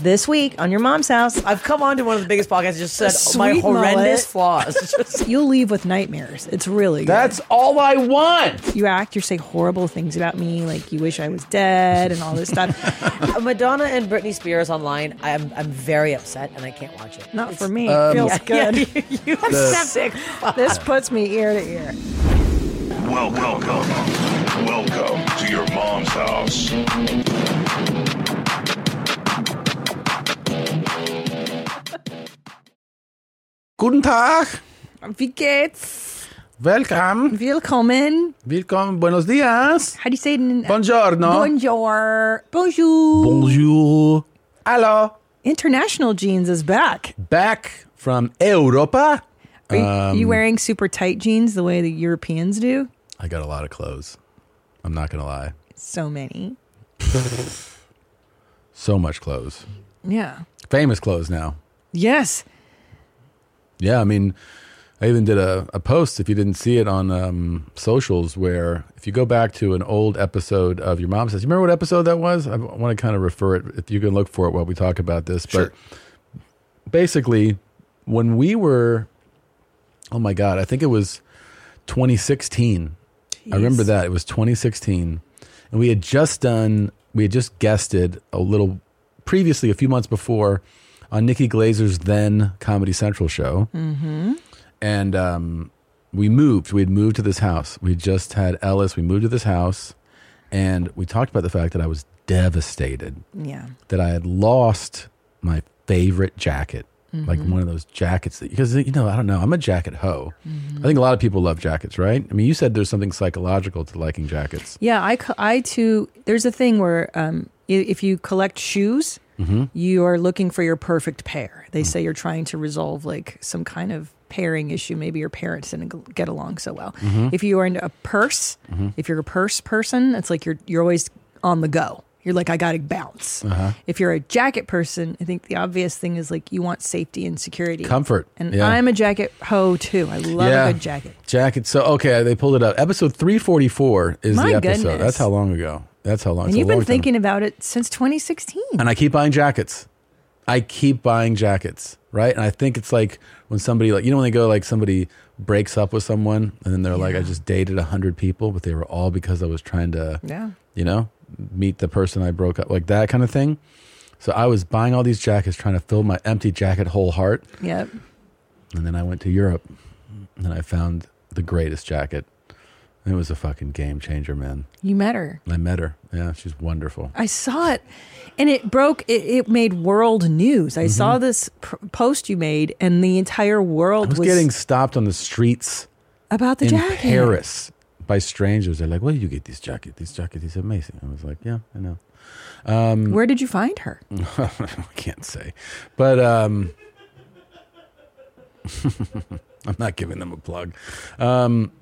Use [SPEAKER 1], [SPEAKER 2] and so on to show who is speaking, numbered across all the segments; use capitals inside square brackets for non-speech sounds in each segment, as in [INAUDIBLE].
[SPEAKER 1] this week on your mom's house.
[SPEAKER 2] I've come on to one of the biggest podcasts and just said my
[SPEAKER 1] sweet mullet.
[SPEAKER 2] horrendous flaws. Just-
[SPEAKER 1] You'll leave with nightmares. It's really good.
[SPEAKER 3] That's all I want.
[SPEAKER 1] you act, you say horrible things about me, like you wish I was dead and all this
[SPEAKER 2] [LAUGHS] [LAUGHS]
[SPEAKER 1] stuff.
[SPEAKER 2] Madonna and Britney Spears online. I'm I'm very upset and I can't watch it.
[SPEAKER 1] Not for me. It feels
[SPEAKER 2] Um, Yeah,
[SPEAKER 1] good.
[SPEAKER 2] you,
[SPEAKER 1] [LAUGHS]
[SPEAKER 2] you have septic.
[SPEAKER 1] This puts me ear to ear.
[SPEAKER 4] Welcome, welcome, welcome to your mom's house.
[SPEAKER 3] Guten Tag.
[SPEAKER 1] Wie geht's?
[SPEAKER 3] Welcome.
[SPEAKER 1] Willkommen.
[SPEAKER 3] Willkommen. Buenos dias.
[SPEAKER 1] How do you say it in
[SPEAKER 3] Buongiorno.
[SPEAKER 1] Bonjour. Bonjour.
[SPEAKER 3] Bonjour. Hello.
[SPEAKER 1] International jeans is back.
[SPEAKER 3] Back from Europa.
[SPEAKER 1] Are you,
[SPEAKER 2] Um,
[SPEAKER 1] you wearing super tight jeans the way the Europeans do?
[SPEAKER 3] I got a lot of clothes. I'm not going to lie.
[SPEAKER 1] So many.
[SPEAKER 3] So much clothes.
[SPEAKER 1] Yeah.
[SPEAKER 3] Famous clothes now.
[SPEAKER 1] Yes.
[SPEAKER 3] Yeah, I mean, I even did a, a post if you didn't see it on um, socials where if you go back to an old episode of Your Mom Says, you remember what episode that was? I want to kind of refer it, if you can look for it while we talk about this. But basically, when we were, oh my God, I think it was 2016. I remember that. It was 2016. And we had just done, we had just guested a little previously, a few months before, on Nikki Glazer's then Comedy Central show. Mm-hmm. And um, we moved. We had moved to this house. We just had Ellis. We moved to this house. And we talked about the fact that I was devastated
[SPEAKER 1] Yeah.
[SPEAKER 3] that I had lost my favorite jacket, like
[SPEAKER 1] Mm-hmm.
[SPEAKER 3] one of those jackets that because you know I don't know I'm a jacket hoe.
[SPEAKER 1] Mm-hmm.
[SPEAKER 3] I think a lot of people love jackets, right? I mean, you said there's something psychological to liking jackets.
[SPEAKER 1] Yeah, I, co- I too. There's a thing where um, i- if you collect shoes,
[SPEAKER 3] Mm-hmm.
[SPEAKER 1] you are looking for your perfect pair.
[SPEAKER 3] Mm.
[SPEAKER 1] They say you're trying to resolve like some kind of pairing issue. Maybe your parents didn't g- get along so well.
[SPEAKER 3] Mm-hmm.
[SPEAKER 1] If you are into a purse, if you're a purse person, it's like you're you're always on the go. You're like, I got to bounce.
[SPEAKER 3] Uh-huh.
[SPEAKER 1] If you're a jacket person, I think the obvious thing is like you want safety and security,
[SPEAKER 3] Comfort,
[SPEAKER 1] And
[SPEAKER 3] yeah.
[SPEAKER 1] I'm a jacket hoe too. I love a good jacket.
[SPEAKER 3] Jacket. So okay, they pulled it up. Episode 344 is
[SPEAKER 1] My
[SPEAKER 3] the episode.
[SPEAKER 1] goodness.
[SPEAKER 3] That's how long ago. That's how long.
[SPEAKER 1] And
[SPEAKER 3] it's a
[SPEAKER 1] you've been
[SPEAKER 3] long time.
[SPEAKER 1] thinking about it since 2016.
[SPEAKER 3] and I keep buying jackets. I keep buying jackets, right? And I think it's like when somebody like you know when they go like somebody breaks up with someone and then they're like I just dated 100 people but they were all because I was trying to
[SPEAKER 1] Yeah.
[SPEAKER 3] you know, meet the person I broke up, like that kind of thing. So I was buying all these jackets, trying to fill my empty jacket whole heart.
[SPEAKER 1] Yep.
[SPEAKER 3] And then I went to Europe and I found the greatest jacket. It was a fucking game changer, man.
[SPEAKER 1] You met her.
[SPEAKER 3] And I met her. Yeah, she's wonderful.
[SPEAKER 1] I saw it and it broke, it, it made world news. I saw this pr- post you made and the entire world
[SPEAKER 3] Mm-hmm.
[SPEAKER 1] was,
[SPEAKER 3] I was getting stopped on the streets
[SPEAKER 1] about the
[SPEAKER 3] in
[SPEAKER 1] jacket.
[SPEAKER 3] Paris by strangers. They're like, where do you get this jacket? This jacket is amazing. I was like, yeah, I know. [LAUGHS]
[SPEAKER 1] Where did you find her?
[SPEAKER 3] Mm-hmm. I can't say. But um [LAUGHS] I'm not giving them a plug. Um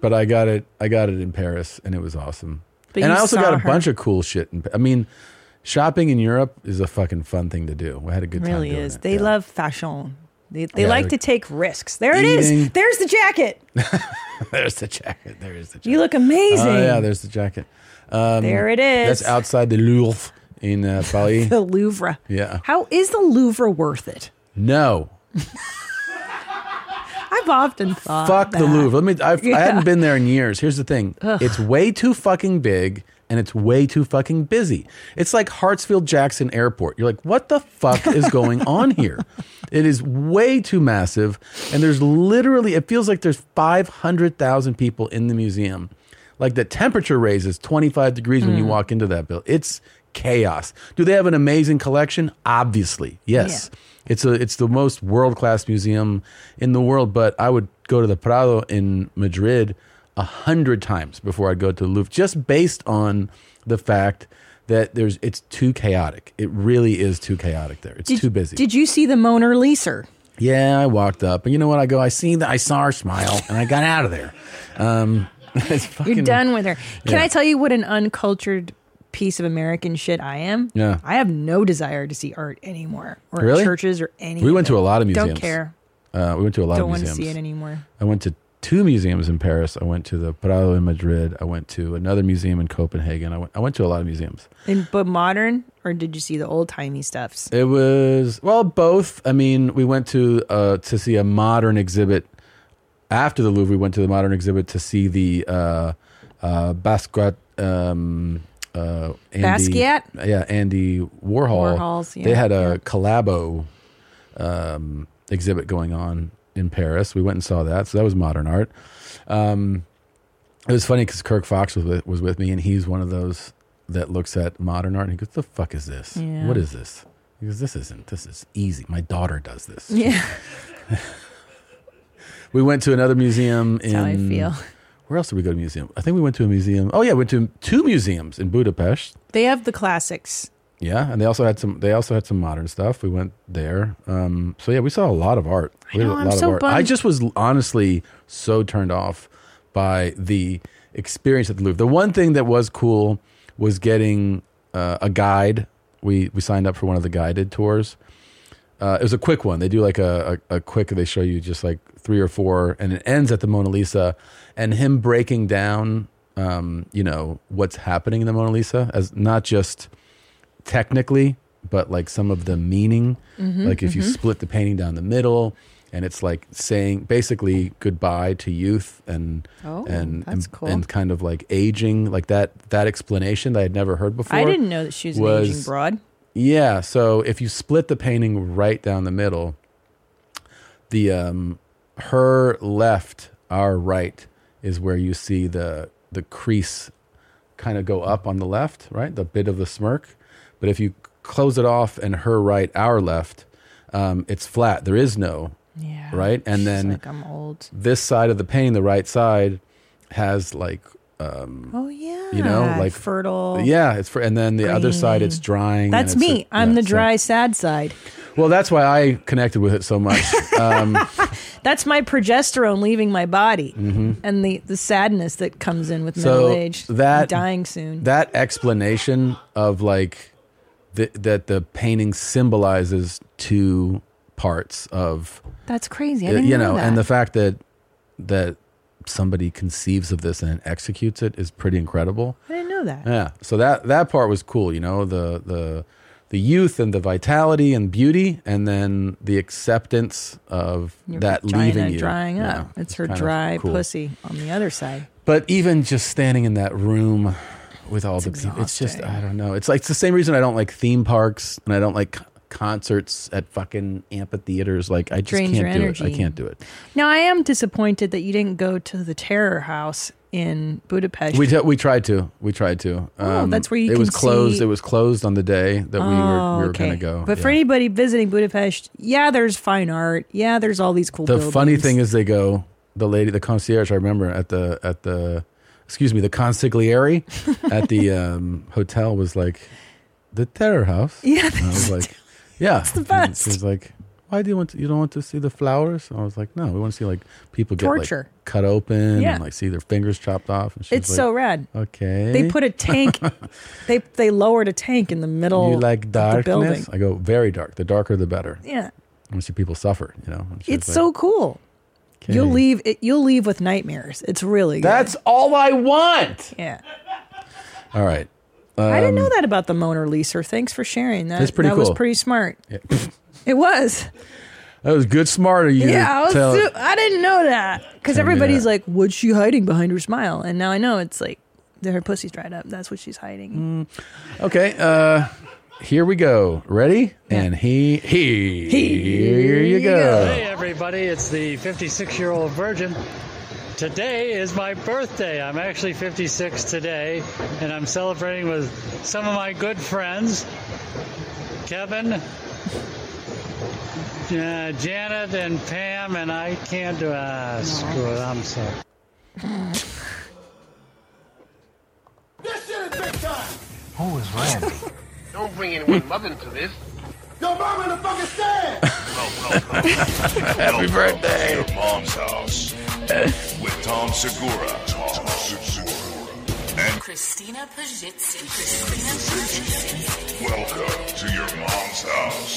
[SPEAKER 3] but I got it I got it in Paris and it was awesome.
[SPEAKER 1] But
[SPEAKER 3] and
[SPEAKER 1] you
[SPEAKER 3] I also
[SPEAKER 1] saw
[SPEAKER 3] got a
[SPEAKER 1] her.
[SPEAKER 3] bunch of cool shit. In, I mean, shopping in Europe is a fucking fun thing to do. I had a good
[SPEAKER 1] It
[SPEAKER 3] time.
[SPEAKER 1] really
[SPEAKER 3] doing
[SPEAKER 1] is.
[SPEAKER 3] it.
[SPEAKER 1] They
[SPEAKER 3] Yeah.
[SPEAKER 1] love fashion. They, they
[SPEAKER 3] Yeah.
[SPEAKER 1] like to take risks. There it is.
[SPEAKER 3] Eating.
[SPEAKER 1] There's the jacket.
[SPEAKER 3] [LAUGHS] There's the jacket. There is the jacket. [LAUGHS]
[SPEAKER 1] You look amazing.
[SPEAKER 3] Oh yeah, there's the jacket.
[SPEAKER 1] there it is.
[SPEAKER 3] That's outside the Louvre in uh,
[SPEAKER 1] [LAUGHS]
[SPEAKER 3] Paris.
[SPEAKER 1] the Louvre.
[SPEAKER 3] Yeah.
[SPEAKER 1] How is the Louvre worth it?
[SPEAKER 3] no.
[SPEAKER 1] I've often thought.
[SPEAKER 3] Fuck the
[SPEAKER 1] that.
[SPEAKER 3] Louvre. Let me. I've, I
[SPEAKER 1] [LAUGHS] Yeah.
[SPEAKER 3] hadn't been there in years. Here's the thing: it's way too fucking big, and it's way too fucking busy. It's like Hartsfield Jackson Airport. You're like, what the
[SPEAKER 1] [LAUGHS]
[SPEAKER 3] fuck is going on here? It is way too massive, and there's literally. It feels like there's five hundred thousand people in the museum. Like the temperature raises 25 degrees when you
[SPEAKER 1] Hmm.
[SPEAKER 3] walk into that building. It's chaos. Do they have an amazing collection? Obviously, yes. It's a it's the most world class museum in the world. But I would go to the Prado in Madrid a hundred times before I'd go to the Louvre, just based on the fact that there's it's too chaotic. It really is too chaotic there. It's
[SPEAKER 1] Did-
[SPEAKER 3] too busy.
[SPEAKER 1] Did you see the Mona Lisa?
[SPEAKER 3] yeah, I walked up, and you know what? I go, I see that I saw her smile, and I got out of there. Um, it's fucking,
[SPEAKER 1] You're done with her. Can
[SPEAKER 3] Yeah.
[SPEAKER 1] I tell you what an uncultured piece of American shit I am?
[SPEAKER 3] Yeah.
[SPEAKER 1] I have no desire to see art anymore or
[SPEAKER 3] Really?
[SPEAKER 1] churches or anything.
[SPEAKER 3] We went to a lot of museums.
[SPEAKER 1] Don't care.
[SPEAKER 3] Uh, we went to a lot
[SPEAKER 1] Don't
[SPEAKER 3] of
[SPEAKER 1] want to
[SPEAKER 3] museums.
[SPEAKER 1] see it anymore.
[SPEAKER 3] I went to two museums in Paris. I went to the Prado in Madrid. I went to another museum in Copenhagen. I went, I went to a lot of museums.
[SPEAKER 1] And, but modern, or did you see the old timey stuffs?
[SPEAKER 3] It was well, both. I mean, we went to uh, to see a modern exhibit after the Louvre. We went to the modern exhibit to see the uh, uh, Basquiat. Um, uh, Andy,
[SPEAKER 1] Basquiat?
[SPEAKER 3] yeah, Andy Warhol.
[SPEAKER 1] Warhol's, yeah,
[SPEAKER 3] they had a collabo um, exhibit going on in Paris. We went and saw that, so that was modern art. Um, it was funny because Kirk Fox was with, was with me, and he's one of those that looks at modern art and he goes, "The fuck is this?
[SPEAKER 1] Yeah.
[SPEAKER 3] What is this?" He goes, "This isn't. This is easy. My daughter does
[SPEAKER 1] [LAUGHS]
[SPEAKER 3] this."
[SPEAKER 1] Yeah,
[SPEAKER 3] We went to another museum in.
[SPEAKER 1] how I feel.
[SPEAKER 3] Where else did we go to a museum? I think we went to a museum. Oh yeah, we went to two museums in Budapest.
[SPEAKER 1] they have the classics.
[SPEAKER 3] Yeah, and they also had some. They also had some modern stuff. We went there. Um, so yeah, we saw a lot of art. We
[SPEAKER 1] know,
[SPEAKER 3] had a
[SPEAKER 1] I'm
[SPEAKER 3] lot of
[SPEAKER 1] so
[SPEAKER 3] art. I
[SPEAKER 1] bummed.
[SPEAKER 3] just was honestly so turned off by the experience at the Louvre. The one thing that was cool was getting uh, a guide. We we signed up for one of the guided tours. Uh, it was a quick one. They do like a, a, a quick. They show you just like three or four, and it ends at the Mona Lisa, and him breaking down, um, you know, what's happening in the Mona Lisa as not just technically, but like some of the meaning.
[SPEAKER 1] Mm-hmm,
[SPEAKER 3] like if you split the painting down the middle, and it's like saying basically goodbye to youth and
[SPEAKER 1] Oh,
[SPEAKER 3] and
[SPEAKER 1] that's
[SPEAKER 3] and,
[SPEAKER 1] cool.
[SPEAKER 3] and kind of like aging, like that that explanation that I had never heard before.
[SPEAKER 1] I didn't know that she was, an aging
[SPEAKER 3] was-
[SPEAKER 1] broad.
[SPEAKER 3] Yeah, so if you split the painting right down the middle, the um her left, our right is where you see the the crease kind of go up on the left, right? The bit of the smirk. But if you close it off and her right, our left, um, it's flat. There is no
[SPEAKER 1] Yeah,
[SPEAKER 3] Right, and
[SPEAKER 1] She's
[SPEAKER 3] then-
[SPEAKER 1] like I'm old.
[SPEAKER 3] this side of the painting, the right side, has like
[SPEAKER 1] Oh yeah,
[SPEAKER 3] you know, like
[SPEAKER 1] fertile.
[SPEAKER 3] Yeah, it's for and then the other side it's drying. and
[SPEAKER 1] Oh. That's
[SPEAKER 3] it's a-
[SPEAKER 1] me. i I'm
[SPEAKER 3] yeah,
[SPEAKER 1] the
[SPEAKER 3] so-
[SPEAKER 1] dry, sad side.
[SPEAKER 3] well, that's why I connected with it so much.
[SPEAKER 1] [LAUGHS] That's my progesterone leaving my body, and the the sadness that comes in with
[SPEAKER 3] Mm-hmm. So
[SPEAKER 1] middle age.
[SPEAKER 3] that-
[SPEAKER 1] I'm dying soon.
[SPEAKER 3] that explanation of like the, that the painting symbolizes two parts of
[SPEAKER 1] That's crazy. I
[SPEAKER 3] uh,
[SPEAKER 1] didn't
[SPEAKER 3] you
[SPEAKER 1] know,
[SPEAKER 3] know,
[SPEAKER 1] that.
[SPEAKER 3] and the fact that that somebody conceives of this and executes it is pretty incredible.
[SPEAKER 1] I didn't know that.
[SPEAKER 3] Yeah. So that that part was cool, you know, the the the youth and the vitality and beauty and then the acceptance of
[SPEAKER 1] Your
[SPEAKER 3] that
[SPEAKER 1] vagina
[SPEAKER 3] leaving you.
[SPEAKER 1] drying
[SPEAKER 3] Yeah,
[SPEAKER 1] up. It's her
[SPEAKER 3] kind of
[SPEAKER 1] dry
[SPEAKER 3] cool.
[SPEAKER 1] pussy on the other side.
[SPEAKER 3] But even just standing in that room with all the people, it's just
[SPEAKER 1] exhausting.
[SPEAKER 3] I don't know. It's like it's the same reason I don't like theme parks and I don't like c- concerts at fucking amphitheaters. Like I just
[SPEAKER 1] Drains
[SPEAKER 3] can't
[SPEAKER 1] your
[SPEAKER 3] do it. I
[SPEAKER 1] energy.
[SPEAKER 3] can't do it.
[SPEAKER 1] Now I am disappointed that you didn't go to the Terror House in Budapest.
[SPEAKER 3] We t- we tried to. We tried to. Um,
[SPEAKER 1] Oh, that's where you
[SPEAKER 3] It was
[SPEAKER 1] can
[SPEAKER 3] closed.
[SPEAKER 1] see- Oh,
[SPEAKER 3] It was closed on the day that we were we were
[SPEAKER 1] okay.
[SPEAKER 3] going to go.
[SPEAKER 1] But for
[SPEAKER 3] Yeah.
[SPEAKER 1] anybody visiting Budapest, yeah, there's fine art. Yeah, there's all these cool.
[SPEAKER 3] the
[SPEAKER 1] buildings.
[SPEAKER 3] funny thing is they go the lady the concierge i remember at the at the excuse me the consigliere at
[SPEAKER 1] [LAUGHS]
[SPEAKER 3] the um, hotel was like the terror house
[SPEAKER 1] Yeah,
[SPEAKER 3] and i was like
[SPEAKER 1] [LAUGHS]
[SPEAKER 3] yeah it's
[SPEAKER 1] the best.
[SPEAKER 3] she was like why do you want to, you don't want to see the flowers i was like no we want to see like people get
[SPEAKER 1] Torture.
[SPEAKER 3] like, cut open
[SPEAKER 1] Yeah.
[SPEAKER 3] and like see their fingers chopped off and she
[SPEAKER 1] it's
[SPEAKER 3] was
[SPEAKER 1] so
[SPEAKER 3] like,
[SPEAKER 1] rad.
[SPEAKER 3] okay
[SPEAKER 1] They put a
[SPEAKER 3] [LAUGHS]
[SPEAKER 1] tank. they they lowered a tank in the middle.
[SPEAKER 3] you like
[SPEAKER 1] of the building.
[SPEAKER 3] darkness i go very dark the darker the better
[SPEAKER 1] Yeah,
[SPEAKER 3] i want to see people suffer you know And she was
[SPEAKER 1] it's
[SPEAKER 3] like,
[SPEAKER 1] so cool. You'll
[SPEAKER 3] "Okay."
[SPEAKER 1] leave it. You'll leave with nightmares. It's really good.
[SPEAKER 3] that's all i want
[SPEAKER 1] yeah.
[SPEAKER 3] all right
[SPEAKER 1] I didn't know that about the Mona Lisa. Thanks for sharing that.
[SPEAKER 3] um, That's pretty
[SPEAKER 1] that was
[SPEAKER 3] cool.
[SPEAKER 1] pretty smart. [LAUGHS] it was.
[SPEAKER 3] That was good, smart of you. to
[SPEAKER 1] Yeah, I, was
[SPEAKER 3] tell-
[SPEAKER 1] su- I didn't know that because
[SPEAKER 3] Tell me
[SPEAKER 1] everybody's
[SPEAKER 3] that.
[SPEAKER 1] like, "What's she hiding behind her smile?" And now I know it's like that her pussy's dried up. That's what she's hiding.
[SPEAKER 3] okay, uh, here we go. Ready? And he, he, here you go.
[SPEAKER 5] Hey everybody, it's the 56 year old virgin. Today is my birthday. I'm actually 56 today, and I'm celebrating with some of my good friends Kevin, uh, Janet, and Pam. And I can't do uh, Screw it, I'm sorry.
[SPEAKER 6] This shit is big time!
[SPEAKER 7] Who is Randy?
[SPEAKER 8] Don't bring anyone love into this.
[SPEAKER 6] Your mama in the fucking stand!
[SPEAKER 4] Happy birthday! Your mom's house with Tom Segura. Tom Segura. And
[SPEAKER 9] Christina Pajitsky. Christina Pajitsky.
[SPEAKER 4] welcome to your mom's house.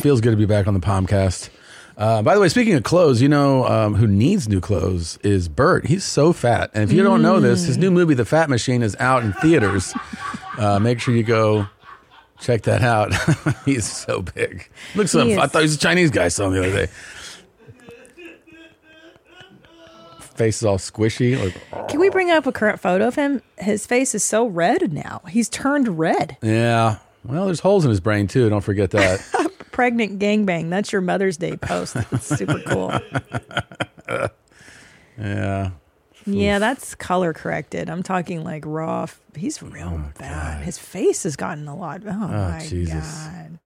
[SPEAKER 3] Feels good to be back on the Palmcast. Uh, by the way, speaking of clothes, you know um, who needs new clothes is Bert. He's so fat. And if you don't know this, his new movie, The Fat Machine, is out in
[SPEAKER 1] [LAUGHS]
[SPEAKER 3] theaters. Uh, make sure you go check that out. [LAUGHS] He's so big. Looks
[SPEAKER 1] He
[SPEAKER 3] like
[SPEAKER 1] is.
[SPEAKER 3] I thought he was a Chinese guy I saw him the other day. Face is all squishy. Like,
[SPEAKER 1] Can we bring up a current photo of him? His face is so red now. He's turned red.
[SPEAKER 3] yeah. Well, there's holes in his brain, too. Don't forget that.
[SPEAKER 1] [LAUGHS] Pregnant gangbang. That's your Mother's Day
[SPEAKER 3] [LAUGHS]
[SPEAKER 1] post. That's super cool.
[SPEAKER 3] yeah.
[SPEAKER 1] Yeah, that's color corrected. I'm talking like raw. f- He's
[SPEAKER 3] Oh
[SPEAKER 1] real bad. His face has gotten a lot. Oh, my
[SPEAKER 3] Jesus.
[SPEAKER 1] God.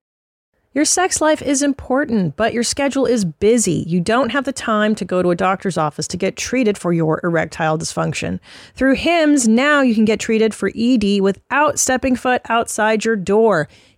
[SPEAKER 1] Your sex life is important, but your schedule is busy. You don't have the time to go to a doctor's office to get treated for your erectile dysfunction. Through HIMS, now you can get treated for ED without stepping foot outside your door.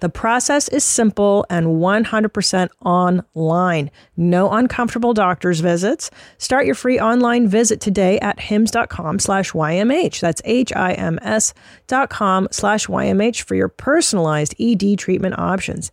[SPEAKER 1] The process is simple and 100% online. No uncomfortable doctor's visits. Start your free online visit today at hims.com slash YMH. That's H-I-M-S dot com slash YMH for your personalized ED treatment options.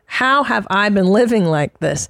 [SPEAKER 1] How have I been living like this?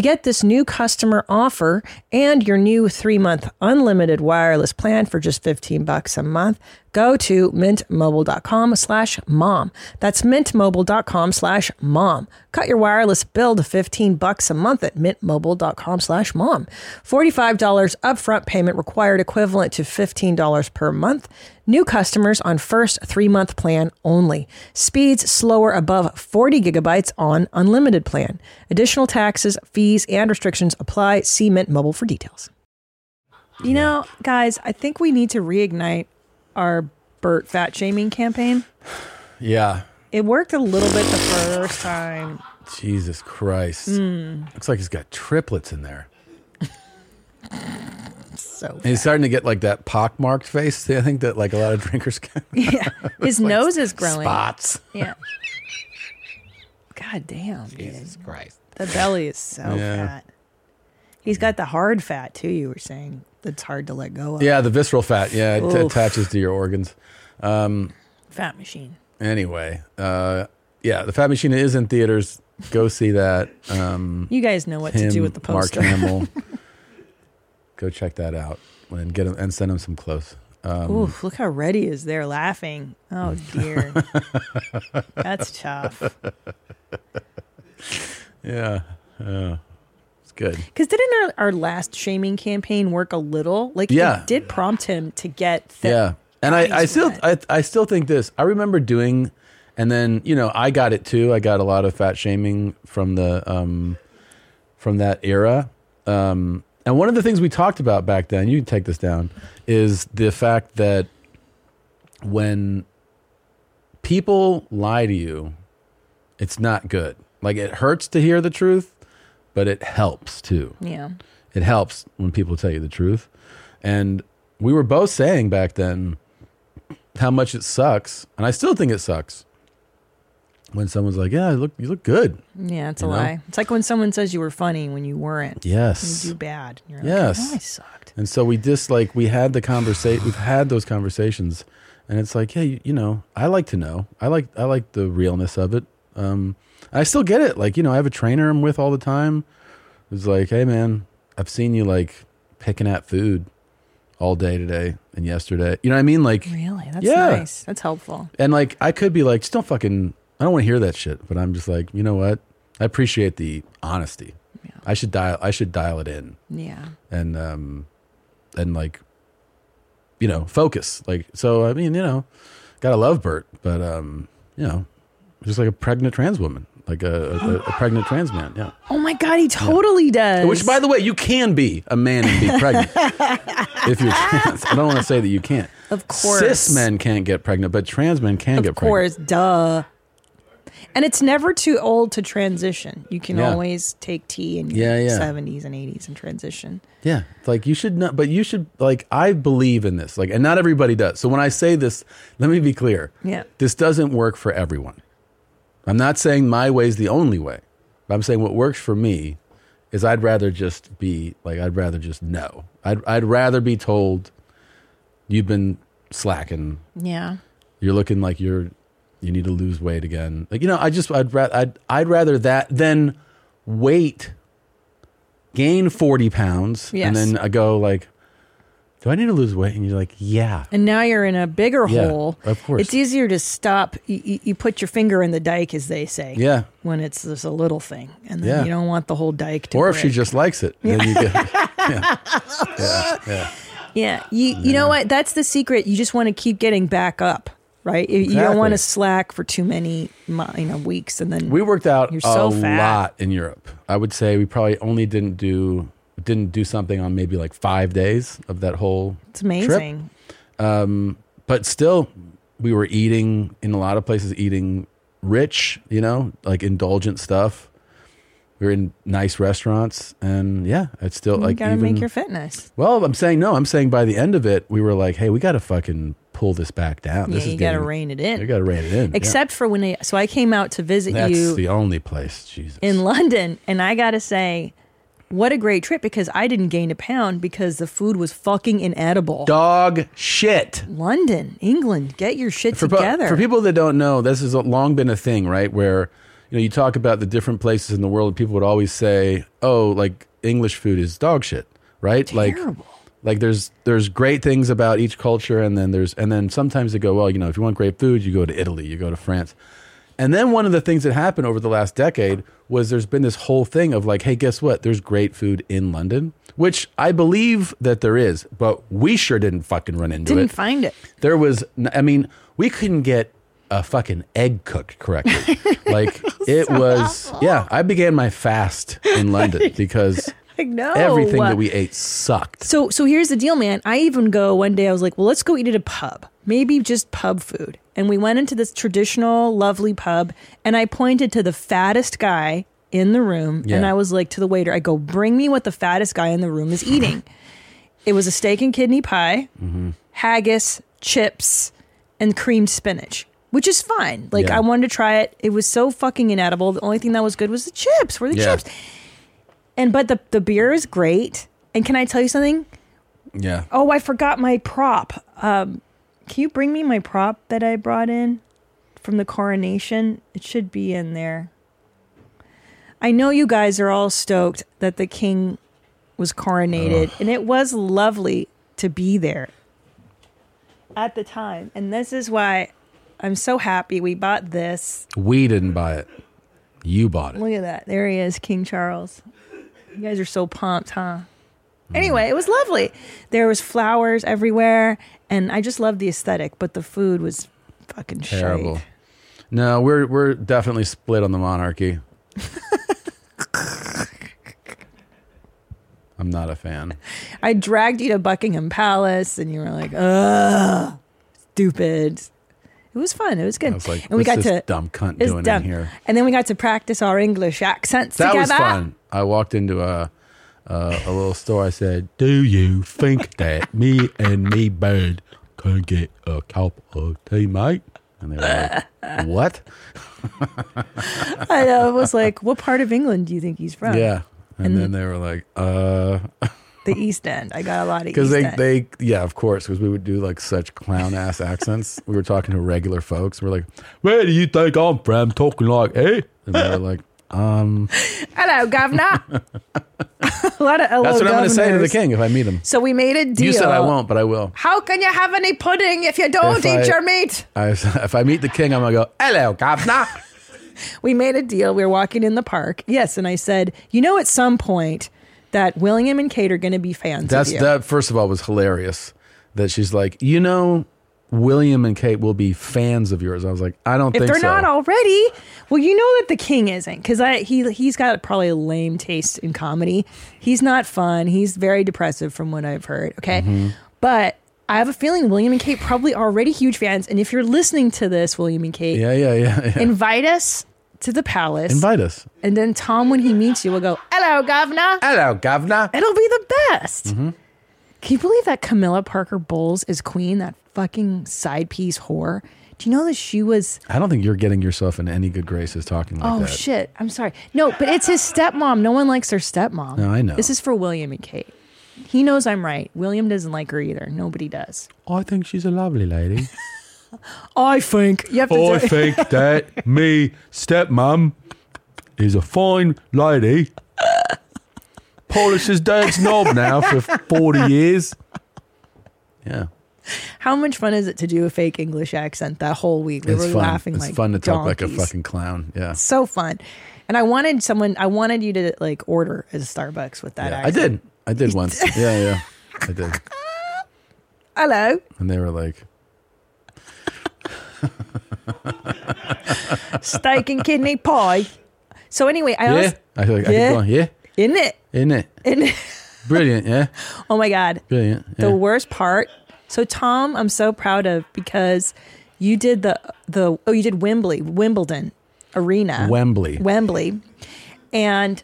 [SPEAKER 1] get this new customer offer and your new three month unlimited wireless plan for just 15 bucks a month, go to mintmobile.com slash mom. That's mintmobile.com slash mom. Cut your wireless bill to 15 bucks a month at mintmobile.com slash mom. $45 upfront payment required equivalent to $15 per month. New customers on first three month plan only. Speeds slower above 40 gigabytes on unlimited plan. Additional taxes, fees, and restrictions apply. See Mint Mobile for details. You know, guys, I think we need to reignite our Bert fat shaming campaign.
[SPEAKER 3] Yeah.
[SPEAKER 1] It worked a little bit the first time.
[SPEAKER 3] Jesus Christ.
[SPEAKER 1] Hmm.
[SPEAKER 3] Looks like he's got triplets in there.
[SPEAKER 1] So
[SPEAKER 3] And he's starting to get like that pockmarked face. I think that like a lot of drinkers [LAUGHS] get
[SPEAKER 1] yeah, his nose is growing.
[SPEAKER 3] spots.
[SPEAKER 1] Yeah. God damn, dude.
[SPEAKER 3] Jesus Christ.
[SPEAKER 1] The belly is so
[SPEAKER 3] Yeah.
[SPEAKER 1] fat. He's got the hard fat too. You were saying that's hard to let go of.
[SPEAKER 3] Yeah, the visceral fat. Yeah, it t-
[SPEAKER 1] Oof.
[SPEAKER 3] attaches to your organs.
[SPEAKER 1] Fat machine.
[SPEAKER 3] Anyway, uh, yeah, the Fat Machine is in theaters. Go
[SPEAKER 1] [LAUGHS]
[SPEAKER 3] see that. Um,
[SPEAKER 1] You guys know what
[SPEAKER 3] him,
[SPEAKER 1] to do with the poster.
[SPEAKER 3] Mark
[SPEAKER 1] [LAUGHS]
[SPEAKER 3] Hamill. Go check that out and get him and send him some clothes.
[SPEAKER 1] [LAUGHS] Oof, look how red he is there laughing. Oh dear.
[SPEAKER 3] [LAUGHS]
[SPEAKER 1] that's tough.
[SPEAKER 3] Yeah, yeah, it's good.
[SPEAKER 1] Because didn't our, our last shaming campaign work a little? Like
[SPEAKER 3] Yeah.
[SPEAKER 1] it did prompt him to get thick.
[SPEAKER 3] yeah and I, I
[SPEAKER 1] Eyes
[SPEAKER 3] still
[SPEAKER 1] wet.
[SPEAKER 3] I, I still think this i remember doing and then you know i got it too i got a lot of fat shaming from the um from that era um and one of the things we talked about back then you can take this down is the fact that when people lie to you, it's not good. Like it hurts to hear the truth, but it helps too.
[SPEAKER 1] Yeah.
[SPEAKER 3] It helps when people tell you the truth. And we were both saying back then how much it sucks, and I still think it sucks when someone's like, "Yeah, you look you look good."
[SPEAKER 1] Yeah, it's a
[SPEAKER 3] You know?
[SPEAKER 1] lie. It's like when someone says you were funny when you weren't.
[SPEAKER 3] Yes.
[SPEAKER 1] You do bad. You're like,
[SPEAKER 3] Yes.
[SPEAKER 1] "Oh, I sucked.
[SPEAKER 3] And so we just like we had the conversation. We've had those conversations, and it's like, hey, you know, I like to know. I like I like the realness of it. Um, and I still get it. Like you know, I have a trainer I'm with all the time. It's like, hey, man, I've seen you like picking at food all day today and yesterday. You know what I mean? Like
[SPEAKER 1] Really? That's
[SPEAKER 3] Yeah.
[SPEAKER 1] nice. That's helpful.
[SPEAKER 3] and like I could be like, just don't fucking. I don't want to hear that shit. But I'm just like, you know what? I appreciate the honesty. I should dial. I should dial it in
[SPEAKER 1] Yeah.
[SPEAKER 3] and um and like you know focus like so i mean you know gotta love bert but um you know just like a pregnant trans woman like a, a, a pregnant trans man yeah
[SPEAKER 1] Oh my God, he totally does.
[SPEAKER 3] which by the way you can be a man and be pregnant [LAUGHS] if you're trans i don't want to say that you can't
[SPEAKER 1] Of course.
[SPEAKER 3] cis men can't get pregnant but trans men can
[SPEAKER 1] of
[SPEAKER 3] get pregnant
[SPEAKER 1] course, duh. And it's never too old to transition. You can
[SPEAKER 3] Yeah.
[SPEAKER 1] always take tea in
[SPEAKER 3] Yeah,
[SPEAKER 1] your
[SPEAKER 3] yeah.
[SPEAKER 1] 70s and 80s and transition.
[SPEAKER 3] Yeah, it's like you should not, but you should like I believe in this, like, and not everybody does. So when I say this, let me be clear.
[SPEAKER 1] Yeah.
[SPEAKER 3] this doesn't work for everyone. I'm not saying my way is the only way. I'm saying what works for me is I'd rather just be like I'd rather just know. I'd I'd rather be told you've been slacking.
[SPEAKER 1] Yeah.
[SPEAKER 3] You're looking like you're you need to lose weight again. Like you know, I just I'd ra- I'd I'd rather that than wait, gain forty pounds,
[SPEAKER 1] Yes.
[SPEAKER 3] and then I go like, do I need to lose weight? And you're like, yeah,
[SPEAKER 1] And now you're in a bigger
[SPEAKER 3] Yeah,
[SPEAKER 1] hole.
[SPEAKER 3] of course.
[SPEAKER 1] It's easier to stop. You, you put your finger in the dike, as they say.
[SPEAKER 3] yeah.
[SPEAKER 1] When it's just a little thing. And then
[SPEAKER 3] Yeah.
[SPEAKER 1] you don't want the whole dike to
[SPEAKER 3] Or if she
[SPEAKER 1] break.
[SPEAKER 3] just likes it, then you go, [LAUGHS]
[SPEAKER 1] Yeah. You you know what? That's the secret. You just want to keep getting back up, right? You- You don't want
[SPEAKER 3] Exactly.
[SPEAKER 1] to slack for too many mo- you know weeks and then
[SPEAKER 3] We worked out
[SPEAKER 1] You're so
[SPEAKER 3] a
[SPEAKER 1] fat.
[SPEAKER 3] lot in Europe. I would say we probably only didn't do didn't do something on maybe like five days of that whole.
[SPEAKER 1] It's
[SPEAKER 3] Trip.
[SPEAKER 1] amazing.
[SPEAKER 3] But still, we were eating in a lot of places, eating rich, you know, like indulgent stuff. We were in nice restaurants, and yeah, it's still
[SPEAKER 1] you
[SPEAKER 3] like
[SPEAKER 1] gotta
[SPEAKER 3] even.
[SPEAKER 1] make your fitness.
[SPEAKER 3] well, I'm saying no. I'm saying by the end of it, we were like, hey, we got to fucking pull this back down.
[SPEAKER 1] Yeah,
[SPEAKER 3] this is
[SPEAKER 1] you gotta
[SPEAKER 3] getting-
[SPEAKER 1] rein it
[SPEAKER 3] We
[SPEAKER 1] in.
[SPEAKER 3] got to rein it in. yeah.
[SPEAKER 1] Except for when they so I came out to visit
[SPEAKER 3] that's
[SPEAKER 1] you
[SPEAKER 3] the only place, Jesus.
[SPEAKER 1] in London and I gotta say, what a great trip because I didn't gain a pound because the food was fucking inedible.
[SPEAKER 3] Dog shit.
[SPEAKER 1] London, England, get your shit
[SPEAKER 3] for, bu-
[SPEAKER 1] together.
[SPEAKER 3] for people that don't know, this has long been a thing, right? Where you know you talk about the different places in the world, people would always say, "Oh, like English food is dog shit," right?
[SPEAKER 1] Terrible.
[SPEAKER 3] Like, like there's there's great things about each culture, and then there's and then sometimes they go, "Well, you know, if you want great food, you go to Italy, you go to France." And then one of the things that happened over the last decade was there's been this whole thing of like, hey, guess what? There's great food in London, which I believe that there is, but we sure didn't fucking run into
[SPEAKER 1] didn't
[SPEAKER 3] it.
[SPEAKER 1] find it.
[SPEAKER 3] There was, n- I mean, we couldn't get a fucking egg
[SPEAKER 1] [LAUGHS]
[SPEAKER 3] cooked correctly. like it was, yeah. I began my fast
[SPEAKER 1] [LAUGHS]
[SPEAKER 3] in London because
[SPEAKER 1] Like no
[SPEAKER 3] everything that we ate sucked.
[SPEAKER 1] So so here's the deal, man. I even go one day I was like, well, let's go eat at a pub. Maybe just pub food. And we went into this traditional lovely pub and I pointed to the fattest guy in the room and
[SPEAKER 3] Yeah.
[SPEAKER 1] I was like to the waiter, I go, "Bring me what the fattest guy in the room is eating." it was a steak and kidney pie,
[SPEAKER 3] Mm-hmm.
[SPEAKER 1] haggis, chips, and creamed spinach. Which is fine. Like
[SPEAKER 3] Yeah.
[SPEAKER 1] I wanted to try it. It was so fucking inedible. The only thing that was good was the chips. Were the
[SPEAKER 3] Yeah.
[SPEAKER 1] chips? And but the the beer is great. And can I tell you something?
[SPEAKER 3] Yeah.
[SPEAKER 1] Oh, I forgot my prop. Um, can you bring me my prop that I brought in from the coronation? It should be in there. I know you guys are all stoked that the king was coronated, and it was lovely to be there at the time. And this is why I'm so happy we bought this.
[SPEAKER 3] We didn't buy it. You bought it.
[SPEAKER 1] Look at that. There he is, King Charles. You guys are so pumped, huh?
[SPEAKER 3] Mm.
[SPEAKER 1] Anyway, it was lovely. There was flowers everywhere, and I just loved the aesthetic, but the food was fucking shite.
[SPEAKER 3] Terrible. No, we're we're definitely split on
[SPEAKER 1] [LAUGHS]
[SPEAKER 3] the monarchy. I'm not a fan.
[SPEAKER 1] I dragged you to Buckingham Palace, and you were like, ugh, stupid. It was fun. It was good.
[SPEAKER 3] I was like,
[SPEAKER 1] and we
[SPEAKER 3] "What's
[SPEAKER 1] got
[SPEAKER 3] this
[SPEAKER 1] to
[SPEAKER 3] dumb cunt
[SPEAKER 1] it's
[SPEAKER 3] doing in here?
[SPEAKER 1] And then we got to practice our English accents
[SPEAKER 3] That
[SPEAKER 1] together.
[SPEAKER 3] was fun. I walked into a uh, a little store. I said, "Do you think that me and me bird can get a cup of tea, mate?" And they were
[SPEAKER 1] [LAUGHS]
[SPEAKER 3] like, "What?"
[SPEAKER 1] [LAUGHS] I know. It was like, what part of England do you think he's from?
[SPEAKER 3] Yeah. And then they were like, "Uh,"
[SPEAKER 1] The East End. I got a lot of
[SPEAKER 3] [LAUGHS]
[SPEAKER 1] East
[SPEAKER 3] because they
[SPEAKER 1] End.
[SPEAKER 3] they yeah, of course, because we would do like such clown ass accents. We were talking to regular folks. We're like, "Where do you think I'm from?" Talking like, "Hey," and they
[SPEAKER 1] [LAUGHS]
[SPEAKER 3] were like.
[SPEAKER 1] Hello,
[SPEAKER 3] [LAUGHS]
[SPEAKER 1] governor. [LAUGHS] a lot of hello
[SPEAKER 3] That's what I'm going to say to the
[SPEAKER 1] governors.
[SPEAKER 3] king if I meet him.
[SPEAKER 1] So we made a deal.
[SPEAKER 3] You said I won't, but I will.
[SPEAKER 1] How can you have any pudding if you don't
[SPEAKER 3] If
[SPEAKER 1] eat
[SPEAKER 3] I-
[SPEAKER 1] your meat?
[SPEAKER 3] I, [LAUGHS] if I meet the king, I'm going to go, hello, governor.
[SPEAKER 1] We made a deal. We were walking in the park. Yes, and I said, you know, at some point that William and Kate are going to be fans
[SPEAKER 3] That's
[SPEAKER 1] of you.
[SPEAKER 3] that. First of all, was hilarious that she's like, you know, William and Kate will be fans of yours. I was like, I don't
[SPEAKER 1] if
[SPEAKER 3] think
[SPEAKER 1] they're
[SPEAKER 3] so.
[SPEAKER 1] not already, well, you know that the king isn't because he he's got probably a lame taste in comedy. He's not fun. He's very depressive, from what I've heard. Okay,
[SPEAKER 3] Mm-hmm.
[SPEAKER 1] but I have a feeling William and Kate probably already huge fans. And if you're listening to this, William and Kate,
[SPEAKER 3] yeah, yeah, yeah. yeah.
[SPEAKER 1] invite us to the palace,
[SPEAKER 3] Invite us.
[SPEAKER 1] and then Tom, when he meets you, will go, "Hello, governor."
[SPEAKER 3] Hello, governor.
[SPEAKER 1] It'll be the best.
[SPEAKER 3] Mm-hmm.
[SPEAKER 1] Can you believe that Camilla Parker Bowles is queen? That fucking side piece whore. Do you know that she was?
[SPEAKER 3] I don't think you're getting yourself in any good graces talking like
[SPEAKER 1] Oh
[SPEAKER 3] that.
[SPEAKER 1] shit! I'm sorry. No, but it's his stepmom. No one likes their stepmom.
[SPEAKER 3] No, I know.
[SPEAKER 1] This is for William and Kate. He knows I'm right. William doesn't like her either. Nobody does.
[SPEAKER 3] Oh, I think she's a
[SPEAKER 1] [LAUGHS]
[SPEAKER 3] lovely lady.
[SPEAKER 1] I think you have to. do-
[SPEAKER 3] think that me stepmom is a fine lady. Polish his dad's knob now for 40 years. Yeah.
[SPEAKER 1] How much fun is it to do a fake English accent that whole week? We
[SPEAKER 3] it's
[SPEAKER 1] were
[SPEAKER 3] fun.
[SPEAKER 1] laughing
[SPEAKER 3] it's
[SPEAKER 1] like
[SPEAKER 3] fun to talk like a
[SPEAKER 1] donkeys.
[SPEAKER 3] fucking clown. Yeah.
[SPEAKER 1] so fun. And I wanted someone. I wanted you to like order at a Starbucks with that.
[SPEAKER 3] Yeah, I
[SPEAKER 1] accent.
[SPEAKER 3] did. I
[SPEAKER 1] [LAUGHS]
[SPEAKER 3] did once. Yeah, yeah. I did.
[SPEAKER 1] Hello.
[SPEAKER 3] And they were like,
[SPEAKER 1] steak and kidney pie. So anyway, I
[SPEAKER 3] yeah.
[SPEAKER 1] was
[SPEAKER 3] I feel like I
[SPEAKER 1] Yeah.
[SPEAKER 3] keep going, yeah.
[SPEAKER 1] in it.
[SPEAKER 3] Isn't it?
[SPEAKER 1] In it.
[SPEAKER 3] Brilliant, yeah.
[SPEAKER 1] [LAUGHS] Oh my god.
[SPEAKER 3] Brilliant. Yeah.
[SPEAKER 1] The worst part. So Tom, I'm so proud of because you did the the oh you did Wembley, Wimbledon arena.
[SPEAKER 3] Wembley.
[SPEAKER 1] Wembley. And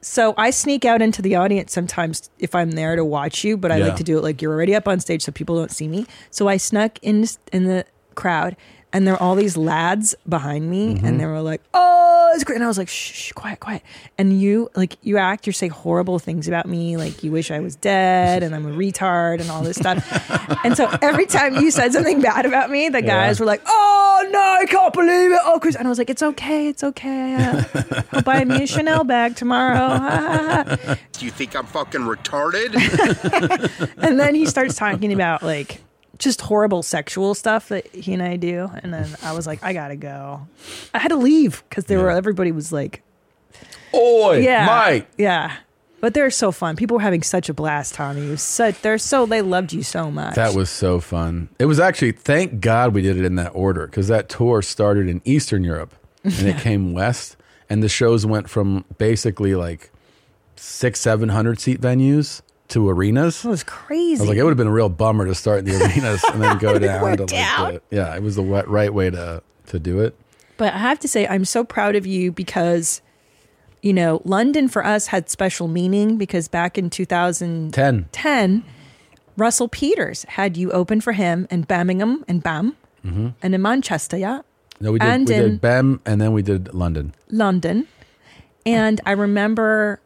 [SPEAKER 1] so I sneak out into the audience sometimes if I'm there to watch you, but I
[SPEAKER 3] Yeah.
[SPEAKER 1] like to do it like you're already up on stage so people don't see me. So I snuck in in the crowd and there were all these lads behind me and they were like, "Oh, it's great." And I was like, "Shh, shh, quiet, quiet." And you like you act, you say horrible things about me, like you wish I was dead and I'm a retard and all this stuff. and so every time you said something bad about me, the guys were like, "Oh, no, I can't believe it." Oh, Chris. And I was like, "It's okay. It's okay. I'll buy me a Chanel bag tomorrow." [LAUGHS]
[SPEAKER 7] Do you think I'm fucking retarded?
[SPEAKER 1] and then he starts talking about like just horrible sexual stuff that he and I do. And then I was like, I gotta go. I had to leave because there were
[SPEAKER 3] Yeah.
[SPEAKER 1] everybody was like,
[SPEAKER 3] Oi,
[SPEAKER 1] yeah,
[SPEAKER 3] mate.
[SPEAKER 1] yeah. But they're so fun. People were having such a blast, Tommy. It was such they're so they loved you so much.
[SPEAKER 3] That was so fun. It was actually, thank God we did it in that order because that tour started in Eastern Europe and
[SPEAKER 1] [LAUGHS]
[SPEAKER 3] it came west. And the shows went from basically like six, 700 seat venues to arenas.
[SPEAKER 1] It was crazy.
[SPEAKER 3] I was like, it would have been a real bummer to start in
[SPEAKER 1] [LAUGHS]
[SPEAKER 3] the arenas and then go down to like
[SPEAKER 1] down.
[SPEAKER 3] The, yeah, it was the wa- right way to to do it.
[SPEAKER 1] But I have to say, I'm so proud of you because, you know, London for us had special meaning because back in 2010,
[SPEAKER 3] Ten.
[SPEAKER 1] Russell Peters had you open for him in Birmingham and BAM
[SPEAKER 3] Mm-hmm.
[SPEAKER 1] and in Manchester, yeah,
[SPEAKER 3] No, we did
[SPEAKER 1] And
[SPEAKER 3] we
[SPEAKER 1] in-
[SPEAKER 3] did BEM and then we did London.
[SPEAKER 1] London. And I remember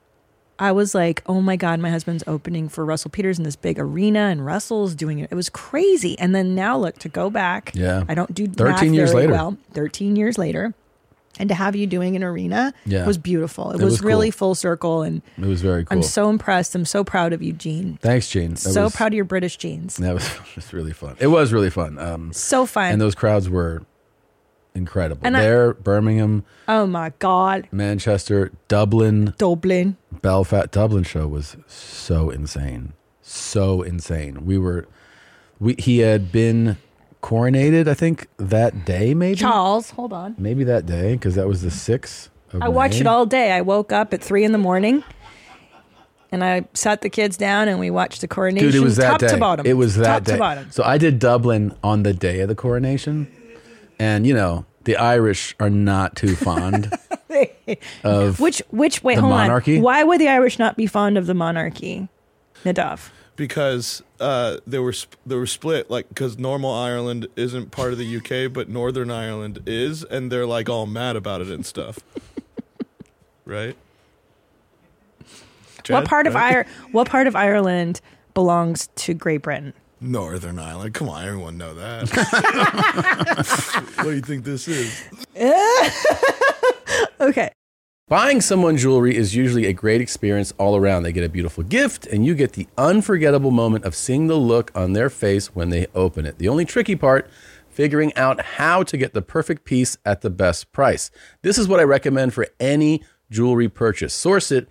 [SPEAKER 1] I was like, oh my God, my husband's opening for Russell Peters in this big arena and Russell's doing it. It was crazy. And then now look to go back.
[SPEAKER 3] Yeah.
[SPEAKER 1] I don't do
[SPEAKER 3] 13
[SPEAKER 1] math
[SPEAKER 3] years
[SPEAKER 1] very
[SPEAKER 3] later.
[SPEAKER 1] well. 13 years later. And to have you doing an arena
[SPEAKER 3] Yeah.
[SPEAKER 1] was beautiful. It,
[SPEAKER 3] It
[SPEAKER 1] was,
[SPEAKER 3] was cool.
[SPEAKER 1] really full circle. And
[SPEAKER 3] It was very cool.
[SPEAKER 1] I'm so impressed. I'm so proud of you, Gene.
[SPEAKER 3] Thanks, Gene. That
[SPEAKER 1] so
[SPEAKER 3] was-
[SPEAKER 1] proud of your British jeans.
[SPEAKER 3] [LAUGHS] That was, [LAUGHS] it was really fun. It was really fun. Um,
[SPEAKER 1] So fun.
[SPEAKER 3] and those crowds were incredible.
[SPEAKER 1] And I-
[SPEAKER 3] there, Birmingham,
[SPEAKER 1] oh my God.
[SPEAKER 3] Manchester, Dublin,
[SPEAKER 1] Dublin.
[SPEAKER 3] Belfast, Dublin show was so insane, so insane. We were, we he had been coronated, I think that day, maybe
[SPEAKER 1] Charles, hold on.
[SPEAKER 3] maybe that day because that was the sixth. of
[SPEAKER 1] I watched
[SPEAKER 3] May.
[SPEAKER 1] it all day. I woke up at three in the morning, and I sat the kids down and we watched the coronation,
[SPEAKER 3] Dude, it was that
[SPEAKER 1] top
[SPEAKER 3] day.
[SPEAKER 1] to bottom.
[SPEAKER 3] It was that
[SPEAKER 1] top
[SPEAKER 3] day.
[SPEAKER 1] to bottom.
[SPEAKER 3] So I did Dublin on the day of the coronation, And, you know, the Irish are not too fond
[SPEAKER 1] [LAUGHS]
[SPEAKER 3] of.
[SPEAKER 1] Which which wait
[SPEAKER 3] The
[SPEAKER 1] hold
[SPEAKER 3] monarchy?
[SPEAKER 1] on. Why would the Irish not be fond of the monarchy? Nadav.
[SPEAKER 10] because uh, they were sp- they were split like because normal Ireland isn't part of the UK, but Northern Ireland is, and they're like all mad about it and stuff, right?
[SPEAKER 1] What
[SPEAKER 10] Chad,
[SPEAKER 1] part of
[SPEAKER 10] right?
[SPEAKER 1] Ire what part of Ireland belongs to Great Britain?
[SPEAKER 10] Northern Ireland? Come on, everyone know that. [LAUGHS] what do you think this is?
[SPEAKER 1] Okay.
[SPEAKER 3] [LAUGHS] Buying someone jewelry is usually a great experience all around. They get a beautiful gift, and you get the unforgettable moment of seeing the look on their face when they open it. The only tricky part, figuring out how to get the perfect piece at the best price. This is what I recommend for any jewelry purchase. Source it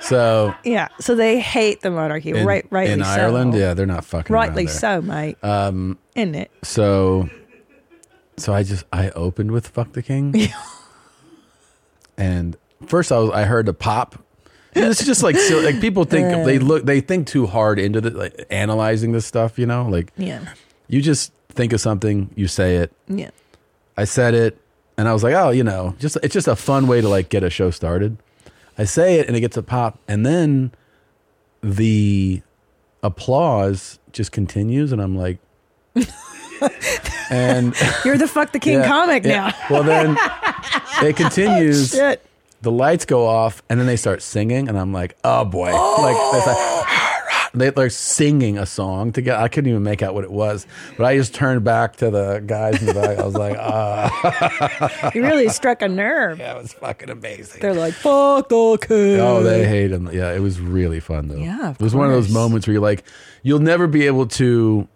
[SPEAKER 3] So
[SPEAKER 1] Yeah, so they hate the monarchy,
[SPEAKER 3] in,
[SPEAKER 1] right? Rightly
[SPEAKER 3] in
[SPEAKER 1] so.
[SPEAKER 3] Ireland, yeah, they're not fucking around
[SPEAKER 1] rightly
[SPEAKER 3] there.
[SPEAKER 1] so, mate. Um, isn't it?
[SPEAKER 3] So, so I just I opened with "fuck the king," and first I was I heard a pop. And it's just like silly, like people think they look they think too hard into the like analyzing this stuff. You know, like
[SPEAKER 1] Yeah,
[SPEAKER 3] you just think of something, you say it. [SIGHS]
[SPEAKER 1] yeah.
[SPEAKER 3] I said it, and I was like, oh, you know, just it's just a fun way to like get a show started. I say it, and it gets a pop, and then the applause just continues, and
[SPEAKER 1] [LAUGHS]
[SPEAKER 3] I'm like, and.
[SPEAKER 1] You're the fuck the king
[SPEAKER 3] Yeah,
[SPEAKER 1] comic
[SPEAKER 3] yeah. Well, then it continues.
[SPEAKER 1] [LAUGHS] now. [LAUGHS] Shit.
[SPEAKER 3] The lights go off, and then they start singing, and I'm like, oh boy, like. They
[SPEAKER 1] Oh.
[SPEAKER 3] they, they're singing a song together. I couldn't even make out what it was, but I just turned back to the guys in the back. I
[SPEAKER 1] [LAUGHS]
[SPEAKER 3] was like, ah,
[SPEAKER 1] You really struck a
[SPEAKER 3] [LAUGHS]
[SPEAKER 1] nerve.
[SPEAKER 3] that was fucking amazing.
[SPEAKER 1] They're like, fuck the king.
[SPEAKER 3] Oh, they hate him. Yeah, it was really fun though.
[SPEAKER 1] Yeah, of
[SPEAKER 3] it was one of those
[SPEAKER 1] course.
[SPEAKER 3] moments where you're like, you'll never be able to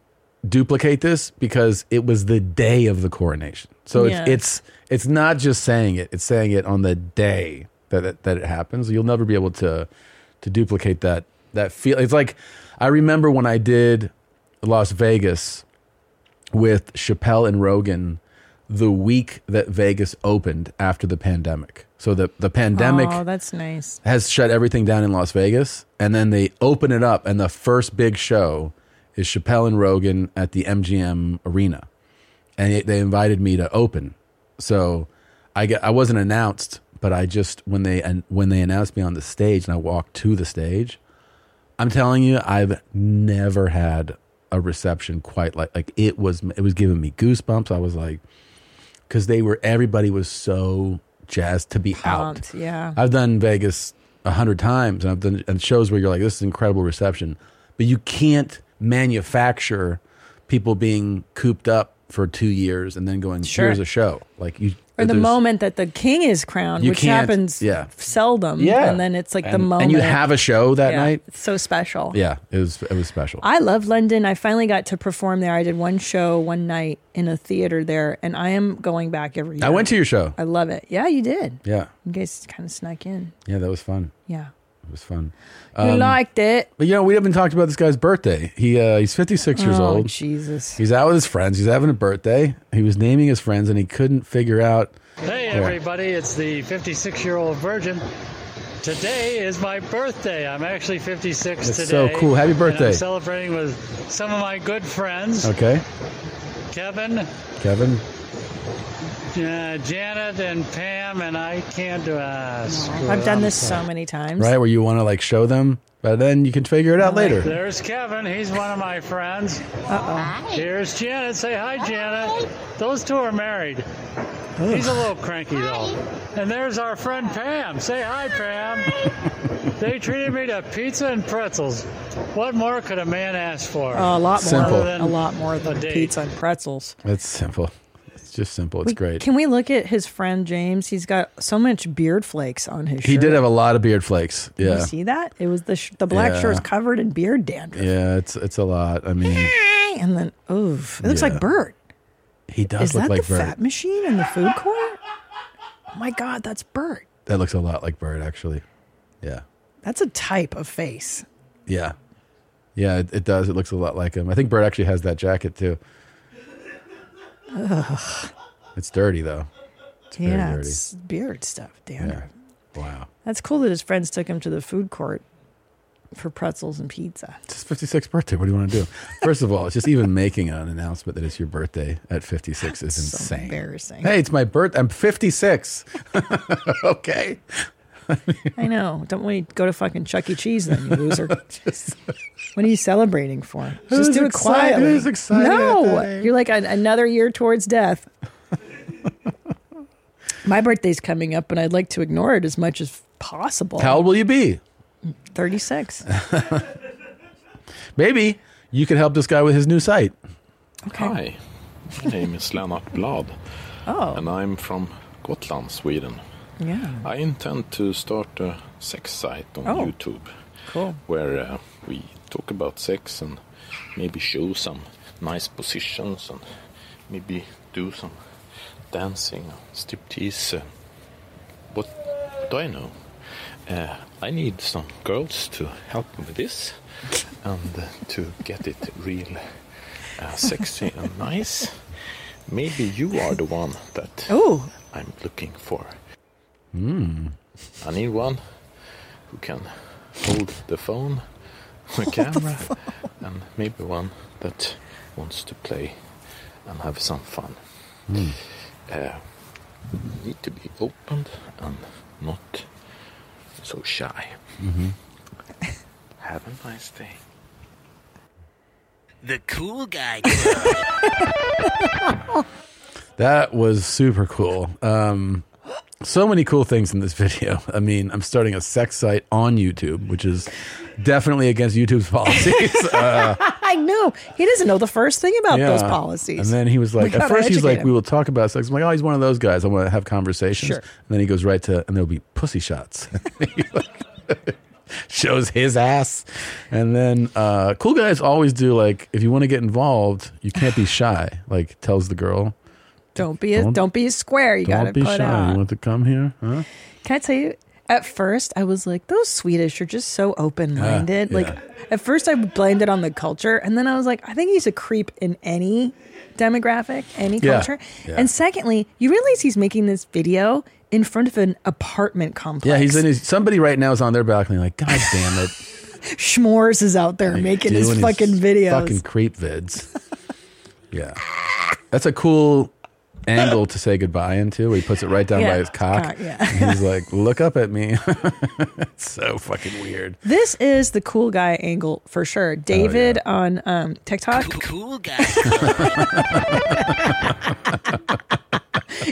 [SPEAKER 3] duplicate this because it was the day of the coronation. So
[SPEAKER 1] Yeah.
[SPEAKER 3] it's it's it's not just saying it; it's saying it on the day that it, that it happens. You'll never be able to to duplicate that that feel. It's like I remember when I did Las Vegas with Chappelle and Rogan the week that Vegas opened after the pandemic. So the the pandemic
[SPEAKER 1] Oh, that's nice.
[SPEAKER 3] has shut everything down in Las Vegas, and then they open it up, and the first big show is Chappelle and Rogan at the MGM Arena, and it, they invited me to open. So I get, I wasn't announced, but I just when they and when they announced me on the stage, and I walked to the stage, I'm telling you, I've never had a reception quite like like it was. It was giving me goosebumps. I was like, because they were everybody was so jazzed to be out.
[SPEAKER 1] Pumped, yeah.
[SPEAKER 3] I've done Vegas a hundred times, and I've done and shows where you're like, "This is incredible reception," but you can't manufacture people being cooped up for two years and then going,
[SPEAKER 1] Sure.
[SPEAKER 3] "Here's a show." Like you,
[SPEAKER 1] or the
[SPEAKER 3] there's-
[SPEAKER 1] moment that the king is crowned,
[SPEAKER 3] You
[SPEAKER 1] which
[SPEAKER 3] can't-
[SPEAKER 1] happens
[SPEAKER 3] yeah.
[SPEAKER 1] seldom.
[SPEAKER 3] Yeah.
[SPEAKER 1] And then it's like the
[SPEAKER 3] And-
[SPEAKER 1] moment.
[SPEAKER 3] and you have a show that
[SPEAKER 1] Yeah,
[SPEAKER 3] night?
[SPEAKER 1] It's so special.
[SPEAKER 3] Yeah, it was it was special.
[SPEAKER 1] I love London. I finally got to perform there. I did one show one night in a theater there, and I am going back every year.
[SPEAKER 3] I went to your show.
[SPEAKER 1] I love it. Yeah, you did.
[SPEAKER 3] Yeah,
[SPEAKER 1] You guys kind of snuck in.
[SPEAKER 3] yeah, that was fun.
[SPEAKER 1] Yeah.
[SPEAKER 3] It was fun.
[SPEAKER 1] you
[SPEAKER 3] Um,
[SPEAKER 1] liked it.
[SPEAKER 3] But you know, we haven't talked about this guy's birthday. He uh, he's 56 years
[SPEAKER 1] Oh,
[SPEAKER 3] old.
[SPEAKER 1] Jesus.
[SPEAKER 3] He's out with his friends. He's having a birthday. He was naming his friends and he couldn't figure out
[SPEAKER 5] Hey,
[SPEAKER 3] Yeah.
[SPEAKER 5] everybody, it's the 56 year old virgin. Today is my birthday. I'm actually 56
[SPEAKER 3] That's so
[SPEAKER 5] today.
[SPEAKER 3] cool. Happy
[SPEAKER 5] and
[SPEAKER 3] birthday.
[SPEAKER 5] I'm celebrating with some of my good friends
[SPEAKER 3] Okay.
[SPEAKER 5] Kevin, uh,
[SPEAKER 3] Kevin.
[SPEAKER 5] Janet, and Pam, and I can't do uh, screw
[SPEAKER 1] I've
[SPEAKER 5] it,
[SPEAKER 1] done
[SPEAKER 5] I'm
[SPEAKER 1] this
[SPEAKER 5] sorry.
[SPEAKER 1] so many times.
[SPEAKER 3] Right, where you want to like show them, but then you can figure it out later.
[SPEAKER 5] There's Kevin. He's one of my friends.
[SPEAKER 1] Uh
[SPEAKER 5] Here's Janet. Say hi, Janet. Those two are married. He's a little cranky though. And there's our friend Pam. Say hi, Pam. they treated me to pizza and pretzels. What more could a man ask for?
[SPEAKER 1] oh. A lot more.
[SPEAKER 3] Simple.
[SPEAKER 1] A lot more than
[SPEAKER 5] A date.
[SPEAKER 1] pizza and pretzels.
[SPEAKER 3] That's simple. It's just simple. It's
[SPEAKER 1] We-
[SPEAKER 3] great.
[SPEAKER 1] Can we look at his friend James? He's got so much beard flakes on his shirt.
[SPEAKER 3] He did have a lot of beard flakes.
[SPEAKER 1] You
[SPEAKER 3] Yeah.
[SPEAKER 1] see that? It was the sh- the black
[SPEAKER 3] Yeah.
[SPEAKER 1] shirt's covered in beard dandruff.
[SPEAKER 3] Yeah, it's it's a lot.
[SPEAKER 1] [LAUGHS]
[SPEAKER 3] I mean,
[SPEAKER 1] And then, oof, it looks
[SPEAKER 3] Yeah.
[SPEAKER 1] like Bert.
[SPEAKER 3] he does
[SPEAKER 1] Is
[SPEAKER 3] look
[SPEAKER 1] that
[SPEAKER 3] like
[SPEAKER 1] the
[SPEAKER 3] Bert.
[SPEAKER 1] fat machine in the food court? Oh my God, that's Bert.
[SPEAKER 3] That looks a lot like Bert actually. Yeah.
[SPEAKER 1] That's a type of face.
[SPEAKER 3] Yeah. Yeah, it, it does. It looks a lot like him. I think Bert actually has that jacket too. It's dirty though. very
[SPEAKER 1] yeah,
[SPEAKER 3] dirty.
[SPEAKER 1] it's beard stuff. Damn.
[SPEAKER 3] Yeah. Wow.
[SPEAKER 1] That's cool that his friends took him to the food court for pretzels and pizza.
[SPEAKER 3] It's his 56th birthday. What do you want to do? First of all, it's just even making an announcement that it's your birthday at 56 is
[SPEAKER 1] So
[SPEAKER 3] insane.
[SPEAKER 1] embarrassing.
[SPEAKER 3] Hey, it's my birth. I'm 56. [LAUGHS] okay.
[SPEAKER 1] I know. Don't we go to fucking Chuck E. Cheese then,
[SPEAKER 3] [LAUGHS]
[SPEAKER 1] you loser? what are you celebrating for? Just
[SPEAKER 3] Who's
[SPEAKER 1] do it
[SPEAKER 3] excited-
[SPEAKER 1] quietly.
[SPEAKER 3] who's excited at
[SPEAKER 1] No,
[SPEAKER 3] that age?
[SPEAKER 1] you're like an, another year towards
[SPEAKER 3] [LAUGHS]
[SPEAKER 1] death. My birthday's coming up, and I'd like to ignore it as much as possible.
[SPEAKER 3] How old will you be?
[SPEAKER 1] 36.
[SPEAKER 3] Maybe you could help this guy with his new site.
[SPEAKER 11] Hi,
[SPEAKER 1] Okay.
[SPEAKER 11] my name is Lennart Blad,
[SPEAKER 1] Oh,
[SPEAKER 11] and I'm from Gotland, Sweden.
[SPEAKER 1] yeah.
[SPEAKER 11] I intend to start a sex site on
[SPEAKER 1] Oh.
[SPEAKER 11] YouTube
[SPEAKER 1] Cool.
[SPEAKER 11] where uh, we talk about sex and maybe show some nice positions and maybe do some dancing, striptease. Uh, what do I know? Uh, I need some girls to help me with this and uh, to get it real uh, sexy and nice. Maybe you are the one that
[SPEAKER 1] Ooh.
[SPEAKER 11] I'm looking for. I need one who can hold the phone, the camera, and maybe one that wants to play and have some fun. Uh, need to be opened and not so shy. have a nice day.
[SPEAKER 8] The cool guy.
[SPEAKER 3] That was super cool. Um, so many cool things in this [LAUGHS] video. I mean, I'm starting a sex site on YouTube, which is definitely against YouTube's policies.
[SPEAKER 1] I knew. He doesn't know the first thing about those
[SPEAKER 3] Yeah.
[SPEAKER 1] policies.
[SPEAKER 3] And then he was
[SPEAKER 1] We
[SPEAKER 3] like, at
[SPEAKER 1] gotta
[SPEAKER 3] first he's
[SPEAKER 1] educate
[SPEAKER 3] like,
[SPEAKER 1] him.
[SPEAKER 3] we will talk about sex. I'm like, oh, he's one of those guys. I want to have conversations.
[SPEAKER 1] Sure.
[SPEAKER 3] And then he goes right to, and there'll be pussy shots. [LAUGHS] Shows his ass. And then uh, cool guys always do like, if you want to get involved, you can't be shy. Like tells the girl,
[SPEAKER 1] don't be a,
[SPEAKER 3] Don't-
[SPEAKER 1] don't, be a square. You got to
[SPEAKER 3] don't be
[SPEAKER 1] put
[SPEAKER 3] shy.
[SPEAKER 1] out.
[SPEAKER 3] You want to come here? Huh?
[SPEAKER 1] Can I tell you? At first, I was like, those Swedish are just so open minded.
[SPEAKER 3] Yeah,
[SPEAKER 1] like,
[SPEAKER 3] yeah.
[SPEAKER 1] at first, I blamed it on the culture. And then I was like, I think he's a creep in any demographic, any
[SPEAKER 3] Yeah,
[SPEAKER 1] culture.
[SPEAKER 3] yeah.
[SPEAKER 1] And secondly, you realize he's making this video in front of an apartment complex.
[SPEAKER 3] Yeah, he's in his, somebody right now is on their balcony like, God damn it.
[SPEAKER 1] Schmores is out there making his
[SPEAKER 3] doing
[SPEAKER 1] fucking videos.
[SPEAKER 3] Fucking creep vids. [LAUGHS] yeah. That's a cool angle to say goodbye into. He puts it right down
[SPEAKER 1] Yeah.
[SPEAKER 3] by his cock.
[SPEAKER 1] Cock, yeah.
[SPEAKER 3] And he's like, look up at me. [LAUGHS] it's so fucking weird.
[SPEAKER 1] This is the cool guy angle for sure. David on um, TikTok.
[SPEAKER 8] cool guy.
[SPEAKER 1] [LAUGHS]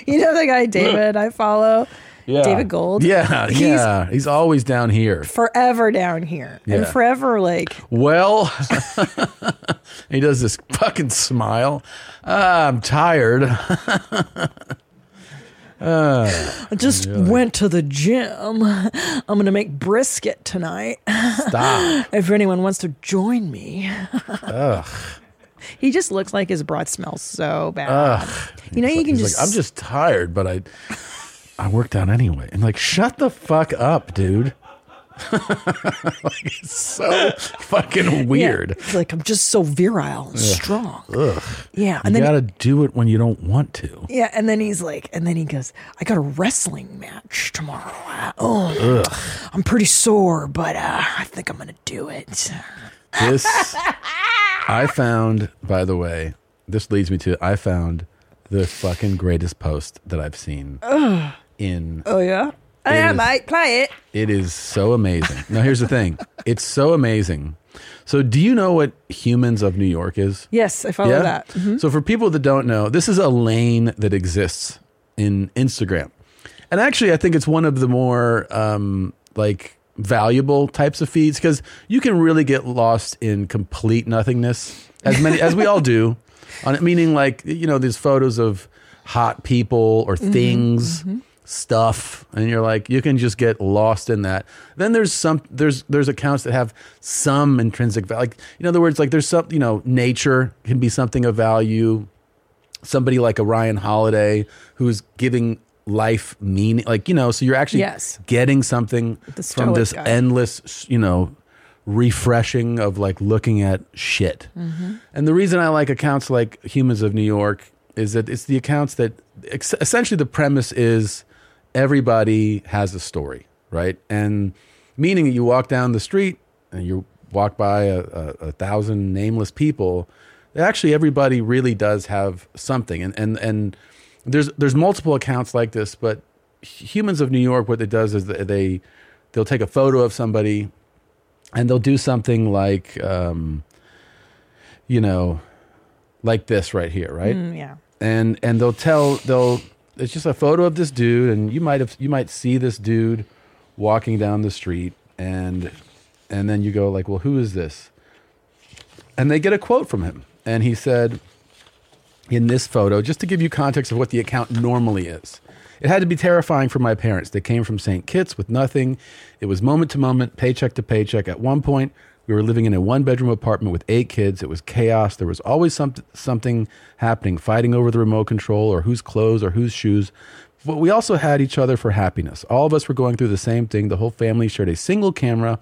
[SPEAKER 1] You know the guy David I follow? David Gold?
[SPEAKER 3] Yeah,
[SPEAKER 1] He's
[SPEAKER 3] yeah. He's always down here.
[SPEAKER 1] forever down here and
[SPEAKER 3] Yeah.
[SPEAKER 1] forever like
[SPEAKER 3] Well, [LAUGHS] he does this fucking smile. Ah, I'm tired.
[SPEAKER 1] I just went to the gym. I'm going to make brisket tonight.
[SPEAKER 3] [LAUGHS] Stop.
[SPEAKER 1] if anyone wants to join me.
[SPEAKER 3] Ugh.
[SPEAKER 1] He just looks like his breath smells so bad.
[SPEAKER 3] Ugh.
[SPEAKER 1] You know, you can
[SPEAKER 3] He's
[SPEAKER 1] just.
[SPEAKER 3] like, I'm just tired, but I I worked out anyway. And like, shut the fuck up, dude. [LAUGHS] like, it's so fucking weird.
[SPEAKER 1] Yeah. He's like, I'm just so virile and
[SPEAKER 3] Ugh.
[SPEAKER 1] strong.
[SPEAKER 3] Ugh.
[SPEAKER 1] Yeah, and
[SPEAKER 3] you
[SPEAKER 1] then-
[SPEAKER 3] gotta do it when you don't want to.
[SPEAKER 1] Yeah, and then he's like, and then he goes, I got a wrestling match tomorrow. Uh, Oh,
[SPEAKER 3] Ugh.
[SPEAKER 1] I'm pretty sore, but uh, I think I'm gonna do it.
[SPEAKER 3] This I found, by the way, this leads me to I found the fucking greatest post that I've seen
[SPEAKER 1] Ugh.
[SPEAKER 3] in
[SPEAKER 1] Oh yeah, yeah,
[SPEAKER 3] is-
[SPEAKER 1] mate, play it.
[SPEAKER 3] It is so amazing. now, here's the thing it's so amazing. So, do you know what Humans of New York is?
[SPEAKER 1] Yes, I follow that. Mhm.
[SPEAKER 3] So, for people that don't know, this is a lane that exists in Instagram. And actually, I think it's one of the more um, like valuable types of feeds because you can really get lost in complete nothingness, as many as we all
[SPEAKER 1] [LAUGHS]
[SPEAKER 3] do. On it, meaning like you know these photos of hot people or
[SPEAKER 1] Mm-hmm,
[SPEAKER 12] Mhm,
[SPEAKER 3] things
[SPEAKER 12] mhm.
[SPEAKER 3] stuff and you're like you can just get lost in that then there's some there's there's accounts that have some intrinsic value like in other words like there's some you know nature can be something of value somebody like a ryan holiday who's giving life meaning like you know so you're actually
[SPEAKER 1] Yes.
[SPEAKER 3] getting something
[SPEAKER 1] The
[SPEAKER 3] from this
[SPEAKER 1] stoic guy.
[SPEAKER 3] endless you know refreshing of like looking at shit
[SPEAKER 1] Mhm.
[SPEAKER 3] and the reason I like accounts like Humans of New York is that it's the accounts that ex- essentially the premise is everybody has a story, right? And meaning that you walk down the street and you walk by a, a, a thousand nameless people, actually everybody really does have something. And and and there's there's multiple accounts like this, but Humans of New York, what it does is that they they'll take a photo of somebody and they'll do something like um, you know like this right here right
[SPEAKER 1] Mm, yeah.
[SPEAKER 3] and and they'll tell they'll it's just a photo of this dude and you might have you might see this dude walking down the street and and then you go like well who is this and they get a quote from him and he said in this photo just to give you context of what the account normally is it had to be terrifying for my parents they came from st kitts with nothing it was moment to moment paycheck to paycheck at one point we were living in a one bedroom apartment with eight kids it was chaos there was always some, something happening fighting over the remote control or whose clothes or whose shoes but we also had each other for happiness. All of us were going through the same thing. The whole family shared a single camera,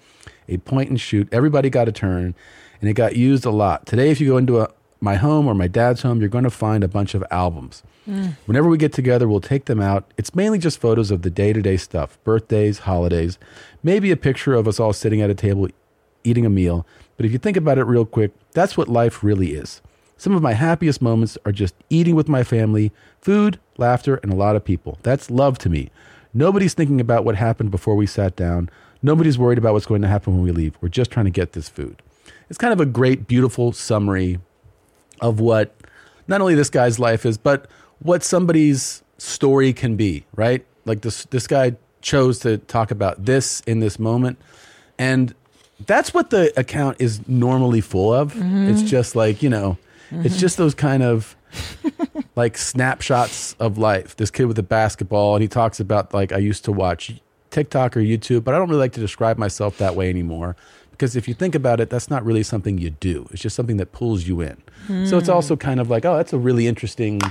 [SPEAKER 3] a point and shoot. Everybody got a turn, and it got used a lot. Today, if you go into a, my home or my dad's home, you're going to find a bunch of albums.
[SPEAKER 12] Mm.
[SPEAKER 3] Whenever we get together, we'll take them out. It's mainly just photos of the day to day stuff birthdays, holidays, maybe a picture of us all sitting at a table eating a meal. But if you think about it real quick, that's what life really is. Some of my happiest moments are just eating with my family, food, laughter, and a lot of people. That's love to me. Nobody's thinking about what happened before we sat down. Nobody's worried about what's going to happen when we leave. We're just trying to get this food. It's kind of a great, beautiful summary of what not only this guy's life is, but what somebody's story can be, right? Like this this guy chose to talk about this in this moment. And that's what the account is normally full of.
[SPEAKER 12] Mhm.
[SPEAKER 3] It's just like, you know, it's
[SPEAKER 12] Mhm.
[SPEAKER 3] just those kind of like snapshots of life. This kid with the basketball, and he talks about like I used to watch TikTok or YouTube, but I don't really like to describe myself that way anymore because if you think about it, that's not really something you do. It's just something that pulls you in. So it's
[SPEAKER 12] Hmm.
[SPEAKER 3] also kind of like, oh, that's a really interesting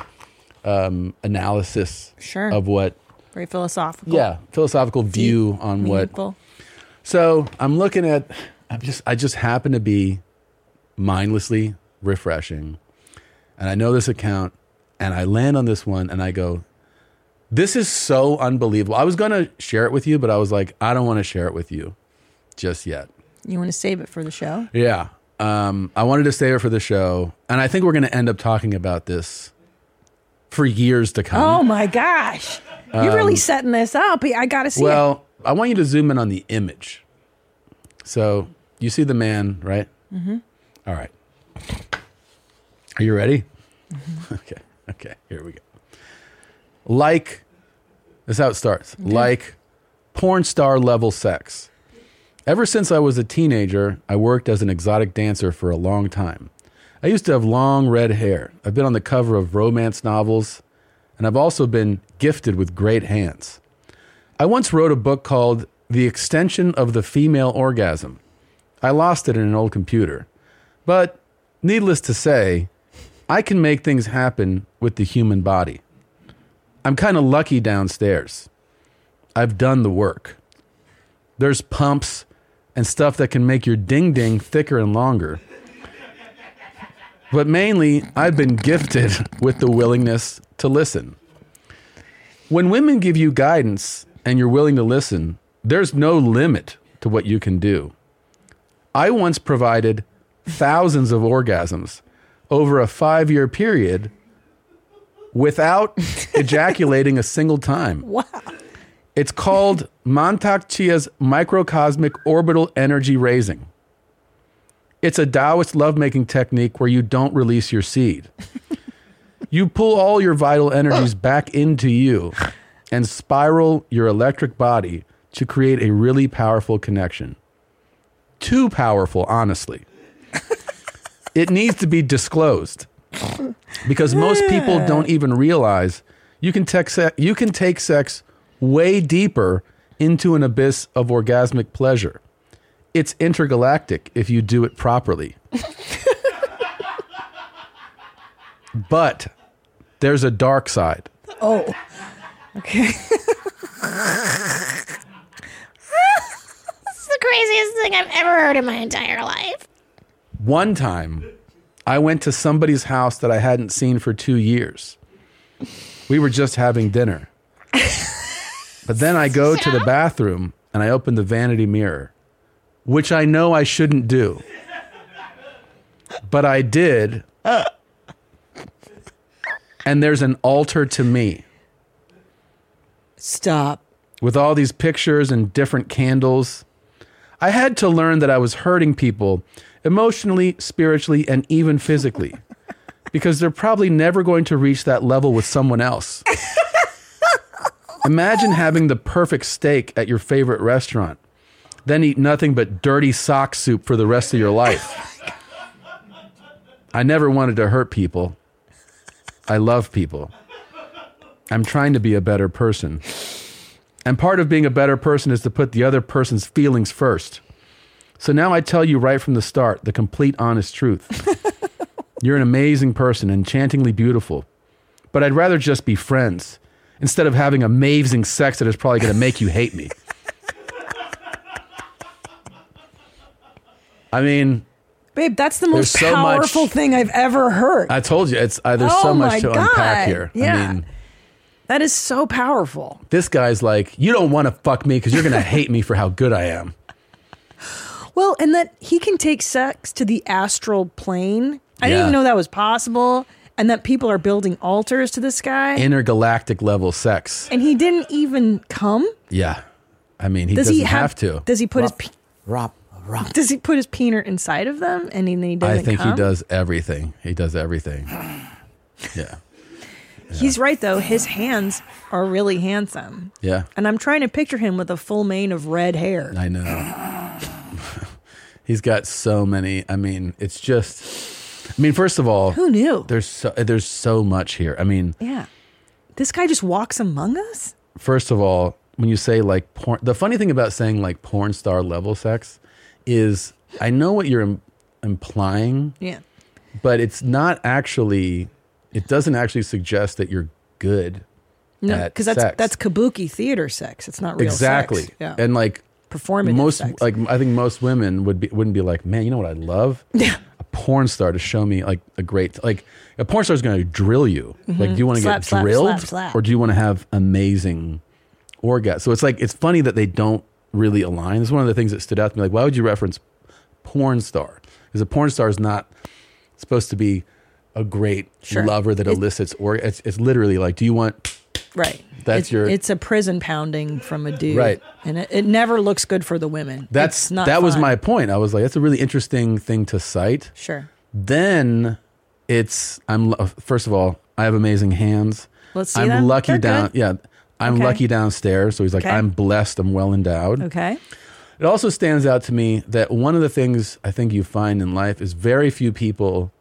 [SPEAKER 3] um, analysis
[SPEAKER 1] Sure.
[SPEAKER 3] of what,
[SPEAKER 1] Very philosophical.
[SPEAKER 3] yeah, philosophical view on what.
[SPEAKER 1] Meaningful.
[SPEAKER 3] So I'm looking at, I'm just, I just happen to be mindlessly refreshing, and I know this account, and I land on this one, and I go, this is so unbelievable. I was gonna share it with you, but I was like, I don't want to share it with you just yet.
[SPEAKER 1] You want to save it for the show?
[SPEAKER 3] Yeah. Um, I wanted to save it for the show, and I think we're going to end up talking about this for years to come.
[SPEAKER 1] Oh my gosh, you're really
[SPEAKER 3] Um,
[SPEAKER 1] setting this up. I gotta see. it.
[SPEAKER 3] well, I want you to zoom in on the image. So you see the man, right?
[SPEAKER 1] Mhm.
[SPEAKER 3] All right. Are you ready?
[SPEAKER 1] Mm-hmm.
[SPEAKER 3] [LAUGHS] okay. Okay. Here we go. Like, this is how it starts. Like porn star level sex. Ever since I was a teenager, I worked as an exotic dancer for a long time. I used to have long red hair. I've been on the cover of romance novels and I've also been gifted with great hands. I once wrote a book called The Extension of the Female Orgasm. I lost it in an old computer. But needless to say, I can make things happen with the human body. I'm kind of lucky downstairs. I've done the work. There's pumps and stuff that can make your ding ding thicker and longer. But mainly, I've been gifted with the willingness to listen. When women give you guidance and you're willing to listen, there's no limit to what you can do. I once provided thousands of orgasms over a five year period without ejaculating a single time.
[SPEAKER 1] Wow.
[SPEAKER 3] It's called Montauk Chia's microcosmic orbital energy raising. It's a Taoist lovemaking technique where you don't release your seed. you pull all your vital energies back into you and spiral your electric body to create a really powerful connection. Too powerful, honestly. it needs to be disclosed because most people don't even realize you can, tech se- you can take sex way deeper into an abyss of orgasmic pleasure. It's intergalactic if you do it properly. but there's a dark side.
[SPEAKER 1] Oh. Okay.
[SPEAKER 12] This is the craziest thing I've ever heard in my entire life.
[SPEAKER 3] One time, I went to somebody's house that I hadn't seen for two years. We were just having dinner. But then I go to the bathroom and I open the vanity mirror, which I know I shouldn't do. But I did. And there's an altar to me.
[SPEAKER 1] Stop.
[SPEAKER 3] With all these pictures and different candles. I had to learn that I was hurting people emotionally, spiritually, and even physically because they're probably never going to reach that level with someone else. Imagine having the perfect steak at your favorite restaurant, then eat nothing but dirty sock soup for the rest of your life. I never wanted to hurt people. I love people. I'm trying to be a better person. And part of being a better person is to put the other person's feelings first. So now I tell you right from the start the complete
[SPEAKER 1] [LAUGHS]
[SPEAKER 3] honest truth. You're an amazing person, enchantingly beautiful. But I'd rather just be friends instead of having amazing sex that is probably going to make you hate me. I mean,
[SPEAKER 1] Babe, that's the
[SPEAKER 3] There's
[SPEAKER 1] most
[SPEAKER 3] so much-
[SPEAKER 1] powerful thing I've ever heard.
[SPEAKER 3] I told you it's uh, there's so
[SPEAKER 1] Oh my
[SPEAKER 3] much to
[SPEAKER 1] God.
[SPEAKER 3] unpack here.
[SPEAKER 1] Yeah.
[SPEAKER 3] I mean,
[SPEAKER 1] That is so powerful.
[SPEAKER 3] this guy's like, you don't want to fuck me because you're going to hate me for how good
[SPEAKER 1] [LAUGHS]
[SPEAKER 3] I am.
[SPEAKER 1] Well, and that he can take sex to the astral plane. I didn't
[SPEAKER 3] Yeah.
[SPEAKER 1] even know that was possible, and that people are building altars to this guy.
[SPEAKER 3] Intergalactic level sex.
[SPEAKER 1] and he didn't even come.
[SPEAKER 3] Yeah. I mean, he
[SPEAKER 1] does
[SPEAKER 3] doesn't
[SPEAKER 1] he have,
[SPEAKER 3] have, to.
[SPEAKER 1] Does he put his pe-
[SPEAKER 3] Rob,
[SPEAKER 1] does he put his peener inside of them, and then he doesn't
[SPEAKER 3] I think
[SPEAKER 1] come?
[SPEAKER 3] he does everything. He
[SPEAKER 1] [SIGHS]
[SPEAKER 3] does everything. Yeah.
[SPEAKER 1] He's right though. His hands are really handsome,
[SPEAKER 3] Yeah.
[SPEAKER 1] and I'm trying to picture him with a full mane of red hair.
[SPEAKER 3] I know. [LAUGHS] He's got so many. I mean, it's just I mean, first of all,
[SPEAKER 1] Who knew?
[SPEAKER 3] There's so, there's so much here. I mean,
[SPEAKER 1] Yeah, this guy just walks among us.
[SPEAKER 3] first of all, when you say like porn, the funny thing about saying like porn star level sex is I know what you're im- implying,
[SPEAKER 1] Yeah.
[SPEAKER 3] but it's not actually it doesn't actually suggest that you're good
[SPEAKER 1] No,
[SPEAKER 3] at
[SPEAKER 1] because that's
[SPEAKER 3] sex.
[SPEAKER 1] that's kabuki theater sex. It's not real
[SPEAKER 3] exactly
[SPEAKER 1] sex. Yeah.
[SPEAKER 3] and like
[SPEAKER 1] Performative
[SPEAKER 3] most
[SPEAKER 1] sex.
[SPEAKER 3] like i think most women would be wouldn't be like man you know what i love yeah a porn star to show me like a great like a porn star is going to drill you like do
[SPEAKER 1] Mhm.
[SPEAKER 3] you want to
[SPEAKER 1] Slap,
[SPEAKER 3] get
[SPEAKER 1] slap,
[SPEAKER 3] drilled
[SPEAKER 1] slap, slap.
[SPEAKER 3] or do you want to have amazing orgasm so it's like it's funny that they don't really align it's one of the things that stood out to me like why would you reference porn star because a porn star is not supposed to be a great
[SPEAKER 1] Sure.
[SPEAKER 3] lover that
[SPEAKER 1] It-
[SPEAKER 3] elicits or it's, it's literally like do you want
[SPEAKER 1] right.
[SPEAKER 3] That's
[SPEAKER 1] it's,
[SPEAKER 3] your-
[SPEAKER 1] It's a prison pounding from a dude.
[SPEAKER 3] Right.
[SPEAKER 1] And it, it never looks good for the women.
[SPEAKER 3] That's
[SPEAKER 1] It's not
[SPEAKER 3] that was
[SPEAKER 1] fun.
[SPEAKER 3] my point. I was like, that's a really interesting thing to cite.
[SPEAKER 1] Sure.
[SPEAKER 3] Then it's I'm lu- first of all, I have amazing hands.
[SPEAKER 1] Let's see
[SPEAKER 3] I'm
[SPEAKER 1] them.
[SPEAKER 3] lucky
[SPEAKER 1] They're
[SPEAKER 3] down.
[SPEAKER 1] good.
[SPEAKER 3] Yeah, I'm
[SPEAKER 1] Okay.
[SPEAKER 3] lucky downstairs. So he's like,
[SPEAKER 1] Okay.
[SPEAKER 3] I'm blessed. I'm well endowed.
[SPEAKER 1] Okay.
[SPEAKER 3] It also stands out to me that one of the things I think you find in life is very few people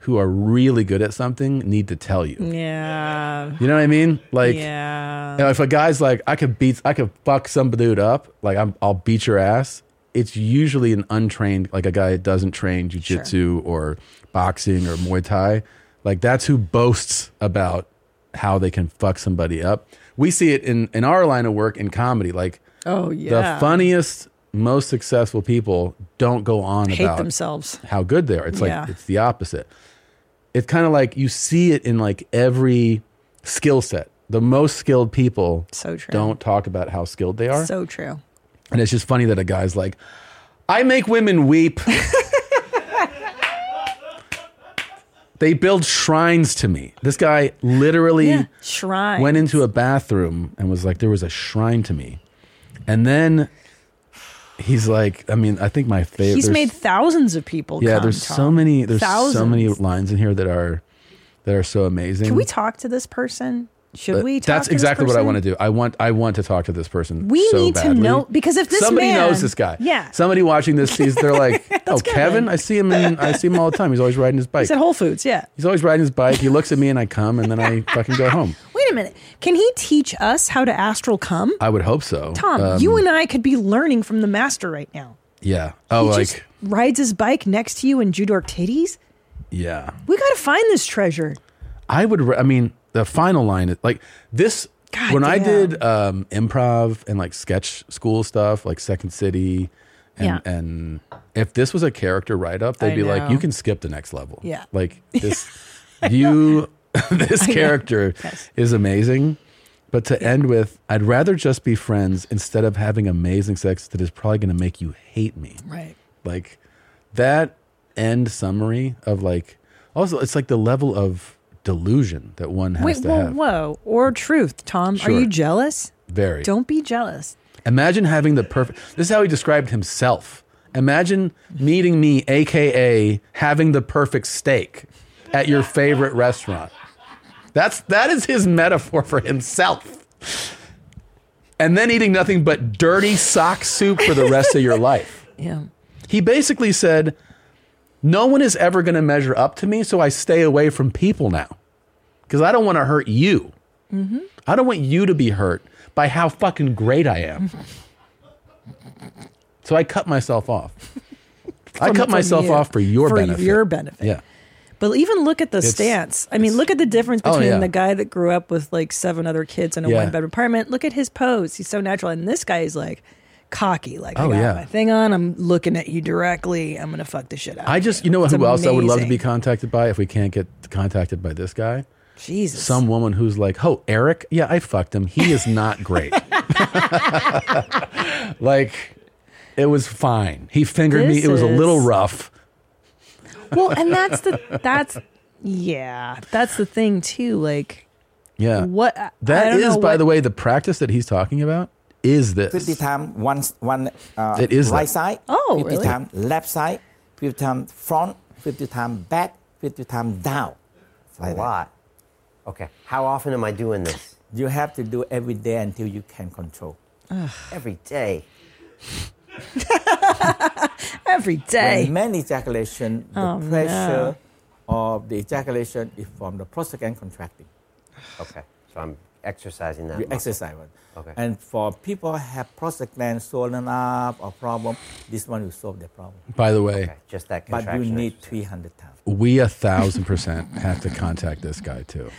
[SPEAKER 3] who are really good at something need to tell you.
[SPEAKER 1] Yeah.
[SPEAKER 3] You know what I mean? Like,
[SPEAKER 1] Yeah.
[SPEAKER 3] you know, if a guy's like, I could beat, I could fuck some dude up, like I'm, I'll beat your ass. It's usually an untrained, like a guy that doesn't train jujitsu or boxing or Muay Thai. Like that's who boasts about how they can fuck somebody up. We see it in in our line of work in comedy. Like,
[SPEAKER 1] Oh, yeah.
[SPEAKER 3] the funniest, most successful people don't go on
[SPEAKER 1] Hate
[SPEAKER 3] about
[SPEAKER 1] themselves.
[SPEAKER 3] how good they are. It's like
[SPEAKER 1] Yeah.
[SPEAKER 3] it's the opposite. It's kind of like you see it in like every skill set. The most skilled people
[SPEAKER 1] so true.
[SPEAKER 3] don't talk about how skilled they are.
[SPEAKER 1] So true.
[SPEAKER 3] and it's just funny that a guy's like, I make
[SPEAKER 1] [LAUGHS]
[SPEAKER 3] women weep. they build shrines to me. This guy literally
[SPEAKER 1] Yeah. Shrine.
[SPEAKER 3] went into a bathroom and was like, there was a shrine to me. And then he's like, I mean, I think my favorite.
[SPEAKER 1] He's made thousands of people.
[SPEAKER 3] Yeah,
[SPEAKER 1] come,
[SPEAKER 3] there's so
[SPEAKER 1] Tom.
[SPEAKER 3] many. There's so
[SPEAKER 1] Thousands.
[SPEAKER 3] many lines in here that are that are so amazing.
[SPEAKER 1] Can we talk to this person? Should
[SPEAKER 3] But
[SPEAKER 1] we? Talk
[SPEAKER 3] That's
[SPEAKER 1] to this
[SPEAKER 3] exactly what I
[SPEAKER 1] person?
[SPEAKER 3] want to do. I want I want to talk to this person.
[SPEAKER 1] We
[SPEAKER 3] so
[SPEAKER 1] need to
[SPEAKER 3] badly.
[SPEAKER 1] know- because if this
[SPEAKER 3] somebody
[SPEAKER 1] man-
[SPEAKER 3] knows this guy,
[SPEAKER 1] Yeah.
[SPEAKER 3] somebody watching this sees
[SPEAKER 1] [LAUGHS]
[SPEAKER 3] they're like, oh, Kevin, I see him. In, I see him all the time. He's always riding his bike.
[SPEAKER 1] He's at Whole Foods. Yeah.
[SPEAKER 3] He's always riding his bike. He looks at me and I come and then I fucking
[SPEAKER 1] [LAUGHS]
[SPEAKER 3] go home.
[SPEAKER 1] Wait a minute. Can he teach us how to astral come?
[SPEAKER 3] I would hope so.
[SPEAKER 1] Tom,
[SPEAKER 3] Um,
[SPEAKER 1] you and I could be learning from the master right now.
[SPEAKER 3] yeah. Oh,
[SPEAKER 1] he
[SPEAKER 3] like
[SPEAKER 1] just rides his bike next to you in Judor titties.
[SPEAKER 3] yeah.
[SPEAKER 1] We got to find this treasure.
[SPEAKER 3] I would. re- I mean, the final line is like this.
[SPEAKER 1] God
[SPEAKER 3] when I
[SPEAKER 1] damn.
[SPEAKER 3] did um, improv and like sketch school stuff, like Second City, and,
[SPEAKER 1] Yeah.
[SPEAKER 3] and if this was a character write up, they'd
[SPEAKER 1] I
[SPEAKER 3] be like,
[SPEAKER 1] know.
[SPEAKER 3] "You can skip the next level."
[SPEAKER 1] [LAUGHS] Yeah.
[SPEAKER 3] like this. you, [LAUGHS] this
[SPEAKER 1] I know.
[SPEAKER 3] character
[SPEAKER 1] Yes.
[SPEAKER 3] is amazing. But to end with, I'd rather just be friends instead of having amazing sex that is probably going to make you hate me
[SPEAKER 1] Right.
[SPEAKER 3] like that end summary of like also it's like the level of delusion that one has
[SPEAKER 1] Wait,
[SPEAKER 3] to
[SPEAKER 1] whoa,
[SPEAKER 3] have
[SPEAKER 1] whoa. Or truth, Tom. Are
[SPEAKER 3] Sure.
[SPEAKER 1] you jealous?
[SPEAKER 3] very
[SPEAKER 1] Don't be jealous.
[SPEAKER 3] imagine having the perfect this is how he described himself imagine meeting me aka having the perfect steak at your favorite restaurant that's that is his metaphor for himself and then eating nothing but dirty sock soup for the rest of your life
[SPEAKER 1] Yeah.
[SPEAKER 3] He basically said, No one is ever going to measure up to me, so I stay away from people now because I don't want to hurt you.
[SPEAKER 1] Mm-hmm.
[SPEAKER 3] I don't want you to be hurt by how fucking great I
[SPEAKER 1] [LAUGHS]
[SPEAKER 3] am. so I cut
[SPEAKER 1] [LAUGHS]
[SPEAKER 3] myself off. I
[SPEAKER 1] From-
[SPEAKER 3] cut
[SPEAKER 1] from
[SPEAKER 3] myself
[SPEAKER 1] you.
[SPEAKER 3] off for your
[SPEAKER 1] For
[SPEAKER 3] benefit.
[SPEAKER 1] your benefit.
[SPEAKER 3] Yeah.
[SPEAKER 1] But even look at the
[SPEAKER 3] It's-
[SPEAKER 1] stance. I mean, look at the difference
[SPEAKER 3] Oh,
[SPEAKER 1] between
[SPEAKER 3] yeah.
[SPEAKER 1] the guy that grew up with like seven other kids in a
[SPEAKER 3] Yeah.
[SPEAKER 1] one bedroom apartment. Look at his pose. He's so natural. And this guy is like cocky. Like, I
[SPEAKER 3] Oh,
[SPEAKER 1] got
[SPEAKER 3] yeah.
[SPEAKER 1] my thing on. I'm looking at you directly. I'm going to fuck the shit out.
[SPEAKER 3] I just, you know, who
[SPEAKER 1] It's
[SPEAKER 3] else I would love to
[SPEAKER 1] amazing.
[SPEAKER 3] be contacted by if we can't get contacted by this guy?
[SPEAKER 1] Jesus.
[SPEAKER 3] Some woman who's like, oh, Eric? Yeah, I fucked him. He is not great. [LAUGHS] like, it was fine. He fingered me.
[SPEAKER 1] This
[SPEAKER 3] It was a little
[SPEAKER 1] is-
[SPEAKER 3] rough.
[SPEAKER 1] well, and that's the, that's, yeah, that's the thing too. Like,
[SPEAKER 3] Yeah.
[SPEAKER 1] What- I
[SPEAKER 3] That
[SPEAKER 1] don't
[SPEAKER 3] is,
[SPEAKER 1] know
[SPEAKER 3] by
[SPEAKER 1] what-
[SPEAKER 3] the way, the practice that he's talking about is this.
[SPEAKER 13] 50 times one, one uh,
[SPEAKER 3] It is
[SPEAKER 13] right
[SPEAKER 3] that.
[SPEAKER 13] side,
[SPEAKER 1] oh,
[SPEAKER 13] 50
[SPEAKER 1] really?
[SPEAKER 13] times left side, 50 times front, 50 times back, 50 times down.
[SPEAKER 14] A lot. Okay. [LAUGHS] How often am I doing this?
[SPEAKER 13] You have to do every day until you can control.
[SPEAKER 14] Every day.
[SPEAKER 1] every day.
[SPEAKER 13] When man ejaculation, the
[SPEAKER 1] Oh,
[SPEAKER 13] pressure of the ejaculation is from the prostate contracting.
[SPEAKER 14] Okay. So I'm exercising that.
[SPEAKER 13] You
[SPEAKER 14] muscle.
[SPEAKER 13] exercise one.
[SPEAKER 14] Okay.
[SPEAKER 13] And for people who have prostate gland swollen up or problem, this one will solve the problem.
[SPEAKER 3] By the way,
[SPEAKER 14] Just that
[SPEAKER 13] But
[SPEAKER 14] contraction.
[SPEAKER 13] you need 300 times.
[SPEAKER 3] we a thousand percent have to contact this guy too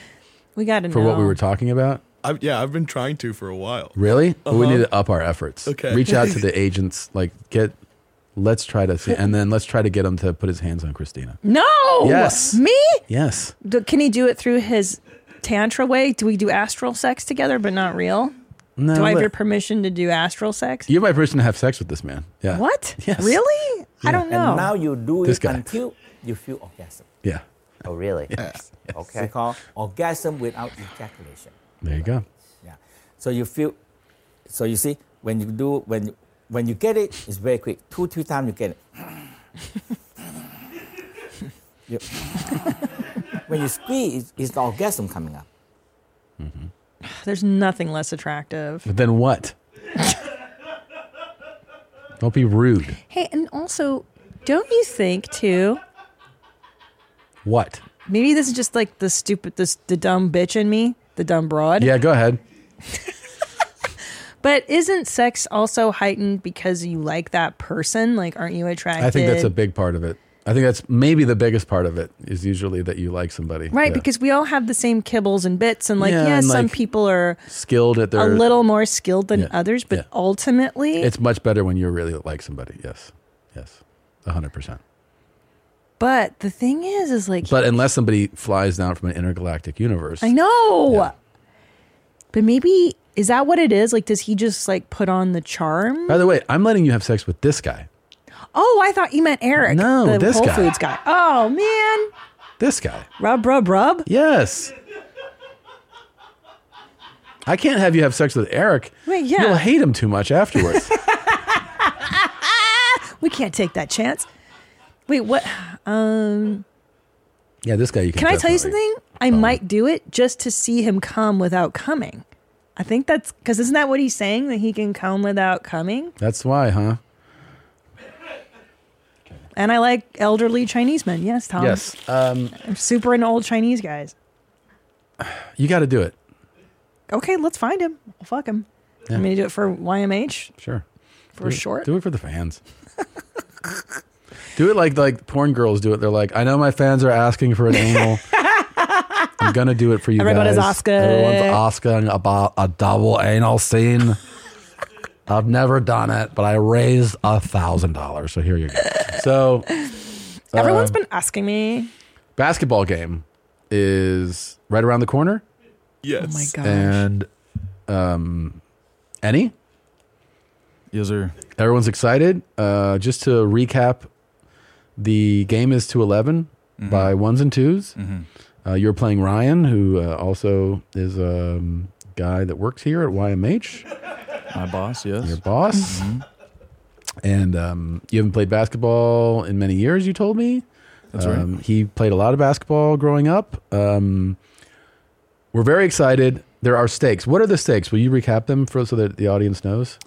[SPEAKER 1] We got to
[SPEAKER 3] for what we were talking about.
[SPEAKER 10] I've, yeah, I've been trying to for a while.
[SPEAKER 3] Really? But We
[SPEAKER 10] Uh-huh.
[SPEAKER 3] need to up our efforts.
[SPEAKER 10] Okay.
[SPEAKER 3] Reach out to the agents. Like, get, let's try to see, and then let's try to get him to put his hands on Christina.
[SPEAKER 1] No.
[SPEAKER 3] Yes.
[SPEAKER 1] Me?
[SPEAKER 3] Yes.
[SPEAKER 1] Do, can he do it through his tantra way? Do we do astral sex together, but not real?
[SPEAKER 3] No,
[SPEAKER 1] do I have
[SPEAKER 3] let-
[SPEAKER 1] your permission to do astral sex?
[SPEAKER 3] You're my person to have sex with this man. Yeah.
[SPEAKER 1] What?
[SPEAKER 3] Yes.
[SPEAKER 1] Really? I don't know.
[SPEAKER 13] And now you do
[SPEAKER 3] This
[SPEAKER 13] it
[SPEAKER 3] guy.
[SPEAKER 13] until you feel orgasm.
[SPEAKER 3] Yeah.
[SPEAKER 14] Oh, really?
[SPEAKER 13] Okay. It's called orgasm without ejaculation.
[SPEAKER 3] There you go.
[SPEAKER 13] Yeah. So you feel, so you see, when you do, when you, when you get it, it's very quick. Two, three times you get it. [LAUGHS] You- [LAUGHS] when you squeeze, it's the orgasm coming up.
[SPEAKER 1] There's nothing less attractive.
[SPEAKER 3] But then what? [LAUGHS] Don't be rude.
[SPEAKER 1] Hey, and also, don't you think too
[SPEAKER 3] What?
[SPEAKER 1] Maybe this is just like the stupid, this the dumb bitch in me, the dumb broad.
[SPEAKER 3] Yeah, go ahead.
[SPEAKER 1] But isn't sex also heightened because you like that person? Like, aren't you attracted?
[SPEAKER 3] I think that's a big part of it. I think that's maybe the biggest part of it is usually that you like somebody.
[SPEAKER 1] Right,
[SPEAKER 3] Yeah.
[SPEAKER 1] because we all have the same kibbles and bits, and like,
[SPEAKER 3] Yeah,
[SPEAKER 1] yeah,
[SPEAKER 3] and,
[SPEAKER 1] some
[SPEAKER 3] like,
[SPEAKER 1] people are
[SPEAKER 3] skilled at their
[SPEAKER 1] a little more skilled than
[SPEAKER 3] Yeah,
[SPEAKER 1] others, but
[SPEAKER 3] yeah.
[SPEAKER 1] ultimately,
[SPEAKER 3] It's much better when you really like somebody. Yes. Yes. 100%.
[SPEAKER 1] but the thing is, is like,
[SPEAKER 3] But unless somebody flies down from an intergalactic universe.
[SPEAKER 1] I know, but maybe is that what it is? Like, does he just like put on the charm?
[SPEAKER 3] By the way, I'm letting you have sex with this guy.
[SPEAKER 1] Oh, I thought you meant Eric,
[SPEAKER 3] No,
[SPEAKER 1] the
[SPEAKER 3] this
[SPEAKER 1] Whole
[SPEAKER 3] guy.
[SPEAKER 1] Foods guy. Oh man,
[SPEAKER 3] This guy.
[SPEAKER 1] rub, rub, rub.
[SPEAKER 3] Yes. I can't have you have sex with Eric.
[SPEAKER 1] Wait, yeah.
[SPEAKER 3] You'll hate him too
[SPEAKER 1] [LAUGHS]
[SPEAKER 3] much afterwards.
[SPEAKER 1] We can't take that chance. Wait, what? Um,
[SPEAKER 3] yeah, this guy you can
[SPEAKER 1] can I tell you
[SPEAKER 3] definitely-
[SPEAKER 1] something? I might do it just to see him come without coming. I think that's because isn't that what he's saying that he can come without coming?
[SPEAKER 3] That's why, huh?
[SPEAKER 1] And I like elderly Chinese men. Yes, Tom.
[SPEAKER 3] Yes. Um,
[SPEAKER 1] I'm super into old Chinese guys.
[SPEAKER 3] you got to do it.
[SPEAKER 1] Okay, let's find him. I'll fuck him.
[SPEAKER 3] Yeah.
[SPEAKER 1] I'm gonna do it for YMH.
[SPEAKER 3] Sure.
[SPEAKER 1] For
[SPEAKER 3] do it,
[SPEAKER 1] short?
[SPEAKER 3] Do it for the fans. [LAUGHS] do it like like porn girls do it. They're like, I know my fans are asking for
[SPEAKER 1] [LAUGHS]
[SPEAKER 3] an anal. I'm gonna do it for you
[SPEAKER 1] Everybody's
[SPEAKER 3] guys.
[SPEAKER 1] Oscar.
[SPEAKER 3] Everyone's asking about a double
[SPEAKER 1] [LAUGHS]
[SPEAKER 3] anal scene. I've never done it, but I raised a thousand dollars. So here you go. So
[SPEAKER 1] Everyone's
[SPEAKER 3] uh,
[SPEAKER 1] been asking me.
[SPEAKER 3] basketball game is right around the corner. oh
[SPEAKER 10] Yes.
[SPEAKER 1] my gosh.
[SPEAKER 3] And um, any?
[SPEAKER 15] Yes, sir.
[SPEAKER 3] Everyone's excited. Uh, just to recap, the game is to 11
[SPEAKER 15] Mm-hmm.
[SPEAKER 3] by ones and 2s Uh, you're playing Ryan, who uh, also is a um, guy that works here at YMH.
[SPEAKER 15] My boss, yes.
[SPEAKER 3] Your boss. And um, you haven't played basketball in many years, you told me.
[SPEAKER 15] That's right.
[SPEAKER 3] Um, He played a lot of basketball growing up. Um, we're very excited. There are stakes. What are the stakes? Will you recap them for so that the audience knows?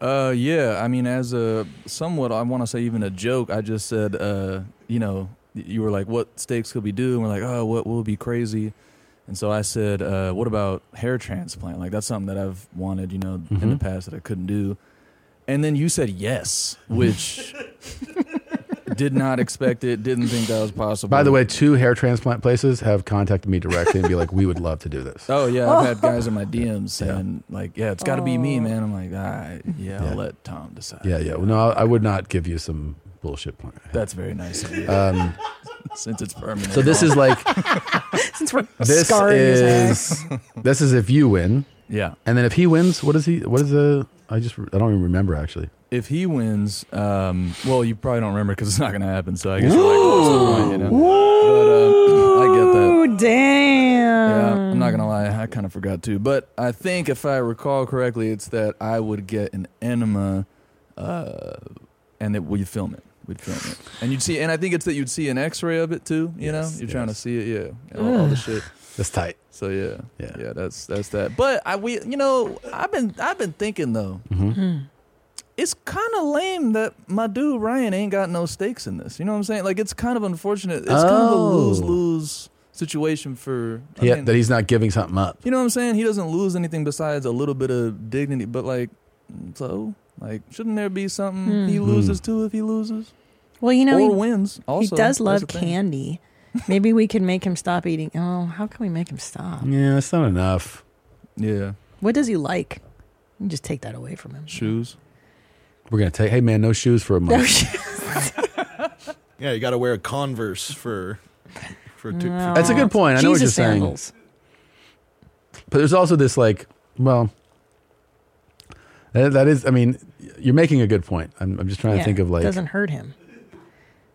[SPEAKER 15] Uh, yeah. I mean, as a somewhat, I want to say even a joke. I just said, uh, you know, you were like, "What stakes could we do?" And we're like, "Oh, what will be crazy?" And so I said, uh, "What about hair transplant? Like that's something that I've wanted, you know,
[SPEAKER 3] Mm-hmm.
[SPEAKER 15] in the
[SPEAKER 11] Mhm.
[SPEAKER 15] past that I couldn't do." And then you said yes,
[SPEAKER 3] [LAUGHS]
[SPEAKER 15] which did not expect it. Didn't think that was possible.
[SPEAKER 3] By the way, two hair transplant places have contacted me directly and be like, "We would love to do this." [LAUGHS]
[SPEAKER 15] Oh yeah, I've had guys in my DMs saying like, "Yeah, it's got to be me,
[SPEAKER 11] Oh.
[SPEAKER 15] man." I'm like, "Ah, yeah, I'll let Tom decide."
[SPEAKER 3] Yeah, yeah. Well, no, I I would not give you some bullshit plan.
[SPEAKER 15] That's very nice of you.
[SPEAKER 3] Um,
[SPEAKER 15] [LAUGHS] Since it's permanent.
[SPEAKER 3] so this is like
[SPEAKER 1] [LAUGHS] Since we're
[SPEAKER 3] this
[SPEAKER 1] scarring his ass.
[SPEAKER 3] is this is if you win.
[SPEAKER 15] Yeah.
[SPEAKER 3] And then if he wins, what is he? What is the? I just I don't even remember actually.
[SPEAKER 15] if he wins, um, well, you probably don't remember because it's not going to happen. So I guess you're like, what's the point, you know? But um, [CLEARS THROAT] I get that.
[SPEAKER 1] Ooh, damn.
[SPEAKER 15] Yeah, I'm not gonna lie, I kind of forgot too. But I think if I recall correctly, it's that I would get an enema, uh, and that we'd film it. We'd film it, and you'd see. And I think it's that you'd see an X-ray of it too. You know, you're trying to see it. Yeah, all, all the
[SPEAKER 3] Ugh.
[SPEAKER 15] shit.
[SPEAKER 3] That's tight.
[SPEAKER 15] So yeah, yeah, yeah. That's that's that. But I we you know I've been I've been thinking though.
[SPEAKER 3] Mm-hmm.
[SPEAKER 1] Hmm.
[SPEAKER 15] It's kind of lame that my dude Ryan ain't got no stakes in this. You know what I'm saying? Like it's kind of unfortunate. It's kind of a
[SPEAKER 3] Oh.
[SPEAKER 15] lose lose situation for I
[SPEAKER 3] Yeah,
[SPEAKER 15] mean,
[SPEAKER 3] that he's not giving something up.
[SPEAKER 15] you know what I'm saying? He doesn't lose anything besides a little bit of dignity, but like, so like, shouldn't there be something
[SPEAKER 1] Hmm.
[SPEAKER 15] he
[SPEAKER 1] Hmm.
[SPEAKER 15] loses too if he loses?
[SPEAKER 1] Well, you know,
[SPEAKER 15] or
[SPEAKER 1] he
[SPEAKER 15] wins. Also,
[SPEAKER 1] he does
[SPEAKER 15] That's the
[SPEAKER 1] love
[SPEAKER 15] thing.
[SPEAKER 1] candy. Maybe we can make him stop eating. Oh, how can we make him stop?
[SPEAKER 3] Yeah, that's not enough.
[SPEAKER 15] Yeah,
[SPEAKER 1] What does he like? You just take that away from him.
[SPEAKER 15] shoes.
[SPEAKER 3] We're gonna take. Hey man, no shoes for a month.
[SPEAKER 1] No [LAUGHS] shoes.
[SPEAKER 10] Yeah, you got to wear a Converse for for two.
[SPEAKER 1] No.
[SPEAKER 10] for-
[SPEAKER 3] That's a good point. I know what you're
[SPEAKER 1] Jesus
[SPEAKER 3] saying.
[SPEAKER 1] sandals.
[SPEAKER 3] But there's also this like, well, that, that is. I mean, you're making a good point. I'm, I'm just trying
[SPEAKER 1] Yeah,
[SPEAKER 3] to think of like.
[SPEAKER 1] doesn't hurt him.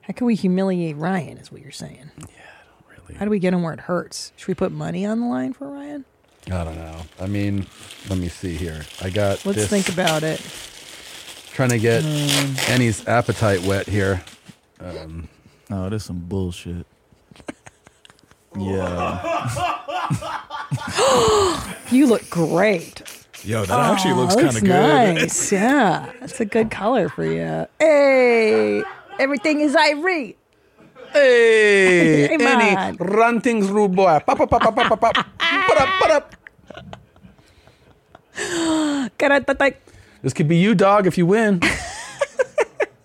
[SPEAKER 1] How can we humiliate Ryan? Is what you're saying? Yeah, I don't
[SPEAKER 3] really.
[SPEAKER 1] How do we get him where it hurts? Should we put money on the line for Ryan?
[SPEAKER 3] I don't know. I mean, let me see here. I got.
[SPEAKER 1] Let's
[SPEAKER 3] this-
[SPEAKER 1] think about Hmm. it.
[SPEAKER 3] Trying to get Annie's appetite wet here. Um,
[SPEAKER 15] oh, this some [LAUGHS] bullshit. Yeah.
[SPEAKER 1] you look great.
[SPEAKER 10] Yo, that actually
[SPEAKER 1] Aw,
[SPEAKER 10] looks kind
[SPEAKER 3] [LAUGHS]
[SPEAKER 10] of good.
[SPEAKER 1] Oh, Nice. yeah, that's a good color for you. Hey, everything is Irie.
[SPEAKER 3] Hey,
[SPEAKER 1] Hey, Ma. God.
[SPEAKER 3] run things, rude boy. Pop, pop, pop, pop, pop,
[SPEAKER 1] [LAUGHS]
[SPEAKER 3] pop, pop. Put up, put up.
[SPEAKER 1] Karatatak.
[SPEAKER 3] This could be you, dog, if you win.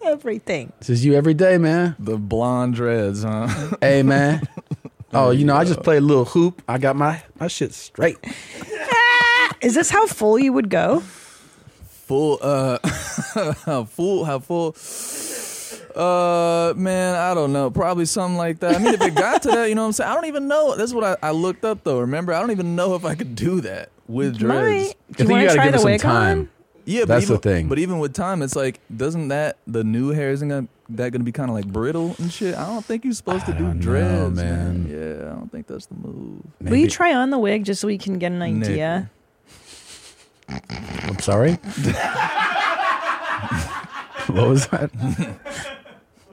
[SPEAKER 1] Everything.
[SPEAKER 3] This is you every day, man.
[SPEAKER 15] The blonde dreads, huh?
[SPEAKER 3] Hey, [LAUGHS] man. Oh, you know, I just played a little hoop. I got my, my shit straight.
[SPEAKER 1] Is this how full you would go?
[SPEAKER 15] full uh [LAUGHS] how full how full uh man i don't know probably something like that i mean if it got to that you know what i'm saying i don't even know that's what i, I looked up though remember i don't even know if i could do that with dreads
[SPEAKER 3] I think you
[SPEAKER 1] wanna
[SPEAKER 3] got to
[SPEAKER 1] try
[SPEAKER 3] give
[SPEAKER 1] the
[SPEAKER 3] it some
[SPEAKER 1] wig on?
[SPEAKER 3] time.
[SPEAKER 15] yeah but
[SPEAKER 3] that's
[SPEAKER 15] even,
[SPEAKER 3] the thing.
[SPEAKER 15] but even with time it's like doesn't that the new hair isn't gonna, that gonna be kind of like brittle and shit i don't think you're supposed to do dreads man. yeah i don't think that's the move
[SPEAKER 1] Will you try on the wig just so we can get an idea?
[SPEAKER 3] I'm
[SPEAKER 1] [LAUGHS]
[SPEAKER 3] sorry. what was that?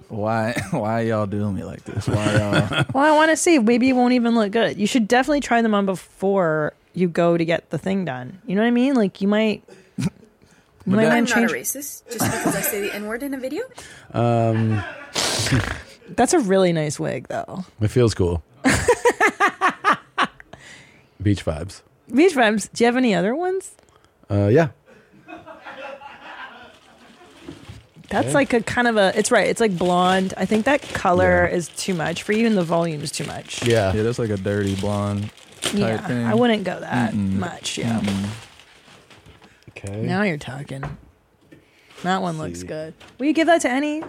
[SPEAKER 15] why why y'all doing me like this why y'all
[SPEAKER 1] Well, I want to see. Maybe it won't even look good. You should definitely try them on before you go to get the thing done. You know what I mean? Like you
[SPEAKER 3] [LAUGHS]
[SPEAKER 1] might. You might
[SPEAKER 16] I'm
[SPEAKER 1] want to
[SPEAKER 16] not a
[SPEAKER 1] change.
[SPEAKER 16] racist just because I say the N word in a video.
[SPEAKER 3] Um,
[SPEAKER 1] That's a really nice wig, though.
[SPEAKER 3] it
[SPEAKER 1] [LAUGHS]
[SPEAKER 3] feels cool. Beach vibes.
[SPEAKER 1] Beach vibes. Do you have any other ones?
[SPEAKER 3] Uh, yeah.
[SPEAKER 1] That's
[SPEAKER 3] Okay.
[SPEAKER 1] like a kind of a. It's right. It's like blonde. I think that color is too much for you, and the volume is too much.
[SPEAKER 3] Yeah.
[SPEAKER 15] Yeah, that's like a dirty blonde type
[SPEAKER 1] Yeah,
[SPEAKER 15] thing.
[SPEAKER 1] I wouldn't go that much, yeah.
[SPEAKER 3] Okay.
[SPEAKER 1] Now you're talking. That one looks good. Will you give that to any?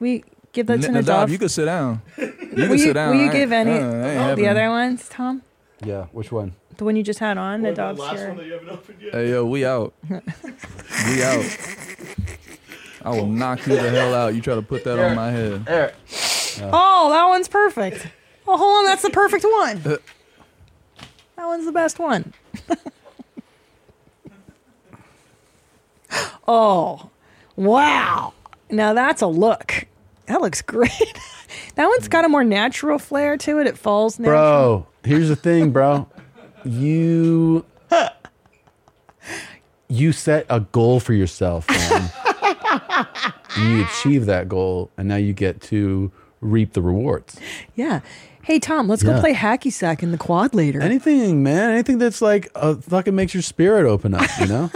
[SPEAKER 1] We give that to
[SPEAKER 15] N- Nadav,
[SPEAKER 1] Nadav.
[SPEAKER 15] you could sit down. You
[SPEAKER 1] will
[SPEAKER 15] can sit down.
[SPEAKER 1] Will you
[SPEAKER 15] I-
[SPEAKER 1] give any
[SPEAKER 15] uh, that ain't
[SPEAKER 1] the
[SPEAKER 15] happening.
[SPEAKER 1] other ones, Tom?
[SPEAKER 3] Yeah. Which one?
[SPEAKER 1] The one you just had on,
[SPEAKER 10] Or the
[SPEAKER 1] Nadav's
[SPEAKER 10] last
[SPEAKER 1] here.
[SPEAKER 10] one that you haven't opened yet.
[SPEAKER 15] Hey yo, we out. we out. I will knock you the hell out. You try to put that on my head.
[SPEAKER 1] Oh, that one's perfect. Oh, hold on, that's the perfect one.
[SPEAKER 15] Uh.
[SPEAKER 1] That one's the best one. [LAUGHS] oh, wow. Now that's a look. That looks great. [LAUGHS] that one's got a more natural flair to it. It falls natural.
[SPEAKER 3] Bro, here's the thing, bro. You you set a goal for yourself, man. and you achieve that goal, and now you get to reap the rewards.
[SPEAKER 1] Yeah. Hey, Tom, let's go
[SPEAKER 3] Yeah.
[SPEAKER 1] play hacky sack in the quad later.
[SPEAKER 3] Anything, man. Anything that's like uh, fucking makes your spirit open up.
[SPEAKER 1] [LAUGHS]
[SPEAKER 3] You know.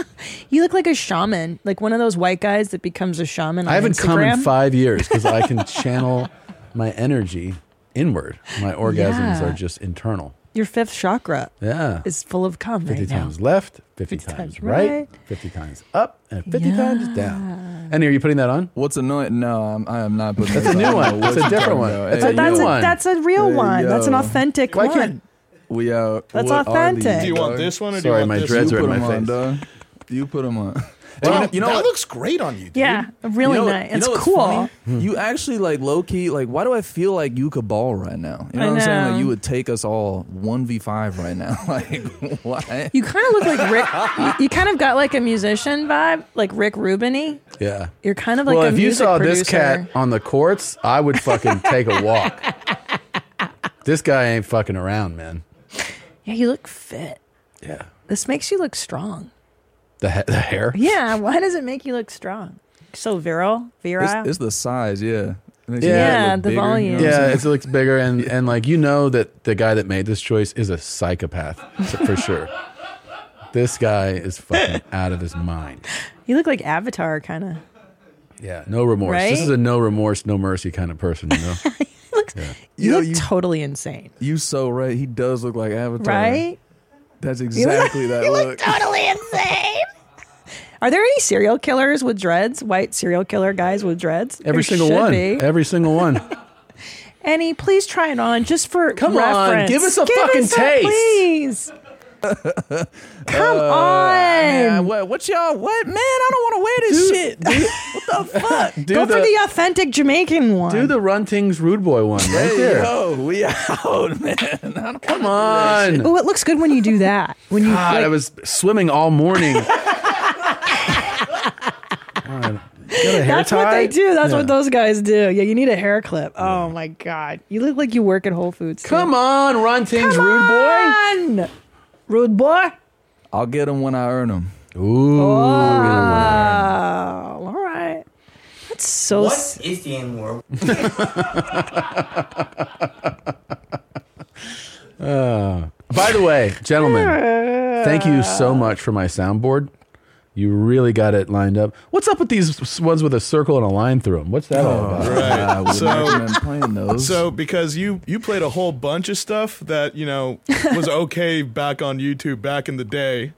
[SPEAKER 1] You look like a shaman, like one of those white guys that becomes a shaman. On
[SPEAKER 3] I haven't
[SPEAKER 1] Instagram.
[SPEAKER 3] come in five years because I can channel my energy inward. My orgasms
[SPEAKER 1] Yeah.
[SPEAKER 3] are just internal.
[SPEAKER 1] Your fifth chakra
[SPEAKER 3] Yeah.
[SPEAKER 1] is full of cum
[SPEAKER 3] 50
[SPEAKER 1] right now.
[SPEAKER 3] times left, 50, times, right,
[SPEAKER 1] right.
[SPEAKER 3] 50 times up, and 50 times down. And are you putting that on?
[SPEAKER 15] What's annoying? No, I'm, I am not putting.
[SPEAKER 3] That's
[SPEAKER 15] this
[SPEAKER 3] a new
[SPEAKER 15] on.
[SPEAKER 3] one.
[SPEAKER 15] I don't know
[SPEAKER 3] That's
[SPEAKER 15] what you're
[SPEAKER 3] a different
[SPEAKER 15] talking
[SPEAKER 3] one.
[SPEAKER 15] about.
[SPEAKER 3] That's
[SPEAKER 15] Hey,
[SPEAKER 1] But that's
[SPEAKER 15] yo.
[SPEAKER 1] a, that's a real
[SPEAKER 15] Hey,
[SPEAKER 1] one. That's an
[SPEAKER 15] yo.
[SPEAKER 1] authentic
[SPEAKER 15] Why can't-
[SPEAKER 1] one.
[SPEAKER 15] We out.
[SPEAKER 1] That's
[SPEAKER 15] What are these,
[SPEAKER 1] authentic. Do you
[SPEAKER 10] want
[SPEAKER 15] dog?
[SPEAKER 10] this one or do you Sorry, want my this
[SPEAKER 3] dreads
[SPEAKER 15] You
[SPEAKER 3] are in
[SPEAKER 15] put
[SPEAKER 3] my
[SPEAKER 15] 'em on,
[SPEAKER 3] face.
[SPEAKER 15] dog. You put them on. And you
[SPEAKER 10] Wow,
[SPEAKER 15] know, you know
[SPEAKER 10] that
[SPEAKER 15] what?
[SPEAKER 10] looks great on you, dude.
[SPEAKER 1] Yeah, really
[SPEAKER 15] You know-
[SPEAKER 1] nice.
[SPEAKER 15] you
[SPEAKER 1] It's
[SPEAKER 15] know what's
[SPEAKER 1] cool.
[SPEAKER 15] funny? Hmm. You actually like low key. Like, why do I feel like you could ball right now? You know
[SPEAKER 1] I
[SPEAKER 15] what I'm saying?
[SPEAKER 1] know.
[SPEAKER 15] Like, you would take us all one v five right now. like, why?
[SPEAKER 1] You kind of look like
[SPEAKER 15] [LAUGHS]
[SPEAKER 1] Rick. you- you kind of got like a musician vibe, like Rick Rubin-y.
[SPEAKER 3] Yeah.
[SPEAKER 1] You're kind of like
[SPEAKER 3] well,
[SPEAKER 1] a
[SPEAKER 3] if you
[SPEAKER 1] music
[SPEAKER 3] saw
[SPEAKER 1] producer.
[SPEAKER 3] this cat on the courts, I would fucking take a
[SPEAKER 1] [LAUGHS]
[SPEAKER 3] walk. this guy ain't fucking around, man.
[SPEAKER 1] Yeah, you look fit.
[SPEAKER 3] Yeah.
[SPEAKER 1] This makes you look strong.
[SPEAKER 3] The, ha- the hair.
[SPEAKER 1] Yeah, why does it make you look strong? So virile, virile.
[SPEAKER 15] It's, it's the size, yeah. It makes
[SPEAKER 1] Yeah.
[SPEAKER 15] your head
[SPEAKER 1] Yeah,
[SPEAKER 15] look
[SPEAKER 1] the
[SPEAKER 15] bigger, you know
[SPEAKER 1] volume.
[SPEAKER 15] what I'm
[SPEAKER 3] Yeah,
[SPEAKER 15] saying?
[SPEAKER 3] it's, it looks bigger, and, and like you know that the guy that made this choice is a psychopath for- for sure. This guy
[SPEAKER 1] [LAUGHS]
[SPEAKER 3] is fucking out of his mind.
[SPEAKER 1] you look like Avatar, kind of.
[SPEAKER 3] Yeah, no remorse.
[SPEAKER 1] Right?
[SPEAKER 3] This is a no remorse, no mercy kind of
[SPEAKER 1] [LAUGHS]
[SPEAKER 3] person. You know,
[SPEAKER 1] [LAUGHS] You
[SPEAKER 15] Yo,
[SPEAKER 1] look
[SPEAKER 15] you-
[SPEAKER 1] totally insane,
[SPEAKER 15] You so right. He does look like Avatar.
[SPEAKER 1] right?
[SPEAKER 15] That's
[SPEAKER 1] [LAUGHS]
[SPEAKER 15] exactly that
[SPEAKER 1] you [LAUGHS]
[SPEAKER 15] look.
[SPEAKER 1] Totally insane. Are there any serial killers with dreads? White serial killer guys with dreads?
[SPEAKER 3] every
[SPEAKER 1] There
[SPEAKER 3] single
[SPEAKER 1] should
[SPEAKER 3] one,
[SPEAKER 1] be.
[SPEAKER 3] every
[SPEAKER 1] [LAUGHS]
[SPEAKER 3] single one.
[SPEAKER 1] Any, please try it on just for
[SPEAKER 3] Come on,
[SPEAKER 1] reference.
[SPEAKER 3] give us a fucking
[SPEAKER 1] us
[SPEAKER 3] taste. [LAUGHS] Uh,
[SPEAKER 1] please. Come
[SPEAKER 15] Man,
[SPEAKER 1] on.
[SPEAKER 15] what, what y'all? What man? I don't want to wear this shit. what
[SPEAKER 1] [LAUGHS]
[SPEAKER 15] the fuck?
[SPEAKER 3] Do
[SPEAKER 1] Go
[SPEAKER 3] the,
[SPEAKER 1] for the authentic Jamaican one.
[SPEAKER 3] do the run things rude boy one right
[SPEAKER 15] Hey,
[SPEAKER 3] there.
[SPEAKER 15] yo, we [LAUGHS] out, man. I don't
[SPEAKER 3] Come on.
[SPEAKER 1] Oh, it looks good when you do that. When you
[SPEAKER 3] God,
[SPEAKER 1] like,
[SPEAKER 3] I was swimming
[SPEAKER 1] [LAUGHS]
[SPEAKER 3] all morning. God. You Got a [LAUGHS] hair
[SPEAKER 1] That's what they
[SPEAKER 3] tie?
[SPEAKER 1] do. That's
[SPEAKER 3] Yeah.
[SPEAKER 1] what those guys do. Yeah, you need a hair clip. Oh my god, you look like you work at Whole Foods. too.
[SPEAKER 3] Come on, run things rude boy.
[SPEAKER 1] Come on, rude boy.
[SPEAKER 15] I'll get them when I earn them.
[SPEAKER 3] Ooh.
[SPEAKER 1] Oh. Wow. Oh, All right. That's so. s-
[SPEAKER 14] is the N word?
[SPEAKER 3] Uh, by the way, gentlemen, thank you so much for my soundboard. You really got it lined up. What's up with these s- ones with a circle and a line through them? What's that
[SPEAKER 15] Oh,
[SPEAKER 3] all about? Ah,
[SPEAKER 10] Right.
[SPEAKER 15] playing those.
[SPEAKER 10] So because you you played a whole bunch of stuff that you know
[SPEAKER 1] [LAUGHS]
[SPEAKER 10] was okay back on YouTube back in the day,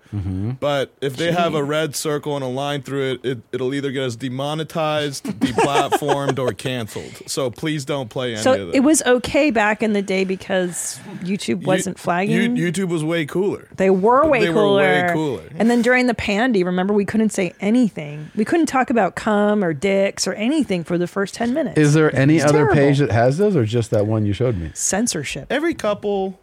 [SPEAKER 10] but if they have a red circle and a line through it, it it'll either get us demonetized, deplatformed, or canceled. So please don't play any of
[SPEAKER 1] So
[SPEAKER 10] that.
[SPEAKER 1] it was okay back in the day because YouTube
[SPEAKER 10] You-
[SPEAKER 1] wasn't flagging.
[SPEAKER 10] you- YouTube was way cooler.
[SPEAKER 1] they were way
[SPEAKER 10] They were
[SPEAKER 1] cooler.
[SPEAKER 10] way cooler.
[SPEAKER 1] And then during the pandy, remember we couldn't say anything. We couldn't talk about cum or dicks or anything for the first ten minutes.
[SPEAKER 3] Is there any
[SPEAKER 1] It's
[SPEAKER 3] other
[SPEAKER 1] terrible.
[SPEAKER 3] page that has those, or just that one you showed me?
[SPEAKER 1] censorship?
[SPEAKER 10] Every couple,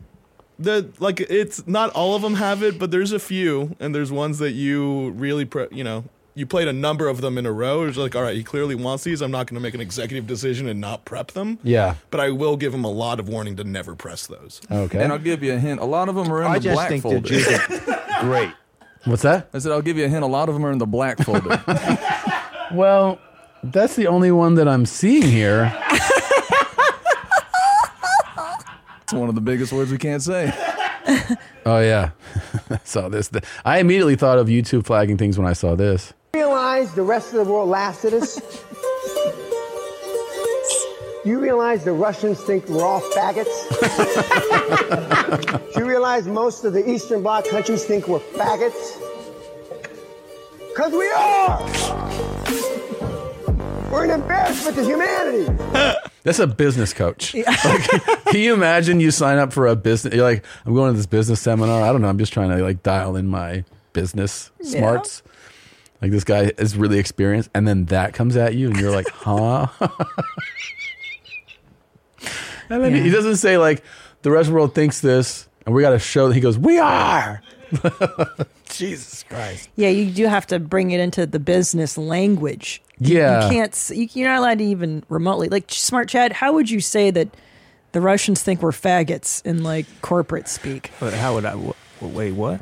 [SPEAKER 10] the like it's not all of them have it, but there's a few, and there's ones that you really pre- you know. You played a number of them in a row. It's like, all right, he clearly wants these. I'm not going to make an executive decision and not prep them.
[SPEAKER 3] Yeah.
[SPEAKER 10] but I will give him a lot of warning to never press those.
[SPEAKER 15] And I'll give you a hint. A lot of them are in
[SPEAKER 10] I
[SPEAKER 15] the
[SPEAKER 10] just
[SPEAKER 15] black
[SPEAKER 10] think
[SPEAKER 15] folder.
[SPEAKER 10] that you
[SPEAKER 15] [LAUGHS]
[SPEAKER 3] Great. What's that?
[SPEAKER 15] I said I'll give you a hint. A lot of them are in the
[SPEAKER 10] [LAUGHS]
[SPEAKER 15] black folder.
[SPEAKER 3] Well, that's the only one that I'm seeing here.
[SPEAKER 15] it's one of the biggest words we can't say.
[SPEAKER 3] Oh yeah, [LAUGHS] I saw this. I immediately thought of YouTube flagging things when I saw this.
[SPEAKER 17] realize the rest of the world laughs at us? Do you realize the Russians think we're all faggots? Do [LAUGHS] you realize most of the Eastern Bloc countries think we're faggots? Because we are! We're an embarrassment to humanity!
[SPEAKER 3] That's a business coach. Like, [LAUGHS] can you imagine you sign up for a business? You're like, I'm going to this business seminar. I don't know. I'm just trying to like dial in my business
[SPEAKER 4] Yeah.
[SPEAKER 3] smarts. Like this guy is really experienced, and then that comes at you, and you're like, huh? [LAUGHS] and then he- he doesn't say like the rest of the world thinks this, and we got to show that he goes, we are. [LAUGHS] Jesus Christ.
[SPEAKER 1] Yeah, you do have to bring it into the business language. You-
[SPEAKER 3] Yeah.
[SPEAKER 1] you can't. s- You, you're not allowed to even remotely like smart Chad. How would you say that the Russians think we're faggots in like corporate speak?
[SPEAKER 15] But how would I? wh- wait, what?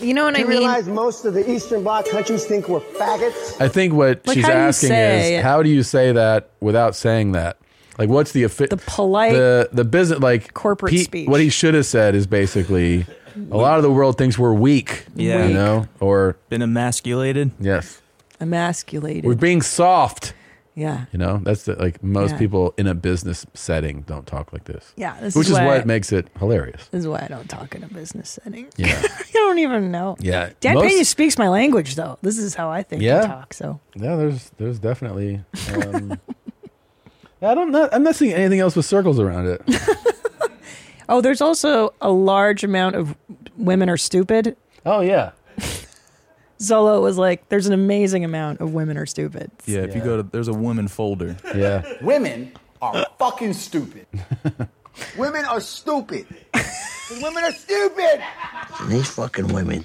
[SPEAKER 1] You know what
[SPEAKER 17] Do
[SPEAKER 1] I
[SPEAKER 17] you
[SPEAKER 1] mean?
[SPEAKER 17] realize most of the Eastern Bloc countries think we're faggots?
[SPEAKER 3] I think what
[SPEAKER 17] Like,
[SPEAKER 3] she's
[SPEAKER 17] how do you
[SPEAKER 3] asking
[SPEAKER 17] say
[SPEAKER 3] is
[SPEAKER 17] it?
[SPEAKER 3] how do you say that without saying that? Like, what's the offi- the
[SPEAKER 1] polite
[SPEAKER 3] the the business like
[SPEAKER 1] corporate
[SPEAKER 3] he-
[SPEAKER 1] speech.
[SPEAKER 3] What he should have said is basically, a lot of the world thinks we're weak.
[SPEAKER 1] Yeah.
[SPEAKER 3] you know, or
[SPEAKER 18] been emasculated.
[SPEAKER 3] Yes,
[SPEAKER 1] Emasculated.
[SPEAKER 3] we're being soft.
[SPEAKER 1] yeah.
[SPEAKER 3] You know, that's the, like most
[SPEAKER 1] Yeah.
[SPEAKER 3] people in a business setting don't talk like this.
[SPEAKER 1] Yeah, this
[SPEAKER 3] which
[SPEAKER 1] is
[SPEAKER 3] is,
[SPEAKER 1] why-
[SPEAKER 3] what makes it hilarious.
[SPEAKER 1] This is why I don't talk in a business setting. [LAUGHS]
[SPEAKER 3] Yeah.
[SPEAKER 1] I don't even know.
[SPEAKER 3] Yeah,
[SPEAKER 1] Dan
[SPEAKER 3] most-
[SPEAKER 1] Pena speaks my language though. This is how I think
[SPEAKER 3] yeah.
[SPEAKER 1] and talk. So
[SPEAKER 3] yeah, there's there's definitely.
[SPEAKER 1] [LAUGHS]
[SPEAKER 3] Um, I don't know. I'm not seeing anything else with circles around it.
[SPEAKER 1] Oh, there's also a large amount of women are stupid.
[SPEAKER 3] Oh yeah.
[SPEAKER 1] Zolo was like, there's an amazing amount of women are stupid.
[SPEAKER 15] Yeah, if you go to there's a women folder.
[SPEAKER 3] Yeah.
[SPEAKER 17] Women are fucking stupid. women are stupid. women are stupid.
[SPEAKER 19] And these fucking women.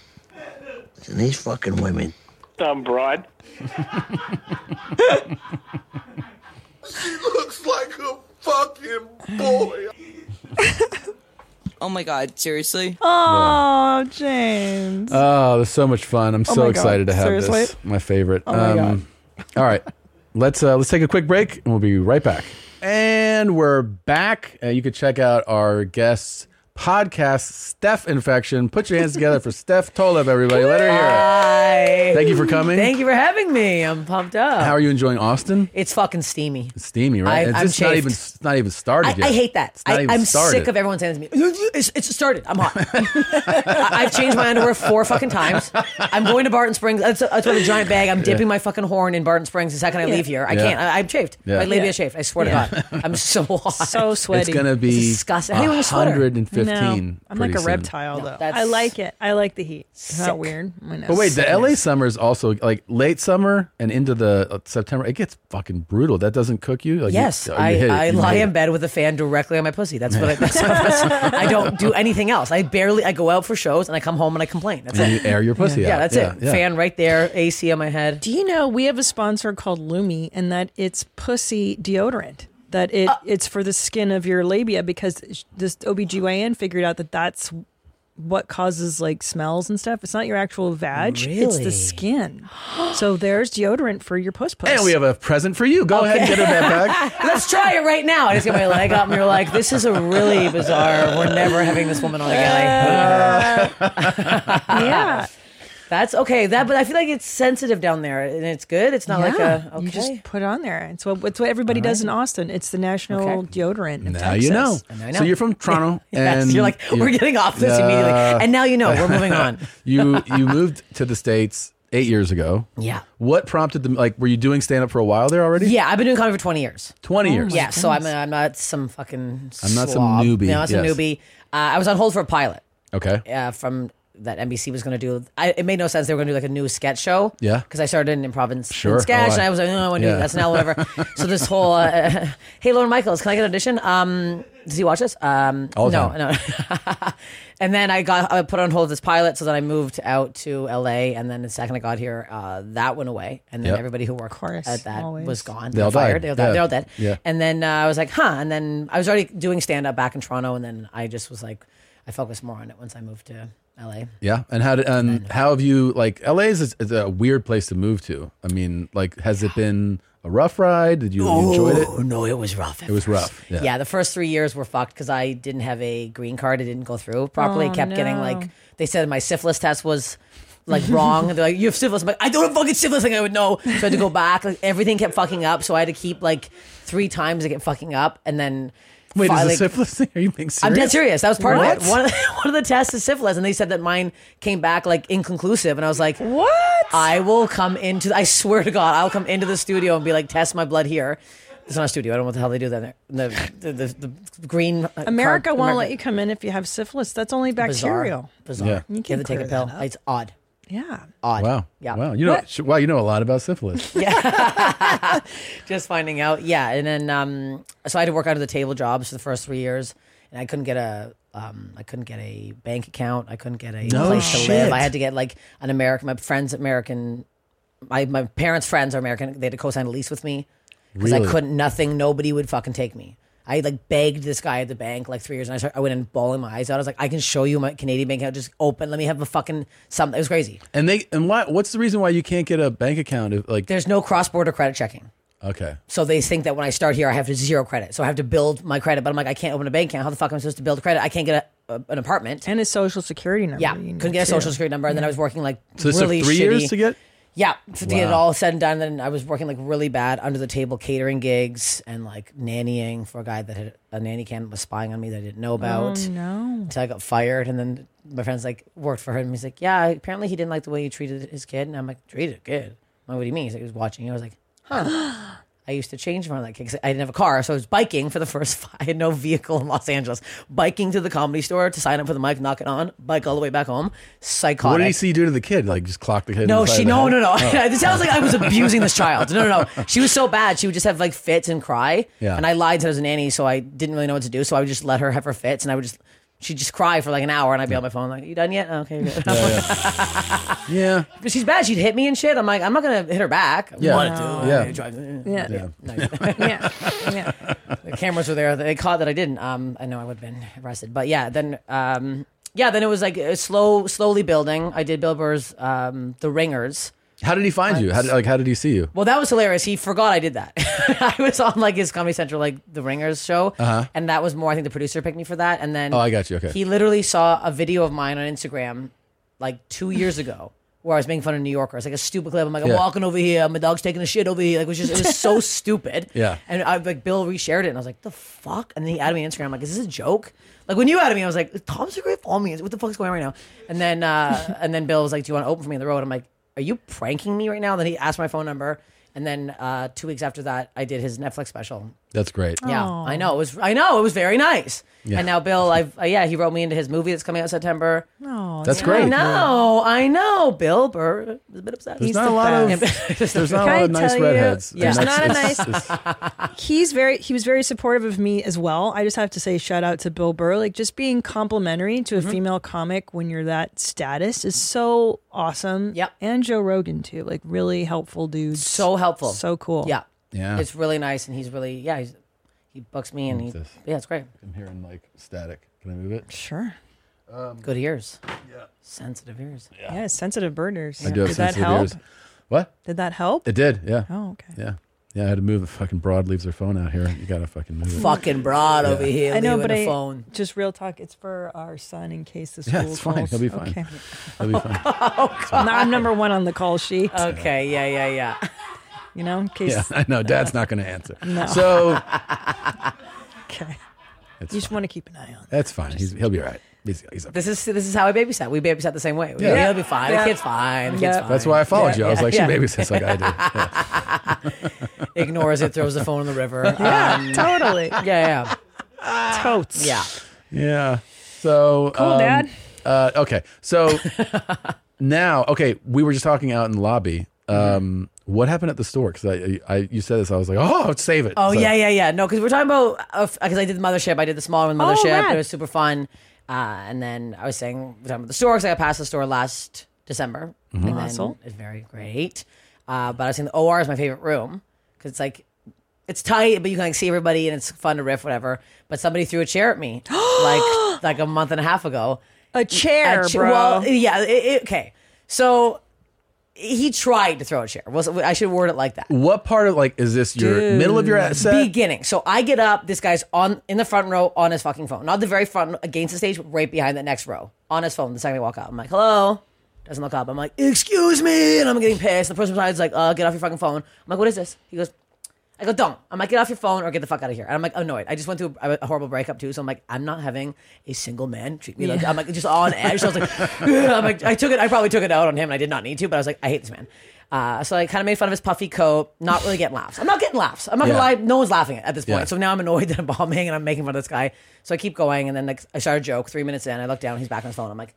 [SPEAKER 19] And these fucking women.
[SPEAKER 8] Dumb broad.
[SPEAKER 6] She looks like a fucking boy.
[SPEAKER 20] Oh my god, seriously?
[SPEAKER 1] Oh, James.
[SPEAKER 3] [LAUGHS] Oh, that's so much fun! I'm
[SPEAKER 1] Oh
[SPEAKER 3] so
[SPEAKER 1] my God.
[SPEAKER 3] excited to have this.
[SPEAKER 1] Seriously?
[SPEAKER 3] My favorite. Um,
[SPEAKER 1] Oh my
[SPEAKER 3] all right, [LAUGHS] let's uh, let's take a quick break, and we'll be right back. And we're back. Uh, you can check out our guest's podcast, Steph Infection. Put your hands
[SPEAKER 2] [LAUGHS]
[SPEAKER 3] together for Steph Tolev, everybody. Let her hear it. Thank you for coming.
[SPEAKER 2] Thank you for having me. I'm pumped up.
[SPEAKER 3] How are you enjoying Austin?
[SPEAKER 2] It's fucking steamy.
[SPEAKER 3] It's steamy, right?
[SPEAKER 2] I-
[SPEAKER 3] it's
[SPEAKER 2] I'm
[SPEAKER 3] just not
[SPEAKER 2] chafed.
[SPEAKER 3] even it's not even started yet.
[SPEAKER 2] I hate that.
[SPEAKER 3] It's not
[SPEAKER 2] I,
[SPEAKER 3] even
[SPEAKER 2] I'm
[SPEAKER 3] started.
[SPEAKER 2] sick of everyone saying to me, it's, it's started. I'm hot. [LAUGHS] I, I've changed my underwear four fucking times. I'm going to Barton Springs. That's, that's with a giant bag. I'm
[SPEAKER 20] Yeah.
[SPEAKER 2] dipping my fucking horn in Barton Springs the second I
[SPEAKER 20] Yeah.
[SPEAKER 2] leave here. I
[SPEAKER 3] Yeah.
[SPEAKER 2] can't. I, I'm chafed.
[SPEAKER 3] Yeah.
[SPEAKER 2] My labia
[SPEAKER 3] Yeah.
[SPEAKER 2] chafed. I swear
[SPEAKER 3] Yeah.
[SPEAKER 2] to God. I'm
[SPEAKER 3] [LAUGHS]
[SPEAKER 2] so hot.
[SPEAKER 1] So
[SPEAKER 3] It's gonna be
[SPEAKER 2] It's disgusting. I hate when it's sweater.
[SPEAKER 3] 115.
[SPEAKER 1] I'm like
[SPEAKER 3] pretty
[SPEAKER 1] a
[SPEAKER 3] soon.
[SPEAKER 1] reptile though.
[SPEAKER 2] that's
[SPEAKER 1] I like it. I like the heat. It's
[SPEAKER 2] sick.
[SPEAKER 1] not weird. I know.
[SPEAKER 3] But wait, the LA summer is also like late summer and into the uh, September. It gets fucking brutal. That doesn't cook you. Like, you-
[SPEAKER 2] Yes,
[SPEAKER 3] you
[SPEAKER 2] I,
[SPEAKER 3] hit it.
[SPEAKER 2] I
[SPEAKER 3] You
[SPEAKER 2] lie
[SPEAKER 3] hit
[SPEAKER 2] in
[SPEAKER 3] it.
[SPEAKER 2] bed with a fan directly on my pussy. That's
[SPEAKER 3] [LAUGHS]
[SPEAKER 2] what I, that's how, that's, I don't do anything else. I barely I go out for shows and I come home and I complain. That's
[SPEAKER 3] And
[SPEAKER 2] it.
[SPEAKER 3] you air your pussy
[SPEAKER 2] yeah.
[SPEAKER 3] out.
[SPEAKER 2] that's
[SPEAKER 3] Yeah,
[SPEAKER 2] it.
[SPEAKER 3] yeah.
[SPEAKER 2] Fan right there, AC on my head.
[SPEAKER 1] Do you know we have a sponsor called Lumi and that it's pussy deodorant? That
[SPEAKER 2] Uh.
[SPEAKER 1] it it's for the skin of your labia because this OBGYN figured out that that's what causes like smells and stuff. It's not your actual vag. It's
[SPEAKER 3] Really?
[SPEAKER 1] the skin.
[SPEAKER 2] [GASPS]
[SPEAKER 1] so there's deodorant for your puss puss.
[SPEAKER 3] And we have a present for you. Go ahead and get her that
[SPEAKER 2] [LAUGHS]
[SPEAKER 3] back.
[SPEAKER 2] Let's try it right now. I just get my leg up, and you're like, "This is a really bizarre. We're never having this woman on again."
[SPEAKER 1] Uh,
[SPEAKER 2] yeah, [LAUGHS] that's okay. That, but I feel like it's sensitive down there, and it's good. It's not like
[SPEAKER 1] Yeah,
[SPEAKER 2] a okay.
[SPEAKER 1] You just put it on there. It's what, it's what everybody does in Austin. It's the national deodorant. of
[SPEAKER 3] Now you know.
[SPEAKER 1] Texas.
[SPEAKER 3] So you're from
[SPEAKER 2] [LAUGHS]
[SPEAKER 3] Toronto,
[SPEAKER 1] Yes,
[SPEAKER 3] and
[SPEAKER 1] you're like, "We're getting off this immediately." And now you know. We're moving
[SPEAKER 3] [LAUGHS]
[SPEAKER 1] on.
[SPEAKER 3] you you moved to the states eight years ago.
[SPEAKER 2] Yeah.
[SPEAKER 3] What prompted them? Like, were you doing stand up for a while there already?
[SPEAKER 2] Yeah, I've been doing comedy for 20 years.
[SPEAKER 3] 20 years.
[SPEAKER 2] Yeah,
[SPEAKER 3] my
[SPEAKER 2] so I'm, I'm not some fucking
[SPEAKER 3] I'm not some
[SPEAKER 2] slob.
[SPEAKER 3] newbie,
[SPEAKER 2] No, I'm not some
[SPEAKER 3] yes.
[SPEAKER 2] newbie. Uh, I was on hold for a pilot
[SPEAKER 3] Okay.
[SPEAKER 2] uh, from that NBC was going to do. I, it made no sense. They were going to do like a new sketch show.
[SPEAKER 3] Yeah.
[SPEAKER 2] Because I started in improv and,
[SPEAKER 3] Sure.
[SPEAKER 2] and sketch,
[SPEAKER 3] Oh, I-
[SPEAKER 2] and I was like, no, I want to
[SPEAKER 3] Yeah.
[SPEAKER 2] do that's now whatever. so
[SPEAKER 3] [LAUGHS]
[SPEAKER 2] this whole, uh, [LAUGHS] hey, Lauren Michaels, can I get an audition? Um, does he watch this? Um,
[SPEAKER 3] All the
[SPEAKER 2] no,
[SPEAKER 3] time.
[SPEAKER 2] no. [LAUGHS] and then I got I put on hold this pilot, so then I moved out to LA, and then the second I got here, uh, that went away, and then
[SPEAKER 3] Yep.
[SPEAKER 2] everybody who worked at that
[SPEAKER 1] always.
[SPEAKER 2] was gone.
[SPEAKER 3] They all
[SPEAKER 2] fired.
[SPEAKER 3] died.
[SPEAKER 2] They all died.
[SPEAKER 3] Yeah.
[SPEAKER 2] They're all dead.
[SPEAKER 3] Yeah.
[SPEAKER 2] And then uh, I was like, huh. And then I was already doing stand up back in Toronto, and then I just was like, I focused more on it once I moved to LA.
[SPEAKER 3] Yeah. And how did, and how have you like LA is, is a weird place to move to. I mean, like, has it been a rough ride? Did you, you enjoy it?
[SPEAKER 2] Oh, no, it was rough.
[SPEAKER 3] It was rough.
[SPEAKER 2] Yeah.
[SPEAKER 3] Yeah.
[SPEAKER 2] the first three years were fucked because I didn't have a green card. It didn't go through properly.
[SPEAKER 1] Oh,
[SPEAKER 2] kept getting
[SPEAKER 1] no.
[SPEAKER 2] like they said my syphilis test was like wrong. They're like, you have syphilis. I'm like, I don't have fucking syphilis. Like I would know. So I had to go back. Like everything kept fucking up. So I had to keep like three times it kept fucking up, and then
[SPEAKER 3] Wait, is
[SPEAKER 2] finally-
[SPEAKER 3] this syphilis thing? Are you being serious?
[SPEAKER 2] I'm dead serious. That was part
[SPEAKER 3] what?
[SPEAKER 2] of it. One of, the, [LAUGHS] one of the tests is syphilis, and they said that mine came back like inconclusive. And I was like,
[SPEAKER 1] "What?
[SPEAKER 2] I will come into. I swear to God, I'll come into the studio and be like, test my blood here. It's not a studio. I don't know what the hell they do down there. The the, the, the green uh,
[SPEAKER 1] America
[SPEAKER 2] card-
[SPEAKER 1] won't let
[SPEAKER 2] America-
[SPEAKER 1] you come in if you have syphilis. That's only bacterial.
[SPEAKER 2] Bizarre. Bizarre.
[SPEAKER 1] You
[SPEAKER 2] You,
[SPEAKER 1] can
[SPEAKER 2] have to take a
[SPEAKER 1] clear
[SPEAKER 2] pill. It's odd.
[SPEAKER 1] Yeah.
[SPEAKER 2] Odd.
[SPEAKER 3] Wow.
[SPEAKER 2] Yeah.
[SPEAKER 3] Wow. You know,
[SPEAKER 2] What?
[SPEAKER 3] wow, you know a lot
[SPEAKER 2] [LAUGHS]
[SPEAKER 3] about syphilis.
[SPEAKER 2] Just finding out. Yeah. And then um, so I had to work out of the table jobs for the first three years, and I couldn't get a. Um, I couldn't get a bank account. I couldn't get a
[SPEAKER 3] No
[SPEAKER 2] place
[SPEAKER 3] shit.
[SPEAKER 2] to live. I had to get like an American. My friends American. My my parents' friends are American. They had to co-sign a lease with me because
[SPEAKER 18] Really?
[SPEAKER 2] I couldn't. Nothing. Nobody would fucking take me. I like begged this guy at the bank like three years, and I started, I went in bawling my eyes out. I was like, I can show you my Canadian bank account. Just open. Let me have a fucking something. It was crazy.
[SPEAKER 3] and they, and why, what's the reason why you can't get a bank account? If, like,
[SPEAKER 2] There's no cross-border credit checking.
[SPEAKER 3] okay.
[SPEAKER 2] So they think that when I start here, I have to zero credit. So I have to build my credit. But I'm like, I can't open a bank account. How the fuck am I supposed to build credit? I can't get a, a, an apartment.
[SPEAKER 1] And a social security number.
[SPEAKER 2] Yeah,
[SPEAKER 1] you need
[SPEAKER 2] couldn't get a
[SPEAKER 1] too.
[SPEAKER 2] social security number. And then I was working like
[SPEAKER 1] So this took
[SPEAKER 2] really
[SPEAKER 1] three
[SPEAKER 2] shitty.
[SPEAKER 1] years to get?
[SPEAKER 2] Yeah, to get it
[SPEAKER 1] Wow.
[SPEAKER 2] all said and done. Then I was working like really bad under the table catering gigs and like nannying for a guy that had a nanny cam that was spying on me that I didn't know about.
[SPEAKER 1] Oh, no.
[SPEAKER 2] Until I got fired. And then my friend's like worked for her and he's like, Yeah, apparently he didn't like the way you treated his kid. And I'm like, Treated a kid? I'm like, what do you mean? He's like, He was watching. I was like, Huh. I used to change from that kid 'cause I didn't have a car, so I was biking for the first. [LAUGHS] Five, I had no vehicle in Los Angeles. Biking to the comedy store to sign up for the mic, knock it on, bike all the way back home. Psychotic.
[SPEAKER 3] What did he see you do to the kid? Like, just clock the kid? in
[SPEAKER 2] No,
[SPEAKER 3] the side
[SPEAKER 2] she.
[SPEAKER 3] of the
[SPEAKER 2] No,
[SPEAKER 3] head?
[SPEAKER 2] no, no. [LAUGHS]
[SPEAKER 3] Oh.
[SPEAKER 2] this sounds like I was abusing this child. No, no, no. She was so bad. She would just have like fits and cry.
[SPEAKER 3] Yeah.
[SPEAKER 2] And I lied that I was a nanny, so I didn't really know what to do. So I would just let her have her fits, and I would just. She'd just cry for like an hour, and I'd be on my phone like, "You done yet? Okay, good."
[SPEAKER 3] Yeah.
[SPEAKER 2] but [LAUGHS] she's bad. She'd hit me and shit. I'm like, I'm not gonna hit her back. I
[SPEAKER 3] Yeah.
[SPEAKER 2] wanted to. I
[SPEAKER 3] Yeah.
[SPEAKER 2] drive-
[SPEAKER 1] Yeah.
[SPEAKER 2] Yeah. No,
[SPEAKER 1] Yeah. Yeah.
[SPEAKER 2] the cameras were there. They caught that I didn't. Um, I know I would have been arrested, but yeah, then um, yeah, then it was like it was slow, slowly building. I did Bill Burr's um, The Ringers.
[SPEAKER 3] How did he find you? How did, like, how did he see you?
[SPEAKER 2] Well, that was hilarious. He forgot I did that. [LAUGHS] I was on like his Comedy Central, like The Ringers show,
[SPEAKER 3] Uh-huh.
[SPEAKER 2] and that was more. I think the producer picked me for that, and then
[SPEAKER 3] Oh, I got you. Okay.
[SPEAKER 2] He literally saw a video of mine on Instagram like two years ago. Where I was making fun of New Yorkers, like a stupid clip. I'm like, I'm
[SPEAKER 3] Yeah.
[SPEAKER 2] walking over here, my dog's taking a shit over here. Like, it was just, it was
[SPEAKER 3] [LAUGHS]
[SPEAKER 2] so stupid.
[SPEAKER 3] Yeah.
[SPEAKER 2] And I like Bill reshared it, and I was like, "The fuck!" And then he added me on Instagram. I'm like, "Is this a joke?" Like when you added me, I was like, "Tom Segura follow me? What the fuck's going on right now?" And then uh, and then Bill was like, "Do you want to open for me on the road?" I'm like, "Are you pranking me right now?" Then he asked my phone number, and then uh, two weeks after that, I did his Netflix special.
[SPEAKER 3] That's great.
[SPEAKER 2] Yeah, I know it was. I know it was very nice.
[SPEAKER 3] Yeah.
[SPEAKER 2] And now Bill, I've uh, yeah, he wrote me into his movie that's coming out September.
[SPEAKER 1] No,
[SPEAKER 3] That's great.
[SPEAKER 2] I know, I know. Bill Burr is a bit upset.
[SPEAKER 3] There's not a lot of- there's not a
[SPEAKER 1] Can
[SPEAKER 3] lot
[SPEAKER 1] I
[SPEAKER 3] of nice
[SPEAKER 1] tell you-
[SPEAKER 3] redheads.
[SPEAKER 1] There's
[SPEAKER 3] And
[SPEAKER 1] not a
[SPEAKER 3] that's-
[SPEAKER 1] nice. he's very he was very supportive of me as well. I just have to say shout out to Bill Burr. Like just being complimentary to a
[SPEAKER 2] Mm-hmm.
[SPEAKER 1] female comic when you're that status is so awesome. Yep. And Joe Rogan too. Like really helpful dudes.
[SPEAKER 2] [LAUGHS] So helpful.
[SPEAKER 1] So cool.
[SPEAKER 2] Yeah.
[SPEAKER 3] Yeah.
[SPEAKER 2] It's really nice, and he's really yeah. He's, he books me, and he yeah, it's great.
[SPEAKER 3] I'm hearing like static. Can I move it?
[SPEAKER 1] Sure.
[SPEAKER 2] Good ears.
[SPEAKER 1] Yeah.
[SPEAKER 2] Sensitive ears.
[SPEAKER 1] Yeah, sensitive burners.
[SPEAKER 3] I do have
[SPEAKER 1] Did that
[SPEAKER 3] sensitive
[SPEAKER 1] help?
[SPEAKER 3] ears. What?
[SPEAKER 1] Did that help?
[SPEAKER 3] It did, yeah.
[SPEAKER 1] Oh, okay.
[SPEAKER 3] Yeah. Yeah, I had to move. The fucking broad leaves her phone out here. You gotta fucking move it.
[SPEAKER 2] Fucking broad
[SPEAKER 3] Yeah.
[SPEAKER 2] over here.
[SPEAKER 1] I know,
[SPEAKER 2] leaving
[SPEAKER 1] but
[SPEAKER 2] the
[SPEAKER 1] I
[SPEAKER 2] phone.
[SPEAKER 1] just real talk. It's for our son in case the school
[SPEAKER 3] Yeah, it's fine.
[SPEAKER 1] calls.
[SPEAKER 3] He'll be fine. [LAUGHS]
[SPEAKER 1] Okay.
[SPEAKER 3] He'll be fine.
[SPEAKER 1] [LAUGHS] Now I'm number one on the call sheet.
[SPEAKER 2] Okay. Yeah. Yeah. Yeah.
[SPEAKER 1] You know, in case
[SPEAKER 3] [LAUGHS] Yeah, I know. Dad's not gonna answer.
[SPEAKER 1] No.
[SPEAKER 3] So
[SPEAKER 1] okay.
[SPEAKER 3] It's Uh,
[SPEAKER 1] you just want to keep an eye on.
[SPEAKER 3] that's fine. He's, he'll be all right. He's, he's
[SPEAKER 2] This is this is how I babysat. We babysat the same way.
[SPEAKER 3] Yeah.
[SPEAKER 2] Yeah. He'll be fine.
[SPEAKER 1] Yeah.
[SPEAKER 2] The kid's fine. The kid's
[SPEAKER 1] Yeah.
[SPEAKER 2] fine.
[SPEAKER 3] That's why I followed you. I was like,
[SPEAKER 2] yeah.
[SPEAKER 3] she babysits like I do.
[SPEAKER 1] [LAUGHS]
[SPEAKER 2] Ignores it. Throws the phone in the river.
[SPEAKER 1] [LAUGHS] Yeah,
[SPEAKER 2] Um,
[SPEAKER 1] totally.
[SPEAKER 2] Yeah.
[SPEAKER 1] Yeah. Totes.
[SPEAKER 2] Yeah.
[SPEAKER 3] Yeah. So
[SPEAKER 1] Cool,
[SPEAKER 3] um,
[SPEAKER 1] Dad.
[SPEAKER 3] Uh, okay.
[SPEAKER 1] [LAUGHS]
[SPEAKER 3] So now, okay, we were just talking out in the lobby.
[SPEAKER 1] Mm-hmm.
[SPEAKER 3] Um, What happened at the store? Because I, I, you said this, I was like, oh, save it.
[SPEAKER 2] Oh
[SPEAKER 3] So-
[SPEAKER 2] yeah, yeah, yeah. No, because we're talking about because I did the mothership. I did the smaller
[SPEAKER 1] Oh,
[SPEAKER 2] one mothership.
[SPEAKER 1] rad.
[SPEAKER 2] it was super fun. Uh, and then I was saying we're talking about the store because I passed the store last December.
[SPEAKER 1] Mhm.
[SPEAKER 2] And
[SPEAKER 1] Awesome.
[SPEAKER 2] then it's very great. Uh, but I was saying the OR is my favorite room because it's like it's tight, but you can like see everybody and it's fun to riff, whatever. But somebody threw a chair at
[SPEAKER 1] [GASPS]
[SPEAKER 2] me like like a month and a half ago.
[SPEAKER 1] A chair,
[SPEAKER 2] A cha-
[SPEAKER 1] bro.
[SPEAKER 2] Well, yeah. It, it, okay, so he tried to throw a chair. Was I should word it like that?
[SPEAKER 3] What part of like is this your
[SPEAKER 2] Dude.
[SPEAKER 3] middle of your set?
[SPEAKER 2] Beginning. So I get up. This guy's on in the front row on his fucking phone, not the very front against the stage, but right behind the next row on his phone. The second I walk out, I'm like, "Hello." Doesn't look up. I'm like, "Excuse me," and I'm getting pissed. The person beside is like, "Uh, get off your fucking phone." I'm like, "What is this?" He goes. I go, don't. I'm like, get off your phone or get the fuck out of here. And I'm like, annoyed. I just went through a a horrible breakup too. So I'm like, I'm not having a single man treat me like
[SPEAKER 1] Yeah.
[SPEAKER 2] I'm like, just on edge. So I was like, [LAUGHS] "Ugh." I'm like, I took it. I probably took it out on him and I did not need to, but I was like, I hate this man. Uh, so I kind of made fun of his puffy coat, not really getting laughs. I'm not getting laughs. I'm not
[SPEAKER 3] Yeah.
[SPEAKER 2] gonna lie, no one's laughing at this point.
[SPEAKER 3] Yeah.
[SPEAKER 2] So now I'm annoyed [LAUGHS] that I'm bombing and I'm making fun of this guy. So I keep going, and then like I start a joke. Three minutes in, I look down, he's back on his phone. I'm like,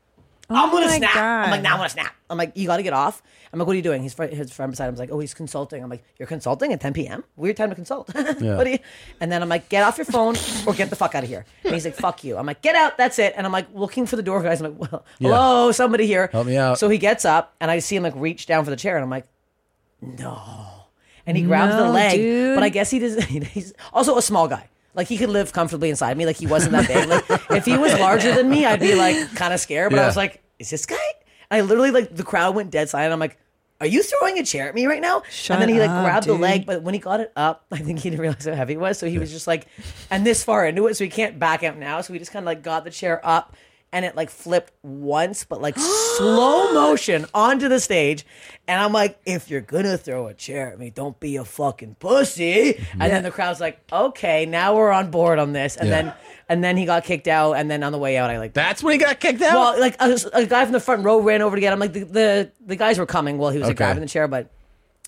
[SPEAKER 2] I'm
[SPEAKER 1] Oh
[SPEAKER 2] gonna
[SPEAKER 1] my
[SPEAKER 2] snap. I'm like,
[SPEAKER 1] God.
[SPEAKER 2] now I'm gonna snap. I'm like, you gotta get off. I'm like, what are you doing? His friend, his friend beside him's like, oh, he's consulting. I'm like, you're consulting at 10 p.m. Weird time to consult. [LAUGHS]
[SPEAKER 3] Yeah.
[SPEAKER 2] what are you? And then I'm like, get off your phone or get the fuck out of here. And he's like, fuck you. I'm like, get out. That's it. And I'm like, looking for the door, guys. I'm like, well,
[SPEAKER 3] Yeah.
[SPEAKER 2] hello, somebody here.
[SPEAKER 3] Help me out.
[SPEAKER 2] So he gets up, and I see him like reach down for the chair, and I'm like, and he grabs
[SPEAKER 1] No,
[SPEAKER 2] the leg.
[SPEAKER 1] dude.
[SPEAKER 2] But I guess he does. [LAUGHS] He's also a small guy. Like he could live comfortably inside me. Like he wasn't that big.
[SPEAKER 1] [LAUGHS]
[SPEAKER 2] Like if he was larger than me, I'd be like kind of scared. But I
[SPEAKER 3] Yeah.
[SPEAKER 2] was like, is this guy? And I literally like the crowd went dead silent. I'm like, are you throwing a chair at me right now?
[SPEAKER 1] Shut
[SPEAKER 2] and then he like
[SPEAKER 1] up,
[SPEAKER 2] grabbed
[SPEAKER 1] dude.
[SPEAKER 2] the leg, but when he got it up, [LAUGHS] I think he didn't realize how heavy it was. So he was just like, and this far into it, so he can't back out now. So we just kind of like got the chair up. And it like flipped once, but like slow motion onto the stage. And I'm like, if you're gonna throw a chair at me, don't be a fucking pussy. And then the crowd's like, okay, now we're on board on this. And
[SPEAKER 3] Yeah.
[SPEAKER 2] then and then he got kicked out. And then on the way out, I like
[SPEAKER 3] That's when he got kicked out.
[SPEAKER 2] well, like a, a guy from the front row ran over to get him. Like the the, the guys were coming while he was like,
[SPEAKER 3] Okay.
[SPEAKER 2] grabbing the chair, but